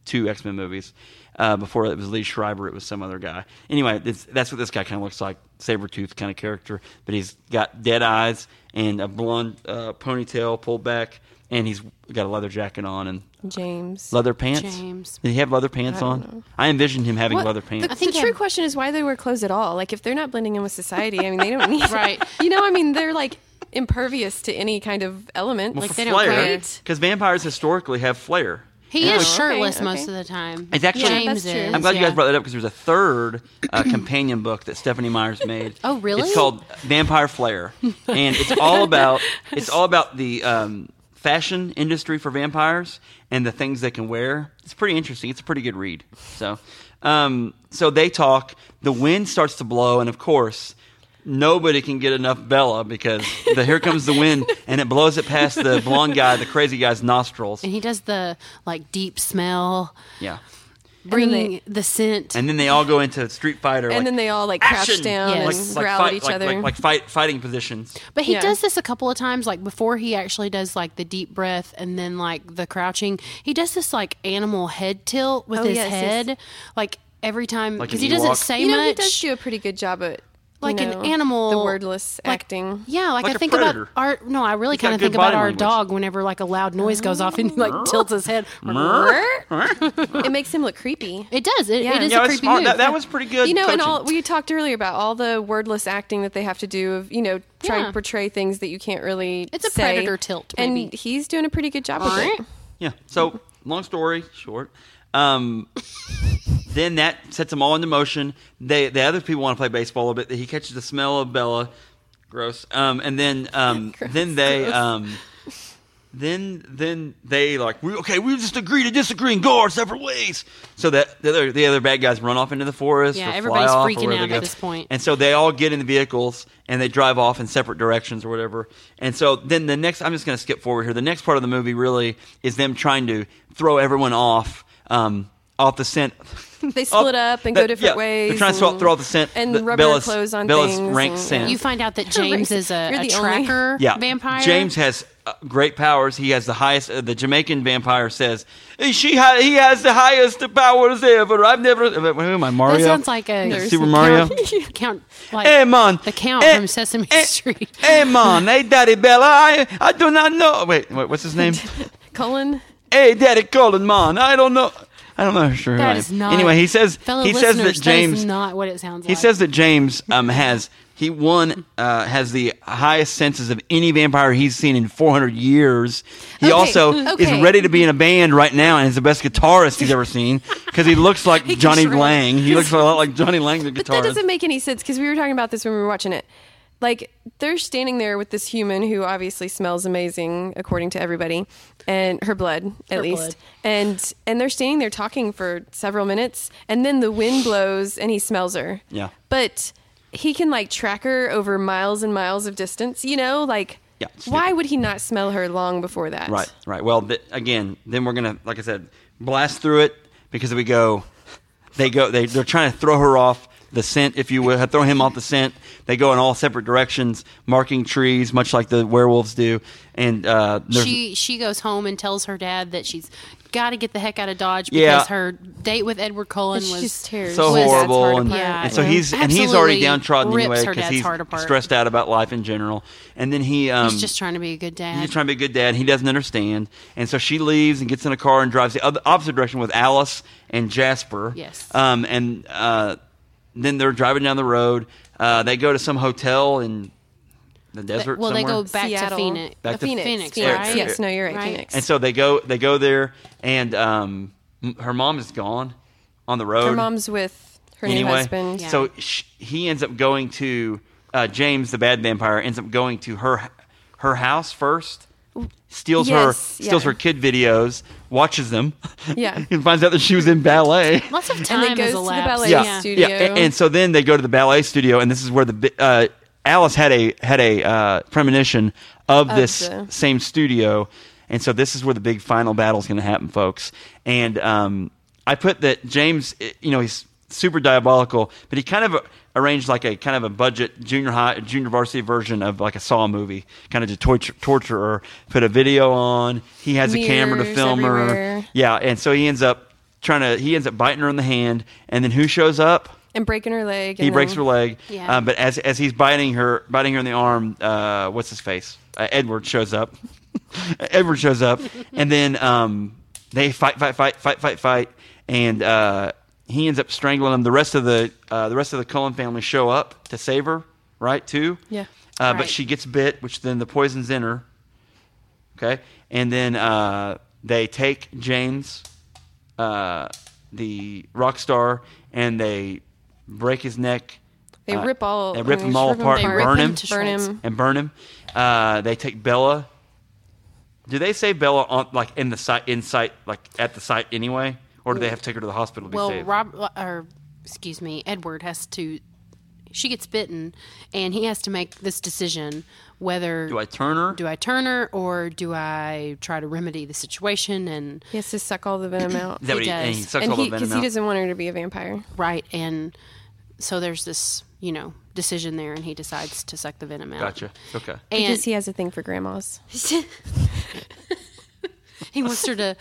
Speaker 7: two X Men movies. Uh, before it was Lee Schreiber, it was some other guy. Anyway, it's, that's what this guy kind of looks like Sabretooth kind of character. But he's got dead eyes and a blonde uh, ponytail pulled back, and he's got a leather jacket on and
Speaker 5: James.
Speaker 7: leather pants.
Speaker 6: James.
Speaker 7: Did he have leather pants on? I envisioned him having
Speaker 5: What-
Speaker 7: leather
Speaker 5: The,
Speaker 7: pants.
Speaker 5: the
Speaker 6: I-
Speaker 5: true question is why they wear clothes at all. Like if they're not blending in with society, I mean they don't need
Speaker 6: Right.
Speaker 5: You know, I mean they're like impervious to any kind of element.
Speaker 7: Well,
Speaker 5: like
Speaker 7: for
Speaker 5: they
Speaker 6: don't
Speaker 7: flair,
Speaker 6: wait.
Speaker 7: because vampires historically have flair.
Speaker 6: He
Speaker 5: Oh,
Speaker 6: is
Speaker 5: okay,
Speaker 6: shirtless most
Speaker 5: okay.
Speaker 6: of the time.
Speaker 7: It's actually- Yeah,
Speaker 6: James
Speaker 5: that's true.
Speaker 6: is.
Speaker 7: I'm glad you guys
Speaker 6: yeah.
Speaker 7: brought that up because there's a third uh, companion book that Stephanie Myers made.
Speaker 6: Oh, really?
Speaker 7: It's called Vampire Flair, and it's all about it's all about the um, fashion industry for vampires and the things they can wear. It's pretty interesting. It's a pretty good read. So, um, so they talk. The wind starts to blow, and of course. Nobody can get enough Bella because the here comes the wind and it blows it past the blonde guy, the crazy guy's nostrils.
Speaker 6: And he does the like deep smell,
Speaker 7: Yeah,
Speaker 6: bringing the scent.
Speaker 7: and then they all go into Street Fighter.
Speaker 5: and
Speaker 7: like,
Speaker 5: then they all like
Speaker 7: action!
Speaker 5: crouch down
Speaker 6: Yes.
Speaker 5: and
Speaker 6: Like-
Speaker 5: growl
Speaker 7: fight,
Speaker 5: at each
Speaker 7: like,
Speaker 5: other.
Speaker 7: like, like fight fighting positions.
Speaker 6: But he
Speaker 5: Yeah.
Speaker 6: does this a couple of times, like before he actually does like the deep breath and then like the crouching. He does this like animal head tilt with
Speaker 5: Oh,
Speaker 6: his
Speaker 5: yes, yes.
Speaker 6: head, like every time
Speaker 7: Like
Speaker 6: because
Speaker 7: an
Speaker 6: he doesn't
Speaker 7: Ewok?
Speaker 6: say
Speaker 5: you know,
Speaker 6: much.
Speaker 5: he does do a pretty good job at
Speaker 6: like
Speaker 5: you know,
Speaker 6: an animal,
Speaker 5: the wordless
Speaker 6: like-
Speaker 5: acting.
Speaker 6: Yeah, like,
Speaker 7: Like
Speaker 6: I
Speaker 7: a
Speaker 6: think
Speaker 7: predator.
Speaker 6: about our no, I really
Speaker 7: He's got
Speaker 6: kind of
Speaker 7: good
Speaker 6: think about
Speaker 7: body
Speaker 6: our
Speaker 7: language.
Speaker 6: dog whenever like a loud noise goes off and he like tilts his head.
Speaker 5: It makes him look creepy.
Speaker 6: It does. It,
Speaker 5: Yeah.
Speaker 6: it is
Speaker 5: Yeah,
Speaker 6: a
Speaker 7: it's
Speaker 6: creepy
Speaker 7: smart.
Speaker 6: move.
Speaker 7: That, that was pretty good.
Speaker 5: you know,
Speaker 7: coaching.
Speaker 5: and all we talked earlier about all the wordless acting that they have to do of you know trying
Speaker 6: Yeah.
Speaker 5: to portray things that you can't really.
Speaker 6: It's a
Speaker 5: say.
Speaker 6: predator tilt,
Speaker 5: and
Speaker 6: maybe.
Speaker 5: he's doing a pretty good job of it.
Speaker 7: Yeah. So long story short, um, then that sets them all into motion. They the other people want to play baseball a little bit. He catches the smell of Bella, gross. Um, and then um, then they um, then then they like we okay we just agree to disagree and go our separate ways. So that the other the other bad guys run off into the forest.
Speaker 6: Yeah,
Speaker 7: or fly
Speaker 6: everybody's
Speaker 7: off or
Speaker 6: freaking
Speaker 7: wherever
Speaker 6: out
Speaker 7: they
Speaker 6: at
Speaker 7: go.
Speaker 6: this point.
Speaker 7: And so they all get in the vehicles and they drive off in separate directions or whatever. And so then the next, I'm just going to skip forward here. The next part of the movie really is them trying to throw everyone off, um, off the scent.
Speaker 5: They split up and go different ways.
Speaker 7: Oh, They're trying to throw,
Speaker 5: and-
Speaker 7: throw off the scent.
Speaker 5: and
Speaker 7: the,
Speaker 5: rub
Speaker 7: Bella's,
Speaker 5: their clothes on
Speaker 7: Bella's
Speaker 5: things.
Speaker 7: rank
Speaker 5: and-
Speaker 7: scent.
Speaker 6: You find out that James is a,
Speaker 5: You're
Speaker 6: a
Speaker 5: the only-
Speaker 6: tracker
Speaker 7: yeah.
Speaker 6: vampire.
Speaker 7: James has uh, great powers. He has the highest. Uh, the Jamaican vampire says, "She ha- he has the highest powers ever." I've never. Who am I, Mario?
Speaker 6: That sounds like a
Speaker 7: Super Eh, Mario.
Speaker 6: Count, count like
Speaker 7: Hey man,
Speaker 6: the count
Speaker 7: Hey-
Speaker 6: from Sesame
Speaker 7: hey-
Speaker 6: Street.
Speaker 7: Hey man, hey Daddy Bella, I I do not know. Wait, wait what's his name?
Speaker 5: Cullen.
Speaker 7: hey Daddy Colin, man, I don't know. I don't know. Sure, who I
Speaker 6: That
Speaker 7: am.
Speaker 6: is not.
Speaker 7: Anyway, he says
Speaker 6: fellow
Speaker 7: he says that
Speaker 6: listeners, that is
Speaker 7: James
Speaker 6: not what it sounds like.
Speaker 7: he says that James um, has he one uh, has the highest senses of any vampire he's seen in 400 years. He
Speaker 5: Okay,
Speaker 7: also
Speaker 5: okay.
Speaker 7: is ready to be in a band right now and is the best guitarist he's ever seen because he looks like Johnny
Speaker 6: shred.
Speaker 7: Lang. He looks a lot like Johnny Lang, the
Speaker 5: But that
Speaker 7: guitarist.
Speaker 5: doesn't make any sense because we were talking about this when we were watching it. Like they're standing there with this human who obviously smells amazing according to everybody, and her blood at
Speaker 6: Her
Speaker 5: least.
Speaker 6: blood.
Speaker 5: And and they're standing there talking for several minutes, and then the wind blows and he smells her.
Speaker 7: Yeah.
Speaker 5: But he can like track her over miles and miles of distance. You know, like
Speaker 7: Yeah,
Speaker 5: why would he not smell her long before that?
Speaker 7: Right, right. Well, th- again, then we're gonna, like I said, blast through it because we go, they go, they they're trying to throw her off the scent, if you will, throw him off the scent. They go in all separate directions, marking trees, much like the werewolves do. And uh, there's,
Speaker 6: she she goes home and tells her dad that she's got to get the heck out of Dodge because
Speaker 7: Yeah.
Speaker 6: her date with Edward Cullen
Speaker 5: It's
Speaker 6: was
Speaker 5: just terrible.
Speaker 7: so
Speaker 6: was-
Speaker 7: horrible, and,
Speaker 6: Yeah,
Speaker 7: and so
Speaker 6: yeah.
Speaker 7: he's and he's already
Speaker 6: Absolutely
Speaker 7: downtrodden
Speaker 6: rips
Speaker 7: anyway
Speaker 6: her
Speaker 7: because
Speaker 6: dad's
Speaker 7: he's
Speaker 6: heart apart.
Speaker 7: stressed out about life in general. And then he, um,
Speaker 6: He's just trying to be a good dad.
Speaker 7: He's trying to be a good dad. He doesn't understand, and so she leaves and gets in a car and drives the other, opposite direction with Alice and Jasper.
Speaker 6: Yes.
Speaker 7: Um, and uh, then they're driving down the road. Uh, they go to some hotel in the desert.
Speaker 6: well, they
Speaker 7: somewhere.
Speaker 6: go back
Speaker 5: Seattle.
Speaker 6: to Phoenix.
Speaker 7: Back to
Speaker 5: Phoenix.
Speaker 6: Phoenix,
Speaker 5: Phoenix.
Speaker 6: right?
Speaker 5: Yes. No, you're right.
Speaker 6: Right.
Speaker 5: Phoenix.
Speaker 7: And so they go. They go there, and um, m- her mom is gone on the road.
Speaker 5: Her mom's with her new
Speaker 7: anyway,
Speaker 5: husband.
Speaker 7: So sh- he ends up going to uh, James, the bad vampire, ends up going to her her house first steals her
Speaker 5: Yes,
Speaker 7: steals
Speaker 5: yeah.
Speaker 7: her kid videos, watches them,
Speaker 5: Yeah.
Speaker 7: and finds out that she was in ballet.
Speaker 6: Lots of
Speaker 5: And
Speaker 6: time
Speaker 5: then goes
Speaker 6: has
Speaker 5: to the
Speaker 6: elapsed.
Speaker 5: ballet
Speaker 7: yeah,
Speaker 5: studio.
Speaker 7: yeah. And, and so then they go to the ballet studio, and this is where the bi- uh, Alice had a had a uh, premonition of, this
Speaker 5: the-
Speaker 7: same studio, and so this is where the big final battle is going to happen, folks. And um, I put that James, eh, you know, he's super diabolical, but he kind of arranged like a kind of a budget junior high, junior varsity version of like a Saw movie, kind of to torture, torture her. Put a video on. He has a camera to
Speaker 5: Mirrors
Speaker 7: film her.
Speaker 5: everywhere.
Speaker 7: Yeah, and so he ends up trying to he ends up biting her in the hand, and then who shows up?
Speaker 5: And breaking her leg.
Speaker 7: He
Speaker 5: and
Speaker 7: breaks
Speaker 5: then-
Speaker 7: her leg.
Speaker 6: Yeah.
Speaker 7: Um, but as as he's biting her biting her in the arm, uh, what's his face? Uh, Edward shows up. Edward shows up, and then um, they fight, fight, fight, fight, fight, fight, and uh, he ends up strangling him. The rest of the uh, the rest of the Cullen family show up to save her, right? Too.
Speaker 5: Yeah.
Speaker 7: Uh, But
Speaker 6: Right.
Speaker 7: she gets bit, which then the poison's in her. Okay, and then uh, they take James, uh, the rock star, and they break his neck.
Speaker 5: They
Speaker 7: uh,
Speaker 5: rip all.
Speaker 7: They rip
Speaker 5: I
Speaker 7: him
Speaker 5: mean,
Speaker 7: all apart,
Speaker 5: They
Speaker 7: and
Speaker 5: rip
Speaker 7: burn him,
Speaker 6: to
Speaker 5: Burn
Speaker 6: shreds.
Speaker 5: him.
Speaker 7: and burn him. Uh, they take Bella. Do they say Bella on like in the site, in sight, like at the site anyway, or do they have to take her to the hospital to be
Speaker 6: Well,
Speaker 7: saved?
Speaker 6: Rob, uh, or excuse me, Edward has to. She gets bitten, and he has to make this decision whether
Speaker 7: do I turn her?
Speaker 6: do I turn her or do I try to remedy the situation and
Speaker 5: He has to suck all the venom out.
Speaker 7: Is that what
Speaker 6: He
Speaker 7: and
Speaker 6: does.
Speaker 7: he sucks
Speaker 5: and
Speaker 7: all
Speaker 5: he,
Speaker 7: the
Speaker 5: because
Speaker 7: venom
Speaker 5: he
Speaker 7: out.
Speaker 5: doesn't want her to be a vampire.
Speaker 6: right and so there's this you know decision there, and he decides to suck the venom out.
Speaker 7: Gotcha. Okay.
Speaker 6: And
Speaker 5: because he has a thing for grandmas.
Speaker 6: he wants her to.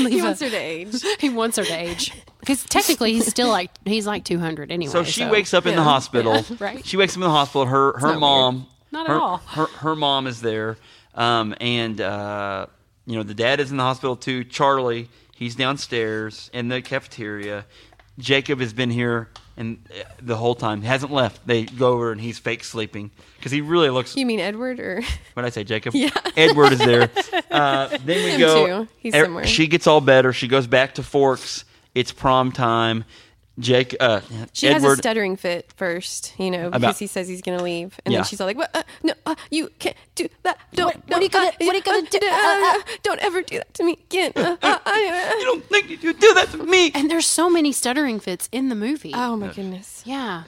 Speaker 6: leave a-
Speaker 5: her to age.
Speaker 6: he wants her to age because technically he's still like he's like 200 anyway.
Speaker 7: So she wakes up in the hospital.
Speaker 6: Right.
Speaker 7: She wakes up in the hospital. Her her mom.
Speaker 6: Not at
Speaker 7: her,
Speaker 6: all.
Speaker 7: Her her mom is there, um, and uh, you know the dad is in the hospital too. Charlie, he's downstairs in the cafeteria. Jacob has been here and uh, the whole time hasn't left. They go over and he's fake sleeping because he really looks.
Speaker 5: You mean Edward or?
Speaker 7: What I say, Jacob? Yeah. Edward is there. Uh, then we go.
Speaker 5: too. He's
Speaker 7: Er-
Speaker 5: somewhere.
Speaker 7: She gets all better. She goes back to Forks. It's prom time. Jake. Uh,
Speaker 5: She
Speaker 7: Edward.
Speaker 5: has a stuttering fit first, you know, because
Speaker 7: About-
Speaker 5: he says he's going to leave, and
Speaker 7: Yeah.
Speaker 5: then she's all like, "What? Uh, no, uh, you can't do that. Don't.
Speaker 4: What- what are you gonna-
Speaker 5: don't, uh,
Speaker 4: what are you gonna
Speaker 5: uh,
Speaker 4: do?
Speaker 5: uh, uh, don't ever do that to me again." Uh, uh, I- uh."
Speaker 7: I don't think you do that to me.
Speaker 6: and there's so many stuttering fits in the movie.
Speaker 5: oh my goodness!
Speaker 6: yeah,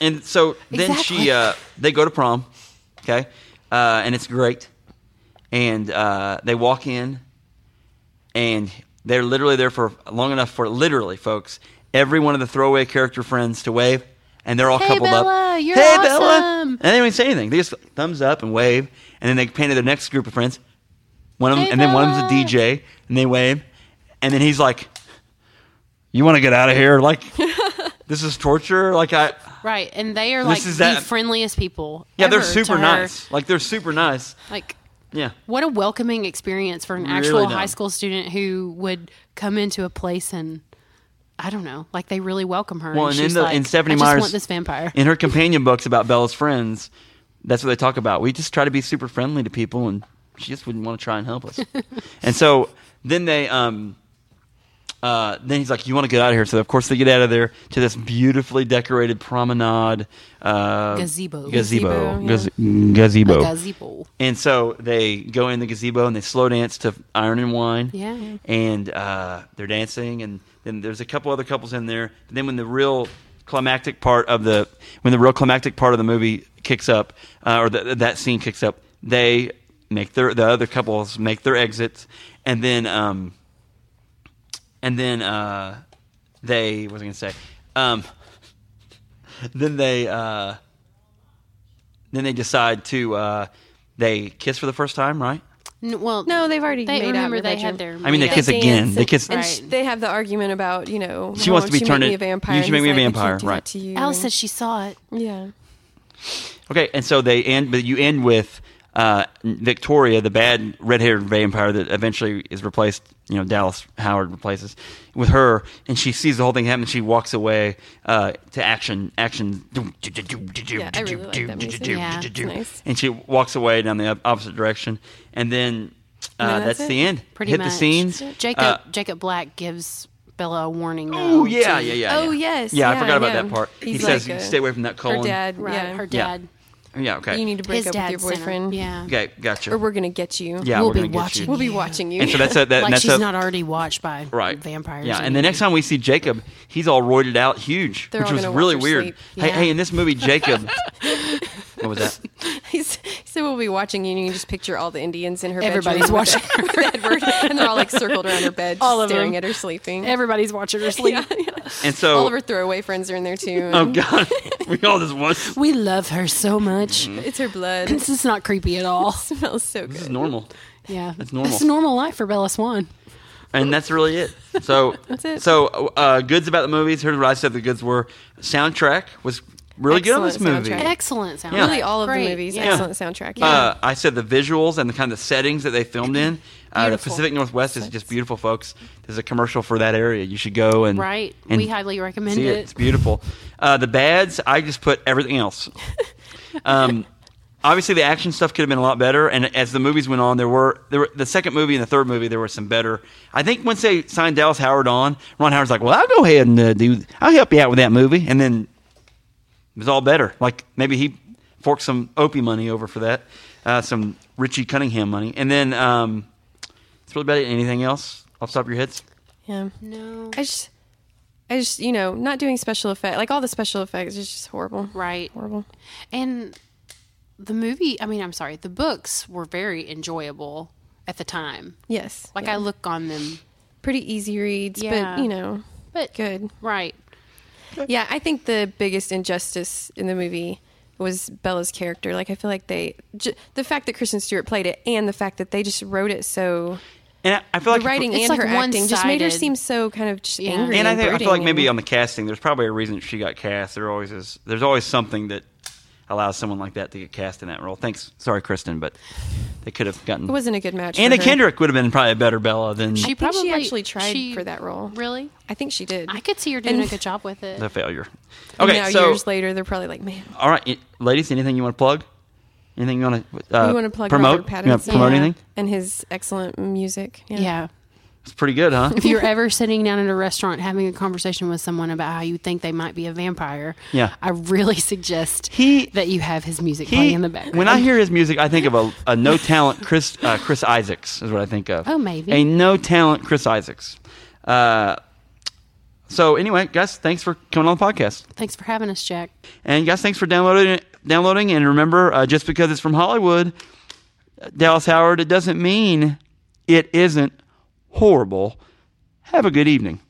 Speaker 7: And so then she,
Speaker 6: Exactly.
Speaker 7: uh, they go to prom, okay, uh, and it's great. And uh, they walk in, and they're literally there for long enough for literally, folks, every one of the throwaway character friends to wave, and they're all
Speaker 6: Hey,
Speaker 7: coupled
Speaker 6: Bella,
Speaker 7: up.
Speaker 6: you're
Speaker 7: hey, Bella!
Speaker 6: awesome.
Speaker 7: And they don't even say anything; they just thumbs up and wave, and then they pan to their next group of friends. One of them,
Speaker 6: Hey,
Speaker 7: and then one of them's a DJ, and they wave, and then he's like, "You want to get out of here? Like, this is torture. Like, I."
Speaker 6: right. And they are
Speaker 7: This
Speaker 6: like
Speaker 7: is
Speaker 6: the
Speaker 7: that-
Speaker 6: friendliest people.
Speaker 7: Yeah, they're
Speaker 6: ever to
Speaker 7: super
Speaker 6: her.
Speaker 7: nice. Like they're super nice.
Speaker 6: Like
Speaker 7: Yeah.
Speaker 6: what a welcoming experience for an
Speaker 7: Really
Speaker 6: actual
Speaker 7: dumb.
Speaker 6: high school student who would come into a place and I don't know, like they really welcome her.
Speaker 7: Well,
Speaker 6: and,
Speaker 7: and in
Speaker 6: she's
Speaker 7: the
Speaker 6: like,
Speaker 7: in Stephanie
Speaker 6: I
Speaker 7: Meyer's
Speaker 6: just want this vampire.
Speaker 7: in her companion books about Bella's friends, that's what they talk about. We just try to be super friendly to people, and she just wouldn't want to try and help us. and so then they um. Uh, then he's like, "You want to get out of here?" So of course they get out of there to this beautifully decorated promenade uh,
Speaker 6: Gazebo.
Speaker 7: gazebo,
Speaker 5: Gazebo,
Speaker 7: Gaz- gazebo.
Speaker 6: A gazebo.
Speaker 7: And so they go in the gazebo and they slow dance to Iron and Wine.
Speaker 6: Yeah.
Speaker 7: And uh, they're dancing, and then there's a couple other couples in there. But then when the real climactic part of the when the real climactic part of the movie kicks up, uh, or th that scene kicks up, they make their the other couples make their exits, and then um, and then uh, they what was I gonna say? Um, then they uh, then they decide to uh, they kiss for the first time, right?
Speaker 6: N- Well,
Speaker 5: No, they've already
Speaker 6: they
Speaker 5: made
Speaker 6: remember
Speaker 5: out in the
Speaker 6: they
Speaker 5: bedroom.
Speaker 6: had their.
Speaker 7: I mean, they
Speaker 6: meetup.
Speaker 7: kiss again. They
Speaker 5: and-
Speaker 7: kiss.
Speaker 5: and sh-
Speaker 6: Right.
Speaker 5: they have the argument about you know
Speaker 7: She
Speaker 5: why
Speaker 7: wants to
Speaker 5: won't
Speaker 7: be
Speaker 5: you
Speaker 7: turned
Speaker 5: make me
Speaker 7: in-
Speaker 5: a vampire.
Speaker 7: you should
Speaker 5: And
Speaker 7: make me a
Speaker 5: he's like,
Speaker 7: vampire,
Speaker 5: I can't do
Speaker 7: right.
Speaker 5: That to you.
Speaker 6: Alice
Speaker 5: and-
Speaker 6: said she saw it.
Speaker 5: yeah.
Speaker 7: Okay, and so they end, but you end with uh, Victoria, the bad red-haired vampire that eventually is replaced. You know, Dallas Howard replaces with her, and she sees the whole thing happen. and She walks away uh, to action. Action. Yeah,
Speaker 5: I really like that music.
Speaker 6: Yeah, it's
Speaker 5: nice.
Speaker 7: And she walks away down the op- opposite direction, and then uh,
Speaker 5: then
Speaker 7: that's,
Speaker 5: that's
Speaker 7: the
Speaker 5: it.
Speaker 7: end.
Speaker 6: Pretty
Speaker 7: Hit
Speaker 6: much.
Speaker 7: the scenes.
Speaker 6: Jacob
Speaker 7: Uh,
Speaker 6: Jacob Black gives Bella a warning.
Speaker 7: oh
Speaker 6: though,
Speaker 7: yeah, yeah,
Speaker 6: to-
Speaker 7: yeah.
Speaker 5: Oh,
Speaker 7: yeah.
Speaker 5: yes,
Speaker 7: Yeah, I
Speaker 5: yeah,
Speaker 7: forgot about
Speaker 5: yeah.
Speaker 7: that part.
Speaker 5: He's
Speaker 7: he says,
Speaker 5: like, uh,
Speaker 7: "Stay away from that
Speaker 5: Her
Speaker 7: colon."
Speaker 5: dad.
Speaker 6: Right.
Speaker 5: yeah.
Speaker 6: Her
Speaker 7: Yeah.
Speaker 6: dad.
Speaker 7: Yeah. Okay.
Speaker 5: You need to break
Speaker 6: His
Speaker 5: up with
Speaker 6: dad
Speaker 5: your
Speaker 6: sent her.
Speaker 5: boyfriend,
Speaker 6: Yeah.
Speaker 7: okay. Gotcha.
Speaker 5: or we're gonna get you.
Speaker 7: yeah.
Speaker 6: we'll
Speaker 7: we're
Speaker 6: be
Speaker 7: gonna get you.
Speaker 6: watching.
Speaker 5: we'll be watching you.
Speaker 7: And so that's a that,
Speaker 6: like
Speaker 7: that's
Speaker 6: she's
Speaker 7: a,
Speaker 6: not already watched by
Speaker 7: right
Speaker 6: vampires.
Speaker 7: Yeah,
Speaker 6: or
Speaker 7: and the next
Speaker 6: anything.
Speaker 7: time we see Jacob, he's all roided out, huge,
Speaker 5: They're
Speaker 7: which
Speaker 5: all
Speaker 7: was
Speaker 5: gonna watch
Speaker 7: really
Speaker 5: her
Speaker 7: weird.
Speaker 5: sleep.
Speaker 7: Hey,
Speaker 6: Yeah.
Speaker 7: hey, in this movie, Jacob, what was that?
Speaker 5: He's, he said we'll be watching you, and you can just picture all the Indians in her.
Speaker 6: Everybody's
Speaker 5: bedroom with
Speaker 6: watching her.
Speaker 5: with Edward, and they're all like circled around her bed, just
Speaker 6: All of
Speaker 5: staring
Speaker 6: them. Oh.
Speaker 5: at her sleeping.
Speaker 6: everybody's watching her sleep.
Speaker 7: And so,
Speaker 5: all of her throwaway friends are in there too. and
Speaker 7: oh god, we all just watch.
Speaker 6: We love her so much.
Speaker 7: Mm.
Speaker 5: It's her blood. It
Speaker 6: This is not creepy at all.
Speaker 5: smells so good.
Speaker 7: It's normal,
Speaker 6: Yeah, that's
Speaker 7: normal.
Speaker 6: It's normal life for Bella Swan.
Speaker 7: and that's really it. So, that's
Speaker 5: it.
Speaker 7: so uh, goods about the movies. Here's what I said: the goods were soundtrack was really good on this
Speaker 5: Excellent
Speaker 7: movie.
Speaker 5: soundtrack.
Speaker 6: Excellent sound.
Speaker 5: Really, all of
Speaker 6: Great.
Speaker 5: the movies.
Speaker 6: Yeah.
Speaker 5: Excellent soundtrack. Yeah.
Speaker 7: Uh, I said the visuals and the kind of settings that they filmed in. Uh, the
Speaker 5: Beautiful.
Speaker 7: Pacific Northwest is just beautiful, folks. There's a commercial for that area. You should go and
Speaker 6: Right.
Speaker 7: and
Speaker 6: we highly recommend
Speaker 7: see
Speaker 6: it.
Speaker 7: it. It's beautiful. Uh, the bads, I just put everything else. Um, obviously, the action stuff could have been a lot better. And as the movies went on, there were, there were the second movie and the third movie. There were some better. I think once they signed Dallas Howard on, Ron Howard's like, "Well, I'll go ahead and uh, do. I'll help you out with that movie." And then it was all better. Like maybe he forked some Opie money over for that, uh, some Richie Cunningham money, and then um, it's really about it. Anything else off the top of your heads?
Speaker 5: yeah.
Speaker 6: No.
Speaker 5: I just, I just, you know, not doing special effect like all the special effects is just horrible.
Speaker 6: Right.
Speaker 5: Horrible.
Speaker 6: And the movie, I mean, I'm sorry, the books were very enjoyable at the time.
Speaker 5: Yes.
Speaker 6: Like
Speaker 5: yeah.
Speaker 6: I look on them,
Speaker 5: pretty easy reads,
Speaker 6: Yeah.
Speaker 5: but you know,
Speaker 6: but
Speaker 5: good.
Speaker 6: Right.
Speaker 5: Yeah, I think the biggest injustice in the movie was Bella's character. Like, I feel like they, j- the fact that Kristen Stewart played it, and the fact that they just wrote it so
Speaker 7: And I, I feel
Speaker 5: the
Speaker 7: like
Speaker 5: writing
Speaker 6: It's
Speaker 5: and her
Speaker 6: like
Speaker 5: acting just made her
Speaker 6: one-sided.
Speaker 5: seem so kind of just
Speaker 6: Yeah.
Speaker 5: angry.
Speaker 7: and I think I feel like
Speaker 5: brooding
Speaker 7: maybe
Speaker 5: and-
Speaker 7: on the casting, there's probably a reason she got cast. There always is. There's always something that allows someone like that to get cast in that role. Thanks, sorry, Kristen, but they could have gotten.
Speaker 5: it wasn't a good match.
Speaker 7: Anna
Speaker 5: for her.
Speaker 7: Kendrick would have been probably a better Bella than
Speaker 5: I think she actually tried for that role.
Speaker 6: Really?
Speaker 5: I think she did.
Speaker 6: I could see her doing
Speaker 5: And-
Speaker 6: a good job with it.
Speaker 7: the failure.
Speaker 5: And
Speaker 7: Okay,
Speaker 5: now
Speaker 7: so
Speaker 5: years later, they're probably like, man,
Speaker 7: all right, y- ladies, anything you want to plug? Anything you want to uh,
Speaker 5: you want to plug
Speaker 7: promote?
Speaker 5: Robert
Speaker 7: You wanna
Speaker 5: Pattinson
Speaker 7: promote
Speaker 6: Yeah.
Speaker 7: anything?
Speaker 5: and his excellent music. Yeah.
Speaker 6: yeah.
Speaker 7: It's pretty good, huh?
Speaker 6: If you're ever sitting down in a restaurant having a conversation with someone about how you think they might be a vampire,
Speaker 7: Yeah.
Speaker 6: I really suggest
Speaker 7: He-
Speaker 6: that you have his music
Speaker 7: He-
Speaker 6: playing in the background.
Speaker 7: When I hear his music, I think of a, a no talent Chris uh, Chris Isaacs is what I think of.
Speaker 6: Oh, maybe.
Speaker 7: a no talent Chris Isaacs. Uh, so anyway, guys, thanks for coming on the podcast,
Speaker 6: Thanks for having us, Jack.
Speaker 7: and guys, thanks for downloading downloading. And remember, uh, just because it's from Hollywood, Dallas Howard, it doesn't mean it isn't horrible. Have a good evening.